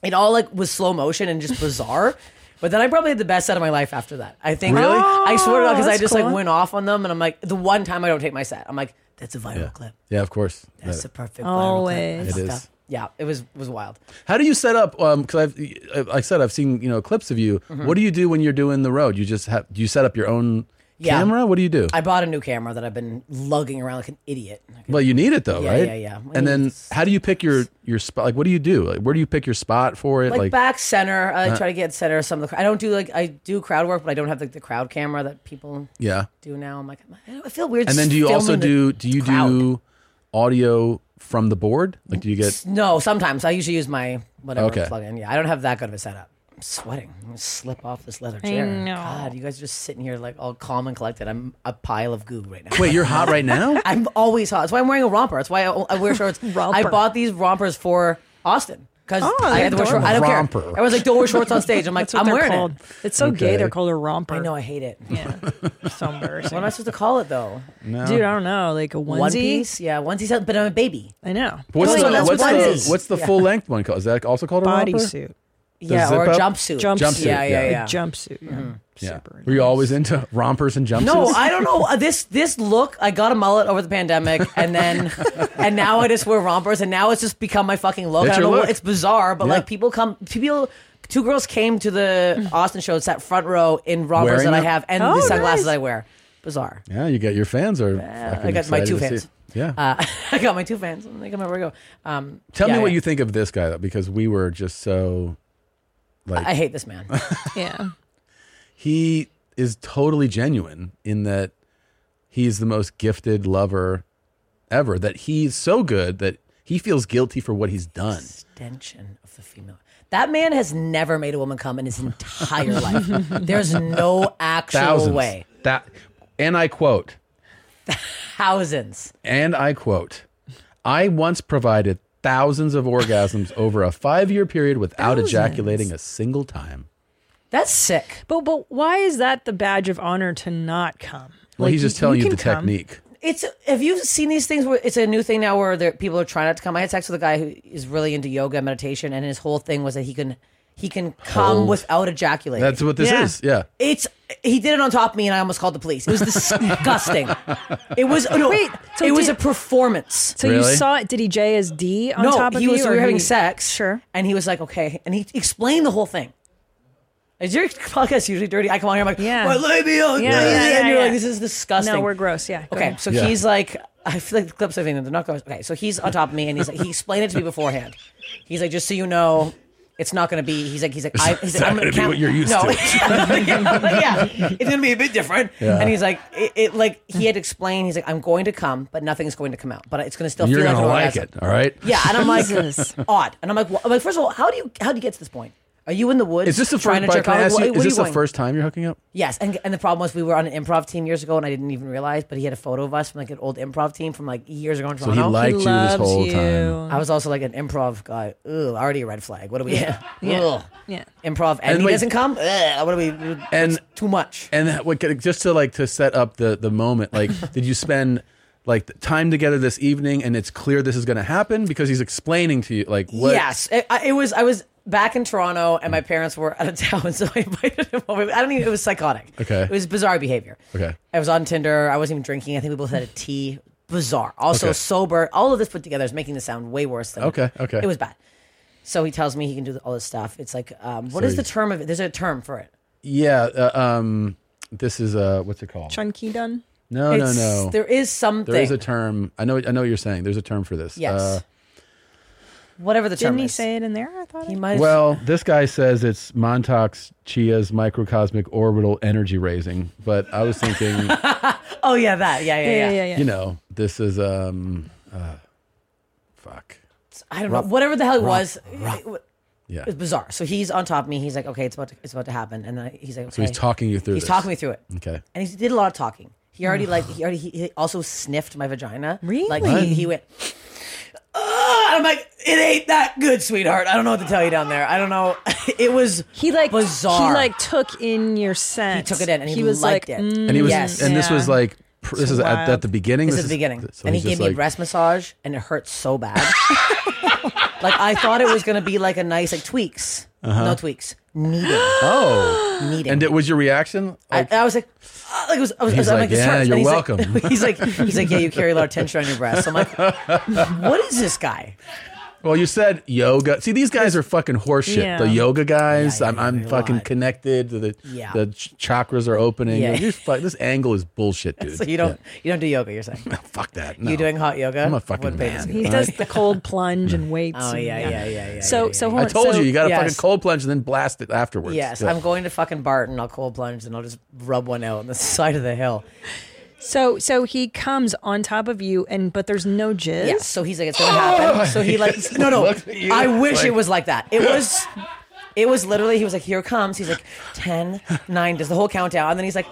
[SPEAKER 2] it all like was slow motion and just bizarre. but then I probably had the best set of my life after that. I think
[SPEAKER 3] Really? Oh,
[SPEAKER 2] I swear to God, because I
[SPEAKER 1] that's
[SPEAKER 2] just
[SPEAKER 1] cool.
[SPEAKER 2] like went off on them, and I'm like the one time I don't take my set, I'm like that's a viral clip.
[SPEAKER 3] yeah, of course.
[SPEAKER 2] That's the
[SPEAKER 3] That-
[SPEAKER 2] perfect viral
[SPEAKER 1] Always.
[SPEAKER 2] clip. I
[SPEAKER 3] It
[SPEAKER 2] fucked
[SPEAKER 3] is.
[SPEAKER 2] up. Yeah, it was was wild.
[SPEAKER 3] How do you set up? Um, because I've, like I said, I've seen you know clips of you.
[SPEAKER 2] Mm-hmm.
[SPEAKER 3] What do you do when you're doing the road? You just have do you set up your own
[SPEAKER 2] Yeah.
[SPEAKER 3] camera? What do you do?
[SPEAKER 2] I bought a new camera that I've been lugging around like an idiot.
[SPEAKER 3] well, you need it though,
[SPEAKER 2] Yeah,
[SPEAKER 3] right?
[SPEAKER 2] yeah, yeah. Well,
[SPEAKER 3] And then
[SPEAKER 2] it's-
[SPEAKER 3] how do you pick your your spot? Like, what do you do? Like, where do you pick your spot for it?
[SPEAKER 2] like,
[SPEAKER 3] Like,
[SPEAKER 2] back center. I
[SPEAKER 3] Uh,
[SPEAKER 2] try to get center of some of the. I don't do like I do crowd work, but I don't have like the crowd camera that people
[SPEAKER 3] yeah.
[SPEAKER 2] do now. I'm like I feel weird.
[SPEAKER 3] And then do you
[SPEAKER 2] filming
[SPEAKER 3] also
[SPEAKER 2] the-
[SPEAKER 3] do do you do audio from the board? Like, do you get
[SPEAKER 2] No, sometimes I usually use my whatever
[SPEAKER 3] Okay.
[SPEAKER 2] plug-in. Yeah, I don't have that good of a setup. I'm sweating. I'm gonna slip off this leather
[SPEAKER 1] I
[SPEAKER 2] chair.
[SPEAKER 1] know.
[SPEAKER 2] God, you guys are just sitting here like all calm and collected. I'm a pile of goo right now. [LAUGHS]
[SPEAKER 3] wait? You're hot right now.
[SPEAKER 2] I'm always hot. That's why I'm wearing a romper. That's why I, I wear
[SPEAKER 1] [LAUGHS]
[SPEAKER 2] shorts. I
[SPEAKER 1] Romper.
[SPEAKER 2] bought these rompers for Austin because
[SPEAKER 1] Oh,
[SPEAKER 2] I had to wear shorts. I don't
[SPEAKER 3] Romper.
[SPEAKER 2] care. Everyone's like, don't wear shorts on stage.
[SPEAKER 1] [LAUGHS]
[SPEAKER 2] I'm like,
[SPEAKER 1] That's what
[SPEAKER 2] I'm
[SPEAKER 1] they're
[SPEAKER 2] wearing
[SPEAKER 1] called.
[SPEAKER 2] it.
[SPEAKER 1] It's so
[SPEAKER 3] Okay.
[SPEAKER 1] gay. They're called a romper.
[SPEAKER 2] I know I hate it. [LAUGHS]
[SPEAKER 1] Yeah. so
[SPEAKER 2] What
[SPEAKER 1] embarrassing.
[SPEAKER 2] am I supposed to call it though?
[SPEAKER 3] No.
[SPEAKER 1] Dude, I don't know. Like a onesie.
[SPEAKER 2] One piece? Yeah, onesie. But I'm a baby.
[SPEAKER 1] I know.
[SPEAKER 3] What's
[SPEAKER 2] No,
[SPEAKER 3] the,
[SPEAKER 2] no, that's
[SPEAKER 3] what's
[SPEAKER 2] onesies.
[SPEAKER 3] the what's the
[SPEAKER 2] Yeah.
[SPEAKER 3] full length one called? Is that also called a romper?
[SPEAKER 1] bodysuit?
[SPEAKER 2] Yeah,
[SPEAKER 3] zip
[SPEAKER 2] or a
[SPEAKER 3] up?
[SPEAKER 2] jumpsuit.
[SPEAKER 1] Jumpsuit.
[SPEAKER 3] Jumpsuit,
[SPEAKER 2] Yeah, yeah,
[SPEAKER 3] yeah.
[SPEAKER 2] yeah. Mm-hmm.
[SPEAKER 1] A jumpsuit. Yeah.
[SPEAKER 3] Yeah.
[SPEAKER 1] Super.
[SPEAKER 3] Were you always into rompers and jumpsuits?
[SPEAKER 2] No, I don't know. Uh, This this look, I got a mullet over the pandemic, and
[SPEAKER 3] [LAUGHS]
[SPEAKER 2] then and now I just wear rompers, and now it's just become my fucking look.
[SPEAKER 3] It's
[SPEAKER 2] I don't
[SPEAKER 3] your
[SPEAKER 2] know
[SPEAKER 3] look.
[SPEAKER 2] what it's bizarre, but
[SPEAKER 3] Yeah.
[SPEAKER 2] like people come, people, two girls came to the Austin show, sat front row in rompers
[SPEAKER 3] Wearing
[SPEAKER 2] that I
[SPEAKER 3] them?
[SPEAKER 2] have, and
[SPEAKER 1] Oh,
[SPEAKER 2] the sunglasses
[SPEAKER 1] nice.
[SPEAKER 2] I wear. Bizarre.
[SPEAKER 3] Yeah, you got your fans are. fucking
[SPEAKER 2] I got my
[SPEAKER 3] excited
[SPEAKER 2] two
[SPEAKER 3] to see
[SPEAKER 2] fans.
[SPEAKER 3] it. Yeah.
[SPEAKER 2] Uh, [LAUGHS] I got my two fans. and They come everywhere I go. Um,
[SPEAKER 3] Tell
[SPEAKER 2] yeah,
[SPEAKER 3] me what
[SPEAKER 2] yeah.
[SPEAKER 3] you think of this guy though, because we were just so like
[SPEAKER 2] I hate this
[SPEAKER 3] [LAUGHS]
[SPEAKER 2] man.
[SPEAKER 1] Yeah.
[SPEAKER 3] he is totally genuine in that he's the most gifted lover ever that he's so good that he feels guilty for what he's done.
[SPEAKER 2] Extension of the female. That man has never made a woman come in his
[SPEAKER 3] [LAUGHS]
[SPEAKER 2] entire life. There's no actual
[SPEAKER 3] Thousands.
[SPEAKER 2] way.
[SPEAKER 3] That, and I quote,
[SPEAKER 2] Thousands.
[SPEAKER 3] and I quote, I once provided thousands of orgasms over a five year period without
[SPEAKER 1] Thousands.
[SPEAKER 3] ejaculating a single time.
[SPEAKER 2] That's sick.
[SPEAKER 1] But but why is that the badge of honor to not come?
[SPEAKER 3] Well,
[SPEAKER 1] Like,
[SPEAKER 3] he's just telling you,
[SPEAKER 1] can
[SPEAKER 3] the
[SPEAKER 1] come.
[SPEAKER 3] technique.
[SPEAKER 2] It's have you seen these things where it's a new thing now where there, people are trying not to come? I had sex with a guy who is really into yoga and meditation, and his whole thing was that he can he can come
[SPEAKER 3] Hold.
[SPEAKER 2] without ejaculating.
[SPEAKER 3] That's what this is. Yeah.
[SPEAKER 2] It's he did it on top of me, and I almost called the police. It was
[SPEAKER 1] [LAUGHS]
[SPEAKER 2] disgusting. it was no,
[SPEAKER 1] Wait, so
[SPEAKER 2] it was a
[SPEAKER 1] did-
[SPEAKER 2] performance.
[SPEAKER 1] So you saw it? Did he J as D on
[SPEAKER 2] no,
[SPEAKER 1] top of
[SPEAKER 2] he
[SPEAKER 1] you?
[SPEAKER 2] was we
[SPEAKER 1] or
[SPEAKER 2] were having
[SPEAKER 1] he-
[SPEAKER 2] sex. Sure. And he was like, okay, and he explained the whole thing. Is your [LAUGHS] podcast usually dirty? I come on here, I'm like, oh,
[SPEAKER 1] Yeah.
[SPEAKER 2] well, lay me on.
[SPEAKER 1] Yeah, yeah, yeah,
[SPEAKER 2] and you're
[SPEAKER 1] yeah.
[SPEAKER 2] like, this is disgusting.
[SPEAKER 1] No, we're gross. Yeah. go
[SPEAKER 2] Okay,
[SPEAKER 1] ahead.
[SPEAKER 2] so
[SPEAKER 1] Yeah.
[SPEAKER 2] he's like, I feel like the clips I've seen, they're not going. Okay, so he's on top of me, and he's like, he explained it to me beforehand. He's like, just so you know, it's not going to be. He's like, he's like, I, he's
[SPEAKER 3] It's
[SPEAKER 2] like, I'm
[SPEAKER 3] not
[SPEAKER 2] going
[SPEAKER 3] gonna be what you're used
[SPEAKER 2] no.
[SPEAKER 3] to.
[SPEAKER 2] yeah, like, [LAUGHS] yeah, it's going to be a bit different.
[SPEAKER 3] Yeah.
[SPEAKER 2] And he's like, it, it like he had explained. He's like, I'm going to come, but nothing's going to come out, but it's going to still
[SPEAKER 3] You're
[SPEAKER 2] feel like
[SPEAKER 3] going to
[SPEAKER 2] an
[SPEAKER 3] like
[SPEAKER 2] orgasm.
[SPEAKER 3] it. All right.
[SPEAKER 2] Yeah, and I'm
[SPEAKER 3] Jesus.
[SPEAKER 2] like, odd. And I'm like, wha- I'm like, first of all, how do you how do you get to this point? Are you in the woods?
[SPEAKER 3] Is this the
[SPEAKER 2] trying
[SPEAKER 3] first?
[SPEAKER 2] to
[SPEAKER 3] Can
[SPEAKER 2] jerk
[SPEAKER 3] I
[SPEAKER 2] off?
[SPEAKER 3] ask
[SPEAKER 2] What-
[SPEAKER 3] you,
[SPEAKER 2] what
[SPEAKER 3] is
[SPEAKER 2] are
[SPEAKER 3] this the
[SPEAKER 2] going?
[SPEAKER 3] first time you're hooking up?
[SPEAKER 2] Yes, and and the problem was we were on an improv team years ago, and I didn't even realize, but he had a photo of us from like an old improv team from like years ago in
[SPEAKER 3] So he
[SPEAKER 2] Toronto.
[SPEAKER 3] liked He you this loves whole time. you.
[SPEAKER 2] I was also like an improv guy. Ugh, already a red flag. What do we?
[SPEAKER 1] Yeah. Yeah.
[SPEAKER 2] Ugh.
[SPEAKER 1] Yeah.
[SPEAKER 2] Improv, and,
[SPEAKER 3] And
[SPEAKER 2] he
[SPEAKER 3] wait-
[SPEAKER 2] doesn't come. Ugh, what do we?
[SPEAKER 3] And
[SPEAKER 2] too much.
[SPEAKER 3] And that, what, just to like to set up the the moment, like, [LAUGHS] did you spend like the time together this evening, and it's clear this is going to happen because he's explaining to you like what?
[SPEAKER 2] Yes, it, I- it was. I was back in Toronto, and my parents were out of town, [LAUGHS] so I invited him over. I don't even. It was psychotic.
[SPEAKER 3] Okay.
[SPEAKER 2] it was bizarre behavior.
[SPEAKER 3] Okay.
[SPEAKER 2] I was on Tinder. I wasn't even drinking. I think we both had a tea. Bizarre. Also
[SPEAKER 3] Okay.
[SPEAKER 2] sober. All of this put together is making this sound way worse than
[SPEAKER 3] Okay, okay.
[SPEAKER 2] It was bad. So he tells me he can do all this stuff. It's like, um, what
[SPEAKER 3] So
[SPEAKER 2] is the
[SPEAKER 3] he's-
[SPEAKER 2] term of it? There's a term for it.
[SPEAKER 3] Yeah. Uh, um. This is uh. What's it called?
[SPEAKER 1] Chunky done.
[SPEAKER 3] No,
[SPEAKER 2] It's-
[SPEAKER 3] no, no.
[SPEAKER 2] There is something.
[SPEAKER 3] Oh. There is a uh, term. I know. I know what you're saying. There's a term for this.
[SPEAKER 2] Yes.
[SPEAKER 3] Uh,
[SPEAKER 2] Whatever the term
[SPEAKER 1] Didn't he
[SPEAKER 2] is.
[SPEAKER 1] say it in there? I thought
[SPEAKER 2] he might.
[SPEAKER 3] well, this guy says it's Montauk's Chia's microcosmic orbital energy raising, but I was thinking.
[SPEAKER 2] Oh yeah, that. Yeah, yeah, [LAUGHS] yeah.
[SPEAKER 3] You know, this is um, uh, fuck.
[SPEAKER 2] I don't
[SPEAKER 3] Rough-
[SPEAKER 2] know. Whatever the hell it
[SPEAKER 3] rough-
[SPEAKER 2] was.
[SPEAKER 3] rough.
[SPEAKER 2] It, it-
[SPEAKER 3] Yeah.
[SPEAKER 2] It's bizarre. So he's on top of me. He's like, okay, it's about to, it's about to happen. And then he's like, okay.
[SPEAKER 3] So he's talking you through
[SPEAKER 2] He's
[SPEAKER 3] this.
[SPEAKER 2] talking me through it.
[SPEAKER 3] Okay.
[SPEAKER 2] And he did a lot of talking. He
[SPEAKER 3] [SIGHS]
[SPEAKER 2] already like he already he, he also sniffed my vagina. Really? Like
[SPEAKER 3] What?
[SPEAKER 2] he, he went. "Ugh," and I'm like, it ain't that good, sweetheart. I don't know what to tell you down there. I don't know. [LAUGHS] It was
[SPEAKER 1] he like
[SPEAKER 2] bizarre.
[SPEAKER 1] He like took in your scent.
[SPEAKER 2] took it in and he
[SPEAKER 1] was
[SPEAKER 2] liked
[SPEAKER 1] like,
[SPEAKER 2] it.
[SPEAKER 1] mm,
[SPEAKER 3] And he was,
[SPEAKER 2] Yes.
[SPEAKER 3] and this was
[SPEAKER 2] Yeah.
[SPEAKER 3] like, pr- this
[SPEAKER 2] So
[SPEAKER 3] is at,
[SPEAKER 2] wild.
[SPEAKER 3] at the beginning.
[SPEAKER 2] This, is the beginning.
[SPEAKER 3] so
[SPEAKER 2] and he
[SPEAKER 3] he's
[SPEAKER 2] gave
[SPEAKER 3] just
[SPEAKER 2] me a
[SPEAKER 3] like-
[SPEAKER 2] breast massage, and it hurt so bad. [LAUGHS] like I thought it was gonna be like a nice like tweaks,
[SPEAKER 3] Uh-huh.
[SPEAKER 2] no tweaks, kneading. [GASPS]
[SPEAKER 3] Oh,
[SPEAKER 2] Kneading.
[SPEAKER 3] And it was your reaction?
[SPEAKER 2] I, I was like, "Ah," like it was, I was, I
[SPEAKER 3] He's
[SPEAKER 2] was I'm
[SPEAKER 3] like,
[SPEAKER 2] like, this
[SPEAKER 3] "Yeah,
[SPEAKER 2] hurts." And
[SPEAKER 3] you're
[SPEAKER 2] he's
[SPEAKER 3] welcome.
[SPEAKER 2] Like, [LAUGHS] he's like, he's like, yeah, you carry a lot of tension on your breast. I'm like,
[SPEAKER 3] [LAUGHS]
[SPEAKER 2] what is this guy?
[SPEAKER 3] Well, you said yoga. See, these guys are fucking horseshit.
[SPEAKER 2] Yeah.
[SPEAKER 3] The yoga guys. I'm, I'm fucking connected. The the,
[SPEAKER 2] Yeah.
[SPEAKER 3] the ch- chakras are opening.
[SPEAKER 2] Yeah.
[SPEAKER 3] You're fuck- this angle is bullshit,
[SPEAKER 2] [LAUGHS]
[SPEAKER 3] dude.
[SPEAKER 2] So you don't, you don't do yoga. You're saying
[SPEAKER 3] fuck that.
[SPEAKER 2] you
[SPEAKER 3] no.
[SPEAKER 2] doing hot yoga?
[SPEAKER 3] I'm a fucking
[SPEAKER 2] What
[SPEAKER 3] man,
[SPEAKER 1] He
[SPEAKER 3] all
[SPEAKER 1] does
[SPEAKER 3] right?
[SPEAKER 1] the cold plunge and weights.
[SPEAKER 2] Oh,
[SPEAKER 1] and-
[SPEAKER 2] yeah, yeah, yeah, yeah,
[SPEAKER 1] So so hold
[SPEAKER 3] I
[SPEAKER 1] on,
[SPEAKER 3] told
[SPEAKER 1] Oh, so-
[SPEAKER 3] you, you got to
[SPEAKER 1] Yes.
[SPEAKER 3] fucking cold plunge and then blast it afterwards.
[SPEAKER 2] Yes,
[SPEAKER 3] Yeah.
[SPEAKER 2] I'm going to fucking Barton. I'll cold plunge and I'll just rub one out on the [LAUGHS] side of the hill.
[SPEAKER 1] So so he comes on top of you and but there's no jizz.
[SPEAKER 2] Yeah, so he's like it's gonna
[SPEAKER 3] Oh.
[SPEAKER 2] happen. So he like no
[SPEAKER 3] [LAUGHS]
[SPEAKER 2] no. I wish it was like that. It was it was literally he was like here it comes. He's like 10, 9, does the whole countdown, and then he's like.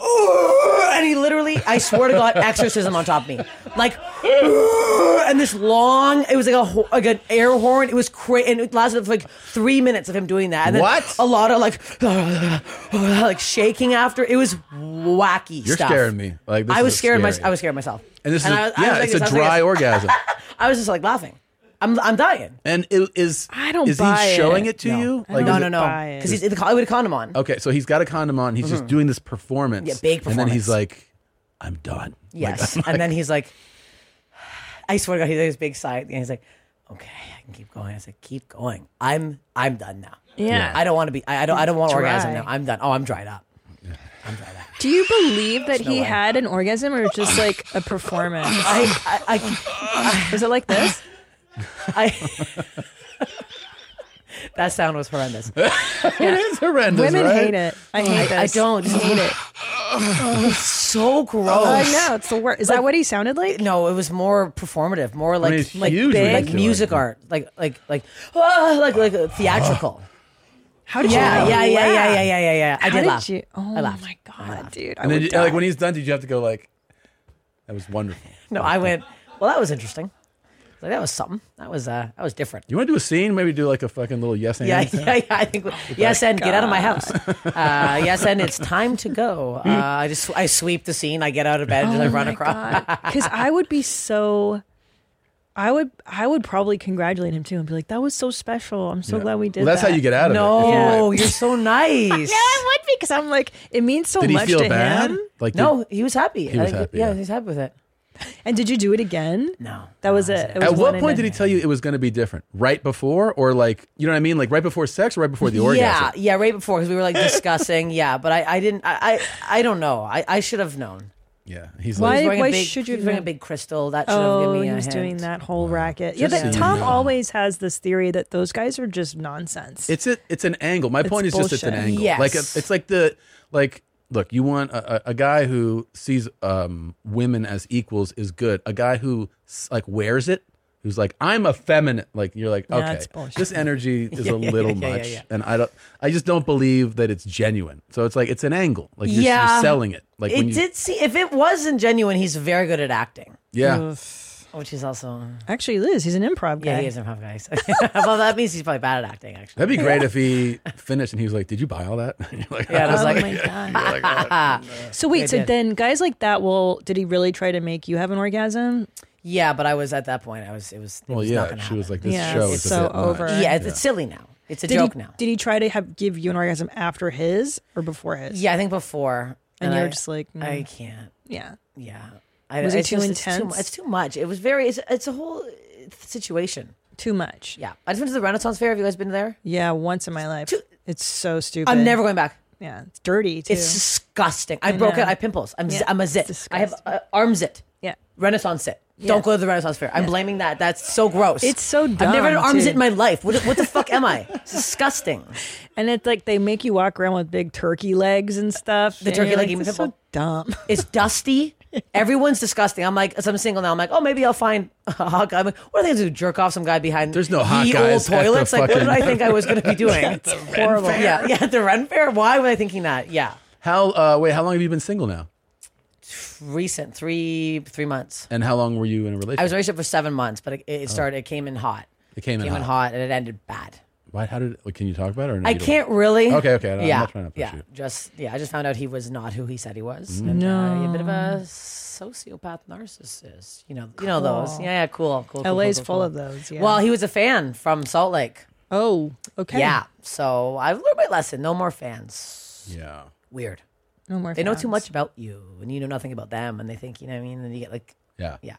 [SPEAKER 2] "Ugh," And he literally, I swear to God, exorcism on top of me, like, "Ugh," and this long. It was like a ho- like an air horn. It was crazy, and it lasted for like three minutes of him doing that. And then
[SPEAKER 3] What?
[SPEAKER 2] A lot of like, [SIGHS] like shaking after. It was wacky.
[SPEAKER 3] You're
[SPEAKER 2] stuff.
[SPEAKER 3] scaring me. Like this
[SPEAKER 2] I was
[SPEAKER 3] is
[SPEAKER 2] scared.
[SPEAKER 3] scary.
[SPEAKER 2] My, I was scared myself.
[SPEAKER 3] And this is
[SPEAKER 2] I was- I was
[SPEAKER 3] yeah,
[SPEAKER 2] like
[SPEAKER 3] it's
[SPEAKER 2] this, I
[SPEAKER 3] a
[SPEAKER 2] was like
[SPEAKER 3] dry
[SPEAKER 2] this.
[SPEAKER 3] orgasm.
[SPEAKER 2] I was just like laughing. I'm I'm dying.
[SPEAKER 3] And it is
[SPEAKER 1] I don't
[SPEAKER 3] is
[SPEAKER 1] buy
[SPEAKER 3] he
[SPEAKER 1] it.
[SPEAKER 3] showing it, to
[SPEAKER 1] No.
[SPEAKER 3] you?
[SPEAKER 1] I don't
[SPEAKER 2] no,
[SPEAKER 3] is
[SPEAKER 2] no,
[SPEAKER 3] it- Oh,
[SPEAKER 2] no. Because he's with a condom on.
[SPEAKER 3] Okay, so he's got a condom on. He's just
[SPEAKER 2] Mhm.
[SPEAKER 3] doing this performance.
[SPEAKER 2] Yeah, big
[SPEAKER 3] And then
[SPEAKER 2] performance.
[SPEAKER 3] he's like, "I'm done." [LAUGHS]
[SPEAKER 2] Yes.
[SPEAKER 3] Like,
[SPEAKER 2] and then he's like, I swear to God, he's like this big sigh. And he's like, okay, I can keep going. I was like, keep going. I'm I'm done now.
[SPEAKER 1] Yeah.
[SPEAKER 2] I don't want to be. I, I don't. I don't want
[SPEAKER 1] Dry.
[SPEAKER 2] orgasm now. I'm done. Oh, I'm dried
[SPEAKER 1] [LAUGHS]
[SPEAKER 2] up.
[SPEAKER 1] Do you believe that
[SPEAKER 2] There's no
[SPEAKER 1] he
[SPEAKER 2] way.
[SPEAKER 1] had an orgasm or just like a performance?
[SPEAKER 2] I, I,
[SPEAKER 1] was it like this?
[SPEAKER 2] I. [LAUGHS] that sound was horrendous.
[SPEAKER 3] [LAUGHS] It is horrendous.
[SPEAKER 1] Women
[SPEAKER 3] right?
[SPEAKER 1] hate it. I hate
[SPEAKER 2] I, I
[SPEAKER 1] this.
[SPEAKER 2] don't
[SPEAKER 1] I hate it.
[SPEAKER 2] Oh, it's so gross.
[SPEAKER 1] I know it's the worst. Is that what he sounded like?
[SPEAKER 2] No, it was more performative, more like
[SPEAKER 1] mean, it's
[SPEAKER 2] like
[SPEAKER 1] huge when you
[SPEAKER 2] like
[SPEAKER 1] do it.
[SPEAKER 2] music art, like like like ah, like like uh,
[SPEAKER 1] [GASPS]
[SPEAKER 2] theatrical.
[SPEAKER 1] How did
[SPEAKER 2] yeah,
[SPEAKER 1] you?
[SPEAKER 2] Yeah, yeah, yeah, yeah, yeah, yeah, yeah. I
[SPEAKER 1] How
[SPEAKER 2] did, laugh.
[SPEAKER 1] You, oh
[SPEAKER 2] I laughed.
[SPEAKER 1] my god, dude! I
[SPEAKER 3] And then,
[SPEAKER 1] would
[SPEAKER 3] you-
[SPEAKER 1] die.
[SPEAKER 3] like when he's done, did you have to go like, "That was wonderful"?
[SPEAKER 2] No, I went. Well, that was interesting. Like that was something. That was uh, that was different.
[SPEAKER 3] You want to do a scene? Maybe do like a fucking little yes and
[SPEAKER 2] Yeah, [LAUGHS]
[SPEAKER 3] sound?
[SPEAKER 2] yeah, yeah. I think. Yes, and get out of my house. Uh, yes, and it's time to
[SPEAKER 1] [LAUGHS]
[SPEAKER 2] go. Uh, I just I sweep the scene. I get out of bed
[SPEAKER 1] Oh
[SPEAKER 2] and I run across.
[SPEAKER 1] because I would be so. I would I would probably congratulate him too and be like, "That was so special. I'm so
[SPEAKER 3] Yeah.
[SPEAKER 1] glad we did."
[SPEAKER 3] Well, that's how
[SPEAKER 1] that.
[SPEAKER 3] you get out of it, if you
[SPEAKER 2] No, Oh, you're
[SPEAKER 1] [LAUGHS]
[SPEAKER 2] so nice. no,
[SPEAKER 1] I would be because I'm like, it means so
[SPEAKER 3] Did he
[SPEAKER 1] much
[SPEAKER 3] feel
[SPEAKER 1] to
[SPEAKER 3] bad?
[SPEAKER 1] him.
[SPEAKER 3] Like,
[SPEAKER 2] no,
[SPEAKER 3] did-
[SPEAKER 2] he was happy.
[SPEAKER 3] He
[SPEAKER 2] I
[SPEAKER 3] was
[SPEAKER 2] think-
[SPEAKER 3] happy,
[SPEAKER 2] Yeah,
[SPEAKER 3] yeah.
[SPEAKER 2] he's happy with it.
[SPEAKER 1] And did you do it again?
[SPEAKER 2] No,
[SPEAKER 1] that was it. it was
[SPEAKER 3] At
[SPEAKER 1] one
[SPEAKER 3] what
[SPEAKER 1] and
[SPEAKER 3] point
[SPEAKER 1] done.
[SPEAKER 3] did he tell you it was going to be different? Right before, or like, you know what I mean? Like right before sex, or right before the
[SPEAKER 2] Yeah,
[SPEAKER 3] orgasm?
[SPEAKER 2] yeah, right before because we were like
[SPEAKER 3] [LAUGHS]
[SPEAKER 2] discussing. yeah, but I, I didn't. I, I, I don't know. I, I should have known.
[SPEAKER 3] Yeah, he's
[SPEAKER 1] Why-
[SPEAKER 2] He was wearing a
[SPEAKER 1] why
[SPEAKER 2] big-
[SPEAKER 1] should you
[SPEAKER 2] he was wearing a
[SPEAKER 1] have-
[SPEAKER 2] big crystal? That should have
[SPEAKER 1] Oh,
[SPEAKER 2] given me
[SPEAKER 1] he
[SPEAKER 2] a
[SPEAKER 1] was
[SPEAKER 2] hint.
[SPEAKER 1] doing that whole racket. yeah,
[SPEAKER 2] Just
[SPEAKER 1] but
[SPEAKER 2] so you
[SPEAKER 1] Tom
[SPEAKER 2] know.
[SPEAKER 1] always has this theory that those guys are just nonsense.
[SPEAKER 3] It's a, it's an angle. My
[SPEAKER 1] It's
[SPEAKER 3] point is just it's an
[SPEAKER 1] bullshit.
[SPEAKER 3] angle.
[SPEAKER 1] Yes.
[SPEAKER 3] Like it- it's like the like look, you want a, a, a guy who sees um, women as equals is good. A guy who s- like wears it, who's like I'm effeminate. Like you're like
[SPEAKER 1] Nah,
[SPEAKER 3] okay,
[SPEAKER 1] it's bullshit. [LAUGHS]
[SPEAKER 3] this energy is
[SPEAKER 1] Yeah,
[SPEAKER 3] a
[SPEAKER 1] yeah,
[SPEAKER 3] little
[SPEAKER 1] yeah, yeah,
[SPEAKER 3] much,
[SPEAKER 1] yeah.
[SPEAKER 3] and I don't. I just don't believe that it's genuine. So it's like it's an angle. Like you're,
[SPEAKER 2] Yeah.
[SPEAKER 3] you're selling it. Like
[SPEAKER 2] it
[SPEAKER 3] when you,
[SPEAKER 2] did see if it wasn't genuine. He's very good at acting.
[SPEAKER 3] Yeah.
[SPEAKER 2] which is also
[SPEAKER 1] Actually, Liz, he's an improv guy.
[SPEAKER 2] yeah, he is improv guy. So- [LAUGHS] well, that means he's probably bad at acting. Actually,
[SPEAKER 3] That'd be great if he finished and he was like, "Did you buy all that?" [LAUGHS] And you're like,
[SPEAKER 2] Yeah, and I was
[SPEAKER 3] "Oh
[SPEAKER 2] like-
[SPEAKER 3] my God."
[SPEAKER 1] So wait,
[SPEAKER 2] Good
[SPEAKER 1] so
[SPEAKER 2] hit.
[SPEAKER 1] then guys like that will did he really try to make you have an orgasm?
[SPEAKER 2] yeah, but I was at that point. I was. It was. It
[SPEAKER 3] Well,
[SPEAKER 2] was
[SPEAKER 3] yeah,
[SPEAKER 2] Not gonna
[SPEAKER 3] she
[SPEAKER 2] happen.
[SPEAKER 3] was like, "This Yeah, show
[SPEAKER 1] it's is a so bit much." over.
[SPEAKER 2] Yeah, it's,
[SPEAKER 1] Yeah.
[SPEAKER 2] it's silly now. It's a
[SPEAKER 1] did
[SPEAKER 2] joke
[SPEAKER 1] he,
[SPEAKER 2] now.
[SPEAKER 1] Did he try to have give you an orgasm after his or before his?
[SPEAKER 2] Yeah, I think before.
[SPEAKER 1] And, you're
[SPEAKER 2] I-
[SPEAKER 1] just like, no.
[SPEAKER 2] I can't.
[SPEAKER 1] Yeah.
[SPEAKER 2] Yeah.
[SPEAKER 1] Was it
[SPEAKER 2] it's
[SPEAKER 1] too
[SPEAKER 2] just- it's mu-
[SPEAKER 1] intense?
[SPEAKER 2] It's too, much. It was very. It's, it's a whole uh, situation.
[SPEAKER 1] Too much.
[SPEAKER 2] Yeah. I just went to the Renaissance Fair. Have you guys been there?
[SPEAKER 1] Yeah, once in my life. it's so stupid.
[SPEAKER 2] I'm never going back.
[SPEAKER 1] Yeah, it's dirty too.
[SPEAKER 2] It's disgusting. I,
[SPEAKER 1] I
[SPEAKER 2] broke
[SPEAKER 1] know.
[SPEAKER 2] out. I have pimples. I'm, z-
[SPEAKER 1] Yeah,
[SPEAKER 2] I'm a
[SPEAKER 1] it's
[SPEAKER 2] zit. I have uh, arm zit.
[SPEAKER 1] Yeah.
[SPEAKER 2] Renaissance zit.
[SPEAKER 1] Yeah.
[SPEAKER 2] Don't go to the Renaissance Fair. I'm blaming that. That's so gross.
[SPEAKER 1] It's so dumb.
[SPEAKER 2] I've never had an arm
[SPEAKER 1] too.
[SPEAKER 2] zit in my life. What, what the fuck am
[SPEAKER 1] [LAUGHS]
[SPEAKER 2] I? It's disgusting.
[SPEAKER 1] And it's like they make you walk around with big turkey legs and stuff.
[SPEAKER 2] The
[SPEAKER 1] and
[SPEAKER 2] turkey
[SPEAKER 1] you're
[SPEAKER 2] leg
[SPEAKER 1] like,
[SPEAKER 2] even
[SPEAKER 1] this is
[SPEAKER 2] pimple.
[SPEAKER 1] so
[SPEAKER 2] [LAUGHS]
[SPEAKER 1] dumb. [LAUGHS]
[SPEAKER 2] It's dusty. Everyone's disgusting. I'm like, as I'm single now, I'm like, oh, maybe I'll find a hot guy. I'm like, what are they gonna do? Jerk off some guy behind? There's no
[SPEAKER 3] hot
[SPEAKER 2] old
[SPEAKER 3] guys at the
[SPEAKER 2] toilets. Like, what did I
[SPEAKER 3] fucking-
[SPEAKER 2] think I was gonna be
[SPEAKER 3] [LAUGHS]
[SPEAKER 2] doing?
[SPEAKER 3] At
[SPEAKER 2] it's
[SPEAKER 3] the Ren
[SPEAKER 2] horrible.
[SPEAKER 3] Fair.
[SPEAKER 2] Yeah, yeah. At the run fair. Why was I thinking that? Yeah,
[SPEAKER 3] How uh, wait? How long have you been single now?
[SPEAKER 2] recent three three months.
[SPEAKER 3] And how long were you in a relationship?
[SPEAKER 2] I was in a relationship for seven months, but it, it started. It came in hot.
[SPEAKER 3] It Oh. came in
[SPEAKER 2] came in hot, and it ended bad.
[SPEAKER 3] Why? How did? Like, can you talk about it? Or no,
[SPEAKER 2] I
[SPEAKER 3] you don't?
[SPEAKER 2] can't really.
[SPEAKER 3] Okay, okay. I'm
[SPEAKER 2] yeah,
[SPEAKER 3] not trying to push
[SPEAKER 2] yeah.
[SPEAKER 3] you.
[SPEAKER 2] Just yeah. I just found out he was not who he said he was.
[SPEAKER 3] Mm.
[SPEAKER 2] And, uh, a
[SPEAKER 1] No.
[SPEAKER 2] bit of a sociopath narcissist. You know, you know those.
[SPEAKER 1] Cool.
[SPEAKER 2] Yeah, yeah. Cool, cool. cool
[SPEAKER 1] LA's
[SPEAKER 2] cool, cool,
[SPEAKER 1] full
[SPEAKER 2] cool.
[SPEAKER 1] of those, yeah.
[SPEAKER 2] Well, he was a fan from Salt Lake.
[SPEAKER 1] Oh, okay.
[SPEAKER 2] Yeah. So I've learned my lesson. No more fans.
[SPEAKER 3] Yeah.
[SPEAKER 2] Weird.
[SPEAKER 1] No more
[SPEAKER 2] They know too
[SPEAKER 1] fans.
[SPEAKER 2] much about you, and you know nothing about them, and they think you know what I mean. And you get like,
[SPEAKER 3] Yeah.
[SPEAKER 2] yeah,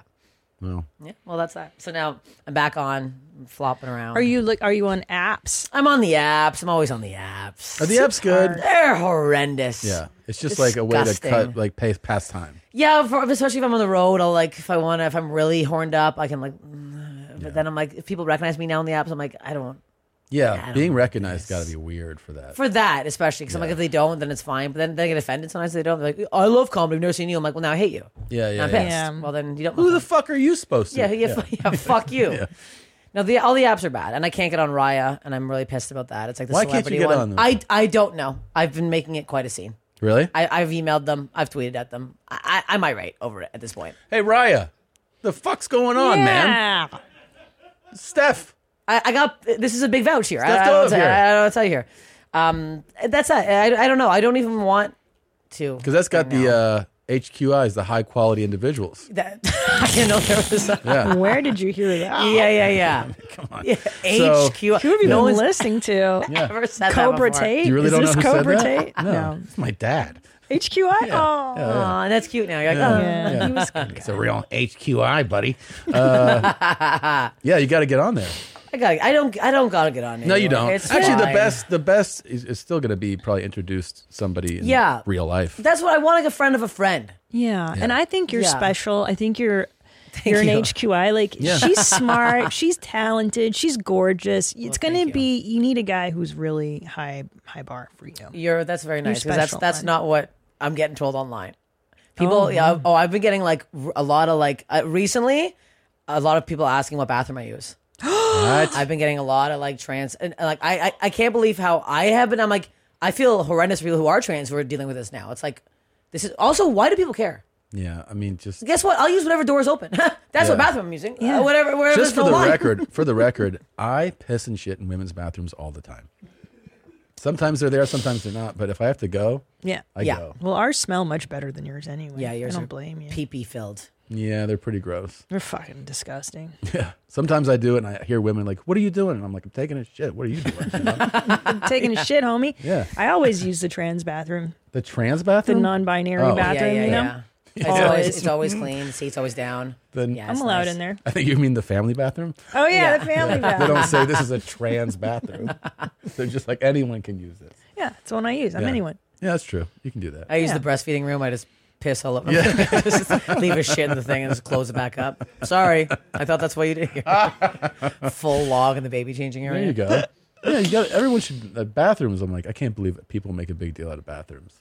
[SPEAKER 3] No.
[SPEAKER 2] yeah. Well, that's that. So now I'm back on, flopping around.
[SPEAKER 1] Are you look are you on apps?
[SPEAKER 2] I'm on the apps. I'm always on the apps.
[SPEAKER 3] Are the apps good?
[SPEAKER 2] They're horrendous.
[SPEAKER 3] Yeah. It's just like a way to
[SPEAKER 2] Disgusting.
[SPEAKER 3] cut, like, pay past time.
[SPEAKER 2] Yeah, for, especially if I'm on the road, I'll like if I want to, if I'm really horned up, I can like. mm, But then I'm like, if people recognize me now in the apps, I'm like, I don't.
[SPEAKER 3] Yeah. Being recognized got to be weird for that.
[SPEAKER 2] For that, especially because I'm like, if they don't, then it's fine. But then they get offended sometimes. They don't. They're like, I love comedy. I've never seen you. I'm like, well, now I hate you.
[SPEAKER 3] Yeah, yeah,
[SPEAKER 2] And I'm
[SPEAKER 3] yeah.
[SPEAKER 2] pissed.
[SPEAKER 3] Yeah.
[SPEAKER 2] Well, then you don't.
[SPEAKER 3] Who the fuck are you supposed
[SPEAKER 2] [LAUGHS]
[SPEAKER 3] to?
[SPEAKER 2] Yeah, yeah, f- [LAUGHS] yeah, fuck you. No, the all the apps are bad, and I can't get on Raya, and I'm really pissed about that. It's like the
[SPEAKER 3] Why can't
[SPEAKER 2] celebrity
[SPEAKER 3] you get
[SPEAKER 2] one.
[SPEAKER 3] on them?
[SPEAKER 2] I I don't know. I've been making it quite a scene.
[SPEAKER 3] Really?
[SPEAKER 2] I, I've emailed them. I've tweeted at them. I, I, I'm irate over it at this point.
[SPEAKER 3] Hey, Raya, the fuck's going on, man? Steph.
[SPEAKER 2] I, I got this is a big vouch here.
[SPEAKER 3] Steph
[SPEAKER 2] I, I, don't,
[SPEAKER 3] Dove here.
[SPEAKER 2] I, I don't tell you here. Um, that's it. I, I don't know. I don't even want to.
[SPEAKER 3] Because that's got the uh, HQIs, the high quality individuals.
[SPEAKER 2] That, [LAUGHS] I didn't know there was. A,
[SPEAKER 3] Yeah.
[SPEAKER 1] Where did you hear that?
[SPEAKER 2] [LAUGHS] Yeah, yeah, yeah.
[SPEAKER 3] [LAUGHS] Come
[SPEAKER 2] [LAUGHS]
[SPEAKER 3] on.
[SPEAKER 2] Yeah,
[SPEAKER 3] So-
[SPEAKER 2] HQ.
[SPEAKER 1] Who have you
[SPEAKER 2] no
[SPEAKER 1] been
[SPEAKER 2] one's
[SPEAKER 1] listening
[SPEAKER 2] [LAUGHS]
[SPEAKER 1] to?
[SPEAKER 3] [LAUGHS]
[SPEAKER 2] ever said
[SPEAKER 1] Cobra
[SPEAKER 2] that before.
[SPEAKER 1] Tate?
[SPEAKER 3] You really
[SPEAKER 1] Is
[SPEAKER 3] don't
[SPEAKER 1] this
[SPEAKER 3] know who
[SPEAKER 1] Cobra
[SPEAKER 3] said that?
[SPEAKER 1] Tate? No.
[SPEAKER 3] It's my dad.
[SPEAKER 1] HQI? Oh.
[SPEAKER 3] Yeah, yeah.
[SPEAKER 2] Aw, that's cute now. You're like, oh.
[SPEAKER 3] Yeah, yeah. It's a real HQI, buddy. Uh, yeah, you got to get on there.
[SPEAKER 2] oh, I got. I don't. I don't gotta get on.
[SPEAKER 3] No, you
[SPEAKER 2] anymore.
[SPEAKER 3] don't.
[SPEAKER 2] It's
[SPEAKER 3] Actually, the
[SPEAKER 2] fine.
[SPEAKER 3] best, the best is, is still going to be probably introduced somebody in
[SPEAKER 2] Yeah.
[SPEAKER 3] real life.
[SPEAKER 2] That's what I want. Like a friend of a friend.
[SPEAKER 1] Yeah. And I think you're
[SPEAKER 2] Yeah.
[SPEAKER 1] special. I think you're you're an
[SPEAKER 2] you.
[SPEAKER 1] HQI. Like
[SPEAKER 2] Yeah.
[SPEAKER 3] [LAUGHS]
[SPEAKER 1] she's smart, she's talented, she's gorgeous. It's gonna be you need a guy who's really high high bar for you.
[SPEAKER 2] You're. That's very
[SPEAKER 1] You're
[SPEAKER 2] nice. 'cause that's
[SPEAKER 1] special,
[SPEAKER 2] that's
[SPEAKER 1] man.
[SPEAKER 2] not what I'm getting told online. People,
[SPEAKER 18] Oh,
[SPEAKER 2] yeah. Oh, I've been getting like r- a lot of like uh, recently, a lot of people asking what bathroom I
[SPEAKER 1] [GASPS]
[SPEAKER 2] use. I've been getting a lot of like trans and and, like I, I I can't believe how I have been. I'm like I feel horrendous for people who are trans who are dealing with this now. It's like this is also why do people care?
[SPEAKER 3] Yeah, I mean, just
[SPEAKER 2] Guess what? I'll use whatever door is open. [LAUGHS] That's
[SPEAKER 3] Yeah.
[SPEAKER 2] what bathroom I'm using. Yeah. whatever. Wherever
[SPEAKER 3] just
[SPEAKER 2] there's
[SPEAKER 3] for
[SPEAKER 2] no
[SPEAKER 3] the
[SPEAKER 2] line.
[SPEAKER 3] record, for the record, I piss and shit in women's bathrooms all the time. Sometimes they're there, sometimes they're not. But if I have to go,
[SPEAKER 1] Yeah.
[SPEAKER 3] I go.
[SPEAKER 1] Well, ours smell much better than yours anyway.
[SPEAKER 2] Yeah, yours
[SPEAKER 1] I
[SPEAKER 2] are
[SPEAKER 1] don't blame you.
[SPEAKER 2] Pee pee filled.
[SPEAKER 3] Yeah, they're pretty gross.
[SPEAKER 1] They're fucking disgusting.
[SPEAKER 3] [LAUGHS] Yeah. Sometimes I do it, and I hear women like, "What are you doing?" And I'm like, "I'm taking a shit." What are you doing?
[SPEAKER 1] [LAUGHS] I'm taking
[SPEAKER 3] Yeah.
[SPEAKER 1] a shit, homie.
[SPEAKER 3] Yeah.
[SPEAKER 1] I always use the trans bathroom,
[SPEAKER 3] The trans
[SPEAKER 1] the
[SPEAKER 3] bathroom,
[SPEAKER 1] non-binary
[SPEAKER 3] Oh.
[SPEAKER 1] bathroom.
[SPEAKER 2] yeah,
[SPEAKER 1] you know,
[SPEAKER 2] yeah. It's always it's
[SPEAKER 1] [LAUGHS]
[SPEAKER 2] always clean. The seat's always down.
[SPEAKER 3] The-
[SPEAKER 2] Yeah,
[SPEAKER 1] I'm
[SPEAKER 2] it's
[SPEAKER 1] allowed
[SPEAKER 2] nice.
[SPEAKER 1] in there.
[SPEAKER 3] I think you mean the family bathroom.
[SPEAKER 1] Oh yeah, the family
[SPEAKER 3] Yeah.
[SPEAKER 1] bathroom.
[SPEAKER 3] [LAUGHS] They don't say this is a
[SPEAKER 1] [LAUGHS]
[SPEAKER 3] trans bathroom. They're just like anyone can use this.
[SPEAKER 1] Yeah, it's the one I use. I'm
[SPEAKER 3] Yeah.
[SPEAKER 1] anyone.
[SPEAKER 3] Yeah, that's true. You can do that.
[SPEAKER 2] I use the breastfeeding room. I just piss all [LAUGHS] over.
[SPEAKER 3] Yeah.
[SPEAKER 2] just leave a shit in the thing and just close it back up. Sorry, I thought that's what you did. [LAUGHS] here. Full log in the baby changing
[SPEAKER 3] There
[SPEAKER 2] area.
[SPEAKER 1] [LAUGHS]
[SPEAKER 3] you go. Yeah, you got everyone should uh, bathrooms. I'm like, I can't believe people make a big deal out of bathrooms.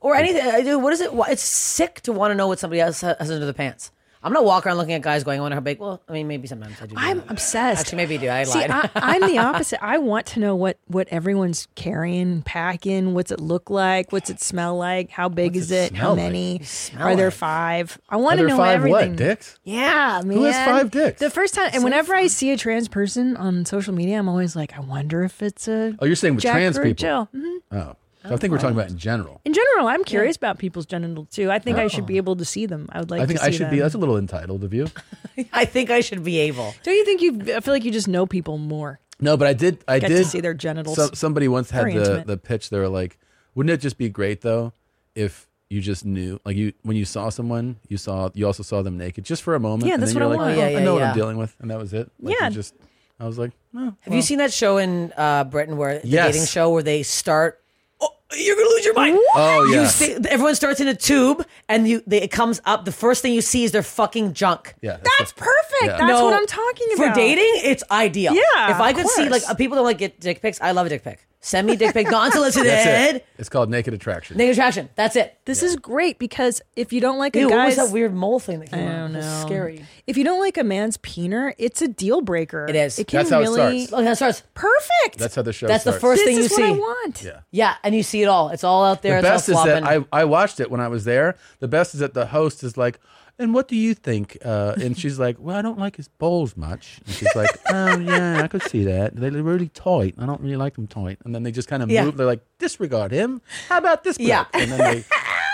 [SPEAKER 2] Or anything. I do. What is it? Why- It's sick to want to know what somebody else ha- has under the pants. I'm not walking around looking at guys going, I wonder how big. Well, I mean, maybe sometimes I do. do
[SPEAKER 1] I'm
[SPEAKER 2] that.
[SPEAKER 1] obsessed.
[SPEAKER 2] Actually, maybe I do. I
[SPEAKER 1] See,
[SPEAKER 2] lied.
[SPEAKER 1] I, I'm
[SPEAKER 3] [LAUGHS]
[SPEAKER 1] the opposite. I want to know what what everyone's carrying, packing. What's it look like? What's it smell like? How big is it?
[SPEAKER 3] smell
[SPEAKER 1] How
[SPEAKER 3] like?
[SPEAKER 1] many?
[SPEAKER 3] smell
[SPEAKER 1] Are there
[SPEAKER 3] like?
[SPEAKER 1] five? I want
[SPEAKER 3] Are
[SPEAKER 1] to
[SPEAKER 3] there
[SPEAKER 1] know
[SPEAKER 3] five what,
[SPEAKER 1] everything.
[SPEAKER 3] dicks?
[SPEAKER 1] Yeah, man.
[SPEAKER 3] Who has five dicks?
[SPEAKER 1] The first time, and whenever I see a trans person on social media, I'm always like, I wonder if it's a.
[SPEAKER 3] Oh, you're saying with
[SPEAKER 1] Jack
[SPEAKER 3] trans
[SPEAKER 1] or a
[SPEAKER 3] people?
[SPEAKER 1] Jill. Mhm.
[SPEAKER 3] Oh, so I think we're talking about in general.
[SPEAKER 1] In general, I'm curious about people's genital too. I think I
[SPEAKER 3] Oh.
[SPEAKER 1] should be able to see them. I would like.
[SPEAKER 3] I think
[SPEAKER 1] to see
[SPEAKER 3] I should be.
[SPEAKER 1] them.
[SPEAKER 3] That's a little entitled of you.
[SPEAKER 2] [LAUGHS] I think I should be able.
[SPEAKER 1] Don't you think you? I feel like you just know people more.
[SPEAKER 3] No, but I did. I
[SPEAKER 1] Get to
[SPEAKER 3] did
[SPEAKER 1] see their genitals.
[SPEAKER 3] some- somebody once had
[SPEAKER 1] Very
[SPEAKER 3] the
[SPEAKER 1] intimate.
[SPEAKER 3] the pitch. They were like, "Wouldn't it just be great though if you just knew? Like you when you saw someone, you saw you also saw them naked just for a moment.
[SPEAKER 2] Yeah,
[SPEAKER 3] and
[SPEAKER 2] that's
[SPEAKER 3] then you're
[SPEAKER 2] what I
[SPEAKER 3] like,
[SPEAKER 2] want.
[SPEAKER 3] "Oh,
[SPEAKER 2] Yeah,
[SPEAKER 3] I
[SPEAKER 2] yeah,
[SPEAKER 3] know what
[SPEAKER 2] yeah.
[SPEAKER 3] I'm dealing with, and that was it. Like,
[SPEAKER 2] Yeah.
[SPEAKER 3] you just I was like, oh,
[SPEAKER 2] Have you seen that show in uh, Britain where the
[SPEAKER 3] Yes.
[SPEAKER 2] dating show where they start? Oh, you're gonna lose your mind.
[SPEAKER 3] Oh,
[SPEAKER 2] You
[SPEAKER 3] yeah.
[SPEAKER 2] see- everyone starts in a tube, and you they, it comes up. The first thing you see is their fucking junk.
[SPEAKER 3] Yeah,
[SPEAKER 1] that's perfect.
[SPEAKER 2] Yeah.
[SPEAKER 1] That's
[SPEAKER 2] No,
[SPEAKER 1] what I'm talking
[SPEAKER 2] For
[SPEAKER 1] about.
[SPEAKER 2] dating, it's ideal.
[SPEAKER 1] Yeah,
[SPEAKER 2] If I
[SPEAKER 1] of
[SPEAKER 2] could see like
[SPEAKER 1] course.
[SPEAKER 2] uh, people that like get dick pics, I love a dick pic. Send me dick pic, not unsolicited.
[SPEAKER 3] [LAUGHS] That's it. It's called naked attraction.
[SPEAKER 2] Naked attraction. That's it.
[SPEAKER 1] This is great because if you don't like
[SPEAKER 2] Ew,
[SPEAKER 1] a
[SPEAKER 2] what was
[SPEAKER 1] guy's
[SPEAKER 2] that weird mole thing that came
[SPEAKER 1] I
[SPEAKER 2] out?
[SPEAKER 1] don't
[SPEAKER 2] It was
[SPEAKER 1] know.
[SPEAKER 2] scary.
[SPEAKER 1] If you don't like a man's peener, it's a deal breaker. It
[SPEAKER 2] is.
[SPEAKER 1] It can
[SPEAKER 3] That's how it
[SPEAKER 1] really.
[SPEAKER 3] starts.
[SPEAKER 2] Oh, that starts.
[SPEAKER 1] Perfect.
[SPEAKER 3] That's how the show.
[SPEAKER 2] That's the
[SPEAKER 3] starts.
[SPEAKER 2] first thing you
[SPEAKER 1] this is
[SPEAKER 2] see.
[SPEAKER 1] what I want.
[SPEAKER 3] Yeah.
[SPEAKER 2] Yeah, and you see it all. It's all out there.
[SPEAKER 3] the best
[SPEAKER 2] it's all
[SPEAKER 3] is that
[SPEAKER 2] flopping.
[SPEAKER 3] I, I watched it when I was there. The best is that the host is like, and what do you think? Uh, and she's like, well, I don't like his balls much. And
[SPEAKER 2] [LAUGHS]
[SPEAKER 3] she's like, oh yeah, I could see that. They're really tight. I don't really like them tight. And then they just kind of
[SPEAKER 2] Yeah.
[SPEAKER 3] move. They're like, disregard him. How about this? Bloke?
[SPEAKER 2] Yeah.
[SPEAKER 3] And
[SPEAKER 2] [LAUGHS]
[SPEAKER 3] then they,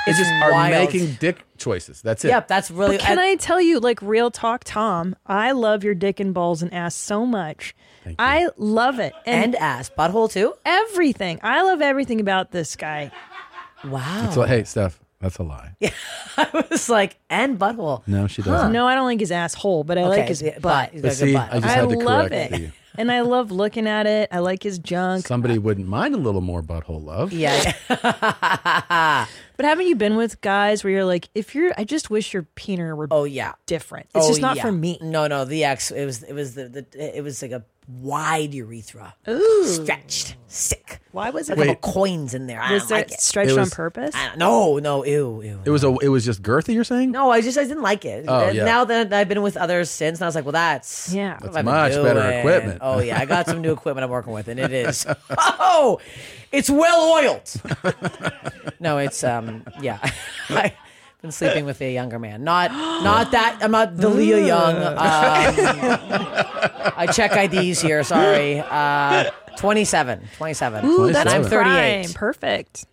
[SPEAKER 3] they just are
[SPEAKER 2] wild.
[SPEAKER 3] making dick choices. That's it.
[SPEAKER 2] Yep, that's really.
[SPEAKER 1] But can
[SPEAKER 2] I-
[SPEAKER 1] I tell you, like real talk, Tom? I love your dick and balls and ass so much. I love it
[SPEAKER 2] and ass butthole too. [LAUGHS]
[SPEAKER 1] Everything. I love everything about this guy.
[SPEAKER 2] Wow.
[SPEAKER 3] That's like, hey, Steph, that's a lie.
[SPEAKER 2] I was like, and butthole.
[SPEAKER 3] No, she doesn't.
[SPEAKER 1] No, I don't like his asshole, but I
[SPEAKER 2] Okay,
[SPEAKER 1] like his
[SPEAKER 2] yeah,
[SPEAKER 1] butt.
[SPEAKER 2] butt. He's
[SPEAKER 3] But see, I just had to
[SPEAKER 1] love
[SPEAKER 3] correct
[SPEAKER 1] it,
[SPEAKER 3] you.
[SPEAKER 1] and I love looking at it. I like his junk.
[SPEAKER 3] Somebody wouldn't mind a little more butthole love.
[SPEAKER 2] Yeah.
[SPEAKER 1] But haven't you been with guys where you're like, if you're, I just wish your peener were.
[SPEAKER 2] Oh yeah,
[SPEAKER 1] different. It's just not for me.
[SPEAKER 2] No, no, the X. It was, it was the, the it was like a wide urethra.
[SPEAKER 1] Ooh.
[SPEAKER 2] stretched, sick.
[SPEAKER 1] Why was
[SPEAKER 2] Like
[SPEAKER 1] it?
[SPEAKER 2] a couple coins in there. I
[SPEAKER 1] Was
[SPEAKER 2] don't
[SPEAKER 1] there
[SPEAKER 2] like it.
[SPEAKER 1] stretched
[SPEAKER 3] It
[SPEAKER 1] on
[SPEAKER 3] was-
[SPEAKER 1] purpose?
[SPEAKER 2] I don't- no, no, ew, ew.
[SPEAKER 3] It was a. It was just girthy. You're saying?
[SPEAKER 2] No, I just I didn't like it.
[SPEAKER 3] Oh,
[SPEAKER 2] And
[SPEAKER 3] yeah.
[SPEAKER 2] Now that I've been with others since, and I was like, well, that's yeah,
[SPEAKER 3] That's much better equipment.
[SPEAKER 2] Oh yeah, I got some
[SPEAKER 3] [LAUGHS]
[SPEAKER 2] new equipment I'm working with, and it is oh, it's well
[SPEAKER 3] [LAUGHS]
[SPEAKER 2] oiled. no, it's um yeah, [LAUGHS] I've been sleeping with a younger man. Not not that I'm not Delia Young.
[SPEAKER 3] [LAUGHS]
[SPEAKER 2] Um, I check IDs here. Sorry, uh, 27, 27.
[SPEAKER 1] Ooh, that's
[SPEAKER 2] And I'm
[SPEAKER 1] prime.
[SPEAKER 2] 38.
[SPEAKER 1] Perfect.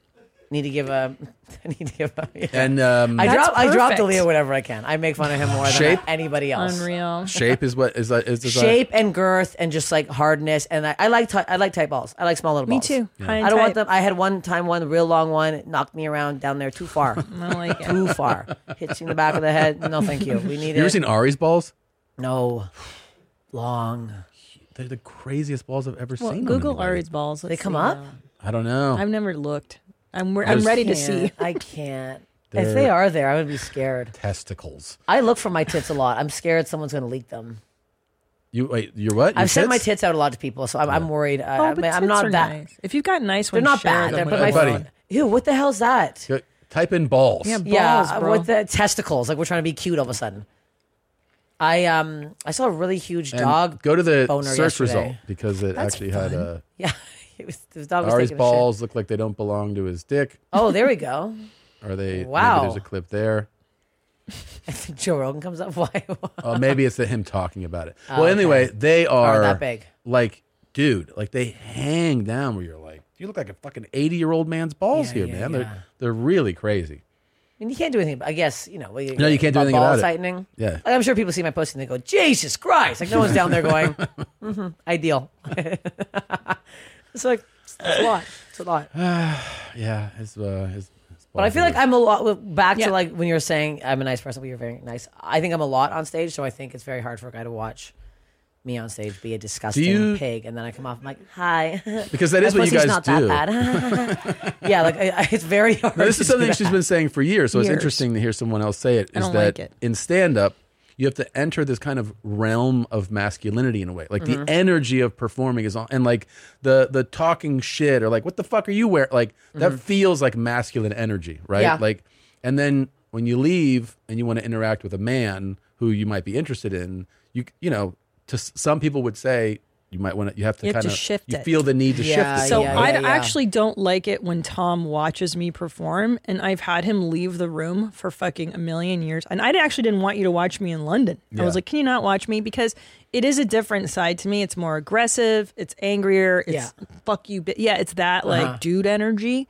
[SPEAKER 2] Need to give a. [LAUGHS] I need to give a. yeah.
[SPEAKER 3] And um,
[SPEAKER 2] I drop I drop
[SPEAKER 1] perfect.
[SPEAKER 2] Delia whenever I can. I make fun of him more
[SPEAKER 3] Shape?
[SPEAKER 2] than anybody else.
[SPEAKER 1] Unreal.
[SPEAKER 3] shape is what is that is uh, designed-
[SPEAKER 2] Shape and girth and just like hardness and I, I like ti- I like tight balls. I like small little
[SPEAKER 1] Me
[SPEAKER 2] balls.
[SPEAKER 1] too. Yeah. High and
[SPEAKER 2] I don't want
[SPEAKER 1] tight.
[SPEAKER 2] them. I had one time one real long one it knocked me around down there too
[SPEAKER 1] [LAUGHS]
[SPEAKER 2] far.
[SPEAKER 1] I don't like it.
[SPEAKER 2] too far. Hits you in the back of the head. No, thank you. We need
[SPEAKER 3] You ever
[SPEAKER 2] it.
[SPEAKER 3] seen Ari's balls?
[SPEAKER 2] no long.
[SPEAKER 3] They're the craziest balls I've ever
[SPEAKER 1] Well,
[SPEAKER 3] seen. on
[SPEAKER 1] Google
[SPEAKER 3] anybody.
[SPEAKER 1] Ari's balls. Let's
[SPEAKER 2] They come
[SPEAKER 1] see
[SPEAKER 2] up?
[SPEAKER 1] now.
[SPEAKER 3] I don't know.
[SPEAKER 1] I've never looked. I'm
[SPEAKER 3] I
[SPEAKER 1] I'm
[SPEAKER 3] was-
[SPEAKER 1] ready to
[SPEAKER 2] Can't.
[SPEAKER 1] see.
[SPEAKER 2] I can't.
[SPEAKER 3] They're-
[SPEAKER 2] If they are there, I would be scared.
[SPEAKER 3] Testicles.
[SPEAKER 2] I look for my tits a lot. I'm scared someone's going to leak them.
[SPEAKER 3] You wait. You're what? Your
[SPEAKER 2] I've sent my
[SPEAKER 3] tits?
[SPEAKER 2] tits out a lot to people, so I'm, I'm worried. I,
[SPEAKER 1] Oh,
[SPEAKER 2] I
[SPEAKER 1] but
[SPEAKER 2] mean, I'm
[SPEAKER 1] tits
[SPEAKER 2] not
[SPEAKER 1] are
[SPEAKER 2] that.
[SPEAKER 1] nice. If you've got nice
[SPEAKER 2] They're
[SPEAKER 1] ones,
[SPEAKER 2] not
[SPEAKER 1] share
[SPEAKER 2] bad.
[SPEAKER 1] them
[SPEAKER 2] They're,
[SPEAKER 1] with
[SPEAKER 2] but my
[SPEAKER 3] everyone.
[SPEAKER 2] phone. Ew, what the hell's that?
[SPEAKER 3] Your Type in balls.
[SPEAKER 2] Yeah, uh, with the testicles. Like we're trying to be cute all of a sudden. I um I saw a really huge
[SPEAKER 3] And
[SPEAKER 2] dog.
[SPEAKER 3] Go to the
[SPEAKER 2] boner
[SPEAKER 3] search
[SPEAKER 2] yesterday.
[SPEAKER 3] result because it
[SPEAKER 2] That's
[SPEAKER 3] actually had
[SPEAKER 2] fun.
[SPEAKER 3] a.
[SPEAKER 2] [LAUGHS] Yeah, it was, the dog was
[SPEAKER 3] Ari's
[SPEAKER 2] taking a shit.
[SPEAKER 3] balls look like they don't belong to his dick.
[SPEAKER 2] Oh, there we go. [LAUGHS]
[SPEAKER 3] Are they?
[SPEAKER 2] Wow.
[SPEAKER 3] Maybe there's a clip there.
[SPEAKER 2] Joe Rogan comes up. [LAUGHS] Why?
[SPEAKER 3] Oh, maybe it's the, him talking
[SPEAKER 2] [LAUGHS]
[SPEAKER 3] about it.
[SPEAKER 2] Oh,
[SPEAKER 3] well,
[SPEAKER 2] okay.
[SPEAKER 3] anyway, they are
[SPEAKER 2] Aren't that big.
[SPEAKER 3] Like, dude, like they hang down where you're like, you look like a fucking eighty year old man's balls here, man. They're they're really crazy.
[SPEAKER 2] I mean, you can't do anything. But I guess you know. No,
[SPEAKER 3] No, you can't do anything about it.
[SPEAKER 2] tightening.
[SPEAKER 3] Yeah.
[SPEAKER 2] Like, I'm sure people see my posting. They go, "Jesus Christ!" Like no one's down there going,
[SPEAKER 3] [LAUGHS]
[SPEAKER 2] mm-hmm, "Ideal." [LAUGHS] it's like it's a lot. It's a lot.
[SPEAKER 3] yeah, his uh, his. his
[SPEAKER 2] But I
[SPEAKER 3] balls
[SPEAKER 2] feel
[SPEAKER 3] are-
[SPEAKER 2] like I'm a lot back to like when you were saying I'm a nice person, but you're very nice. I think I'm a lot on stage, so I think it's very hard for a guy to watch me on stage be a disgusting
[SPEAKER 3] you-
[SPEAKER 2] pig, and then I come off I'm like, "Hi," [LAUGHS]
[SPEAKER 3] Because that is
[SPEAKER 2] My
[SPEAKER 3] what you
[SPEAKER 2] pussy's
[SPEAKER 3] guys
[SPEAKER 2] not [LAUGHS]
[SPEAKER 3] do.
[SPEAKER 2] That bad. [LAUGHS] yeah, like I, I- it's very hard.
[SPEAKER 3] Now, this
[SPEAKER 2] to
[SPEAKER 3] is something
[SPEAKER 2] do
[SPEAKER 3] she's
[SPEAKER 2] that.
[SPEAKER 3] been saying for years, so it's
[SPEAKER 2] Years.
[SPEAKER 3] interesting to hear someone else say it.
[SPEAKER 2] I
[SPEAKER 3] Is
[SPEAKER 2] don't
[SPEAKER 3] that
[SPEAKER 2] like it.
[SPEAKER 3] in stand up, you have to enter this kind of realm of masculinity in a way. Like
[SPEAKER 18] Mhm.
[SPEAKER 3] the energy of performing is on, and like the the talking shit or like what the fuck are you wearing? Like
[SPEAKER 18] Mhm.
[SPEAKER 3] that feels like masculine energy, right?
[SPEAKER 18] Yeah.
[SPEAKER 3] Like, and then when you leave and you want to interact with a man who you might be interested in, you you know, to s- some people would say. You might want to. You have to
[SPEAKER 1] You have
[SPEAKER 3] kind
[SPEAKER 1] to
[SPEAKER 3] of
[SPEAKER 1] shift
[SPEAKER 3] You
[SPEAKER 1] it.
[SPEAKER 3] feel the need to shift it.
[SPEAKER 1] So
[SPEAKER 3] you know?
[SPEAKER 1] I d- actually don't like it when Tom watches me perform, and I've had him leave the room for fucking a million years. And I actually didn't want you to watch me in London. I
[SPEAKER 20] Yeah.
[SPEAKER 1] was like, can you not watch me? Because it is a different side to me. It's more aggressive. It's angrier. It's fuck you. Bi- yeah, it's that
[SPEAKER 20] Uh-huh.
[SPEAKER 1] like dude energy.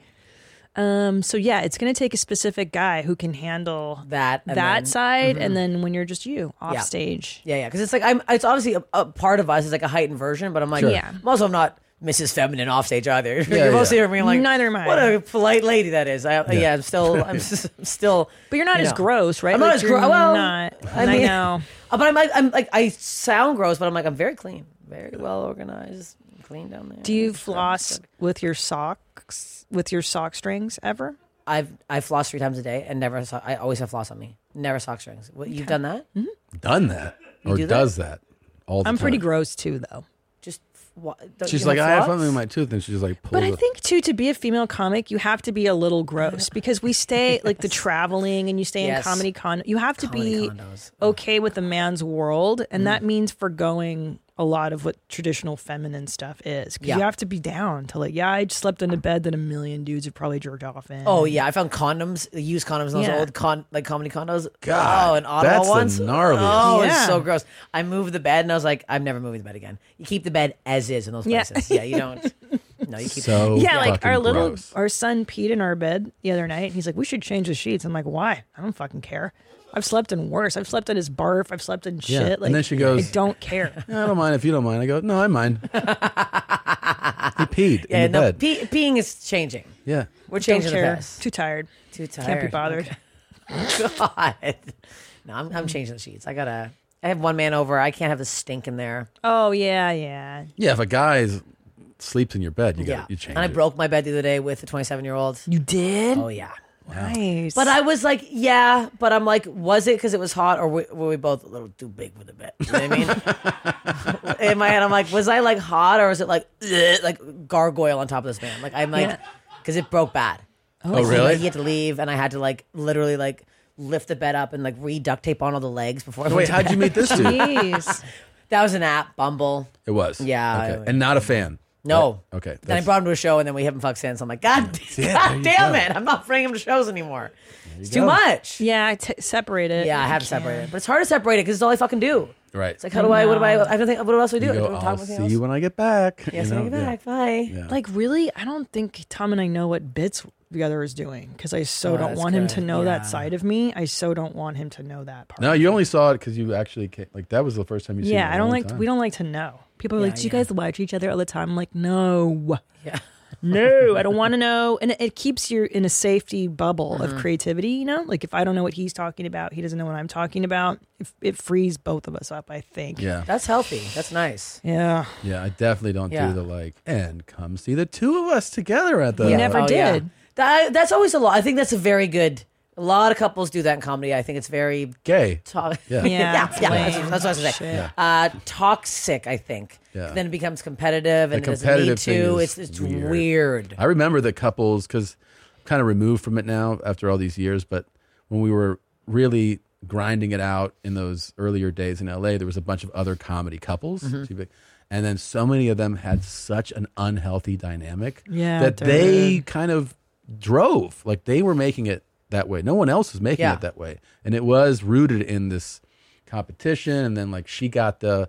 [SPEAKER 1] Um. So yeah, it's gonna take a specific guy who can handle
[SPEAKER 2] that and
[SPEAKER 1] that
[SPEAKER 2] then-
[SPEAKER 1] side,
[SPEAKER 2] Mhm.
[SPEAKER 1] and then when you're just you off
[SPEAKER 2] Yeah.
[SPEAKER 1] stage.
[SPEAKER 2] Yeah, yeah. Because it's like I'm. It's obviously a, a part of us is like a heightened version, but I'm like,
[SPEAKER 1] Sure.
[SPEAKER 2] yeah. I'm also not Mrs. Feminine off stage either. [LAUGHS]
[SPEAKER 1] Yeah,
[SPEAKER 2] You're mostly
[SPEAKER 1] yeah.
[SPEAKER 2] hearing me like,
[SPEAKER 1] Neither am I.
[SPEAKER 2] What a polite lady that is. I, yeah. I'm still. I'm, s- I'm still.
[SPEAKER 1] But you're not
[SPEAKER 2] you
[SPEAKER 1] as
[SPEAKER 2] know.
[SPEAKER 1] gross, right?
[SPEAKER 2] I'm
[SPEAKER 1] Like,
[SPEAKER 2] not as
[SPEAKER 1] you're
[SPEAKER 2] gross. Well,
[SPEAKER 1] not- I
[SPEAKER 2] I mean,
[SPEAKER 1] know.
[SPEAKER 2] Uh, But I'm, like- I'm like I sound gross, but I'm like I'm very clean, very well organized, clean down there.
[SPEAKER 1] Do you floss with your socks with your sock strings ever?
[SPEAKER 2] I've I floss three times a day and never. So- I always have floss on me. Never sock strings. What, you've done that?
[SPEAKER 1] Hmm?
[SPEAKER 3] done that
[SPEAKER 2] You
[SPEAKER 3] or
[SPEAKER 2] do that?
[SPEAKER 3] does that all the
[SPEAKER 1] I'm
[SPEAKER 3] time.
[SPEAKER 1] pretty gross too, though.
[SPEAKER 2] Just what,
[SPEAKER 3] She's like, I have something in my tooth, and she's like, pull
[SPEAKER 1] But I
[SPEAKER 3] the-
[SPEAKER 1] think too, to be a female comic, you have to be a little gross because we [LAUGHS] stay like the traveling and you stay in
[SPEAKER 2] Yes.
[SPEAKER 1] comedy con. You have to be okay with a man's world, and that means forgoing a lot of what traditional feminine stuff is. 'Cause
[SPEAKER 2] Yeah.
[SPEAKER 1] You have to be down to like, yeah, I slept in a bed that a million dudes have probably jerked off in.
[SPEAKER 2] Oh yeah, I found condoms, used condoms in those
[SPEAKER 1] Yeah.
[SPEAKER 2] old con like comedy condos.
[SPEAKER 1] God,
[SPEAKER 2] oh, and Ottawa
[SPEAKER 1] that's the
[SPEAKER 2] ones.
[SPEAKER 1] gnarliest.
[SPEAKER 2] Oh,
[SPEAKER 1] Yeah.
[SPEAKER 2] it's so gross. I moved the bed and I was like, I'm never moving the bed again. You keep the bed as is in those
[SPEAKER 1] Yeah.
[SPEAKER 2] places. Yeah, you
[SPEAKER 1] [LAUGHS]
[SPEAKER 2] don't. No, you keep.
[SPEAKER 3] So
[SPEAKER 1] yeah, like our
[SPEAKER 3] fucking
[SPEAKER 1] little
[SPEAKER 3] gross.
[SPEAKER 1] our son peed in our bed the other night. He's like, "We should change the sheets." I'm like, "Why? I don't fucking care. I've slept in worse. I've slept in his barf. I've slept in
[SPEAKER 3] Yeah.
[SPEAKER 1] shit."
[SPEAKER 3] And
[SPEAKER 1] Like,
[SPEAKER 3] then she goes-
[SPEAKER 1] "I
[SPEAKER 2] [LAUGHS]
[SPEAKER 1] don't care."
[SPEAKER 3] I don't mind if you don't mind. I go, no, I mind. he peed
[SPEAKER 2] Yeah,
[SPEAKER 3] in the
[SPEAKER 2] no,
[SPEAKER 3] bed.
[SPEAKER 2] pee, peeing is changing.
[SPEAKER 3] yeah.
[SPEAKER 2] We're
[SPEAKER 1] Don't
[SPEAKER 2] changing the
[SPEAKER 1] care.
[SPEAKER 2] past.
[SPEAKER 1] Too tired.
[SPEAKER 2] Too tired.
[SPEAKER 1] Can't be bothered.
[SPEAKER 2] Okay. God. No, I'm, I'm changing the sheets. I gotta. I have one man over. I can't have the stink in there.
[SPEAKER 1] Oh yeah, yeah.
[SPEAKER 3] Yeah, if a guy is, sleeps in your bed, you got
[SPEAKER 2] Yeah.
[SPEAKER 3] to you change
[SPEAKER 2] and I
[SPEAKER 3] it.
[SPEAKER 2] broke my bed the other day with a 27 year old.
[SPEAKER 1] You did?
[SPEAKER 2] Oh yeah.
[SPEAKER 1] Nice.
[SPEAKER 2] But I was like, yeah. But I'm like, was it because it was hot, or were, were we both a little too big for the bed? You know what [LAUGHS] I mean? In my head, I'm like, was I like hot, or is it like ugh, like gargoyle on top of this man? Like I'm like,
[SPEAKER 1] Yeah.
[SPEAKER 2] because it broke bad.
[SPEAKER 1] Oh,
[SPEAKER 2] Like, he-
[SPEAKER 1] really?
[SPEAKER 2] like, he had to leave, and I had to like literally like lift the bed up and like re duct tape on all the legs before. I
[SPEAKER 3] Wait,
[SPEAKER 2] went to
[SPEAKER 3] how'd you
[SPEAKER 2] bed. [LAUGHS]
[SPEAKER 3] meet this dude?
[SPEAKER 1] Jeez. [LAUGHS]
[SPEAKER 2] that was an app, Bumble.
[SPEAKER 3] It was.
[SPEAKER 2] Yeah,
[SPEAKER 3] Okay.
[SPEAKER 2] I-
[SPEAKER 3] And not a fan.
[SPEAKER 2] No.
[SPEAKER 3] Right. Okay.
[SPEAKER 2] Then I
[SPEAKER 3] that's-
[SPEAKER 2] brought him to a show, and then we haven't fucked since. I'm like, God, [LAUGHS]
[SPEAKER 3] it, there
[SPEAKER 2] God
[SPEAKER 3] you
[SPEAKER 2] damn
[SPEAKER 3] go.
[SPEAKER 2] it! I'm not bringing him to shows anymore. It's
[SPEAKER 3] go.
[SPEAKER 2] too much.
[SPEAKER 1] Yeah, I t- separate it.
[SPEAKER 2] Yeah, I
[SPEAKER 1] if
[SPEAKER 2] have
[SPEAKER 1] you
[SPEAKER 2] to separate
[SPEAKER 1] can.
[SPEAKER 2] it, but it's hard to separate it because it's all I fucking do.
[SPEAKER 3] Right.
[SPEAKER 2] It's like, how do I? What do I? I don't think. What else do I do?
[SPEAKER 3] You
[SPEAKER 2] I
[SPEAKER 3] go,
[SPEAKER 2] don't talk
[SPEAKER 3] I'll
[SPEAKER 2] about
[SPEAKER 3] see
[SPEAKER 2] anything
[SPEAKER 3] you when I get back.
[SPEAKER 2] Yes,
[SPEAKER 3] you
[SPEAKER 2] when I
[SPEAKER 3] know?
[SPEAKER 2] get
[SPEAKER 3] Yeah.
[SPEAKER 2] back. Bye.
[SPEAKER 3] Yeah.
[SPEAKER 1] Like really, I don't think Tom and I know what bits the other is doing because I so
[SPEAKER 2] Oh,
[SPEAKER 1] don't
[SPEAKER 2] that's
[SPEAKER 1] want him
[SPEAKER 2] good.
[SPEAKER 1] to know
[SPEAKER 2] Yeah.
[SPEAKER 1] that side of me. I so don't want him to know that part.
[SPEAKER 3] No, you only saw it because you actually came, like that was the first time you. seen it
[SPEAKER 1] yeah,
[SPEAKER 3] in
[SPEAKER 1] I
[SPEAKER 3] a
[SPEAKER 1] don't
[SPEAKER 3] long
[SPEAKER 1] like.
[SPEAKER 3] time.
[SPEAKER 1] We don't like to know. People are
[SPEAKER 2] Yeah,
[SPEAKER 1] like, "Do you guys watch each other all the time?" I'm like,
[SPEAKER 3] [LAUGHS]
[SPEAKER 1] "No, yeah, no, I don't want to know." And it, it keeps you in a safety bubble of
[SPEAKER 3] Mm-hmm.
[SPEAKER 20] Mhm.
[SPEAKER 1] creativity. You know, like if I don't know what he's talking about, he doesn't know what I'm talking about. It, it frees both of us up. I think.
[SPEAKER 3] Yeah.
[SPEAKER 2] That's healthy. That's nice.
[SPEAKER 1] Yeah.
[SPEAKER 3] Yeah, I definitely don't
[SPEAKER 2] Yeah.
[SPEAKER 3] do the like and come see the two of us together at the.
[SPEAKER 2] Yeah. Oh, yeah. That, that's always a lot. I think that's a very good. A lot of couples do that in comedy. I think it's very
[SPEAKER 3] Gay.
[SPEAKER 2] To- [LAUGHS] yeah,
[SPEAKER 3] Yeah.
[SPEAKER 2] yeah.
[SPEAKER 3] Yeah,
[SPEAKER 2] That's,
[SPEAKER 3] lame.
[SPEAKER 2] that's what I was gonna say.
[SPEAKER 3] Shit.
[SPEAKER 2] Uh, toxic, I think.
[SPEAKER 3] Yeah.
[SPEAKER 2] Then it becomes competitive,
[SPEAKER 3] The
[SPEAKER 2] and it doesn't
[SPEAKER 3] competitive
[SPEAKER 2] need
[SPEAKER 3] thing
[SPEAKER 2] to.
[SPEAKER 3] is
[SPEAKER 2] It's it's weird.
[SPEAKER 3] I remember the couples because kind of removed from it now after all these years, but when we were really grinding it out in those earlier days in LA, there was a bunch of other comedy couples.
[SPEAKER 2] Mm-hmm.
[SPEAKER 1] Mhm.
[SPEAKER 3] TV, And then so many of them had such an unhealthy dynamic
[SPEAKER 1] Yeah,
[SPEAKER 3] that they
[SPEAKER 1] dude.
[SPEAKER 3] kind of drove. Like they were making it that way. No one else was making
[SPEAKER 1] Yeah.
[SPEAKER 3] it that way. And it was rooted in this competition. And then like she got the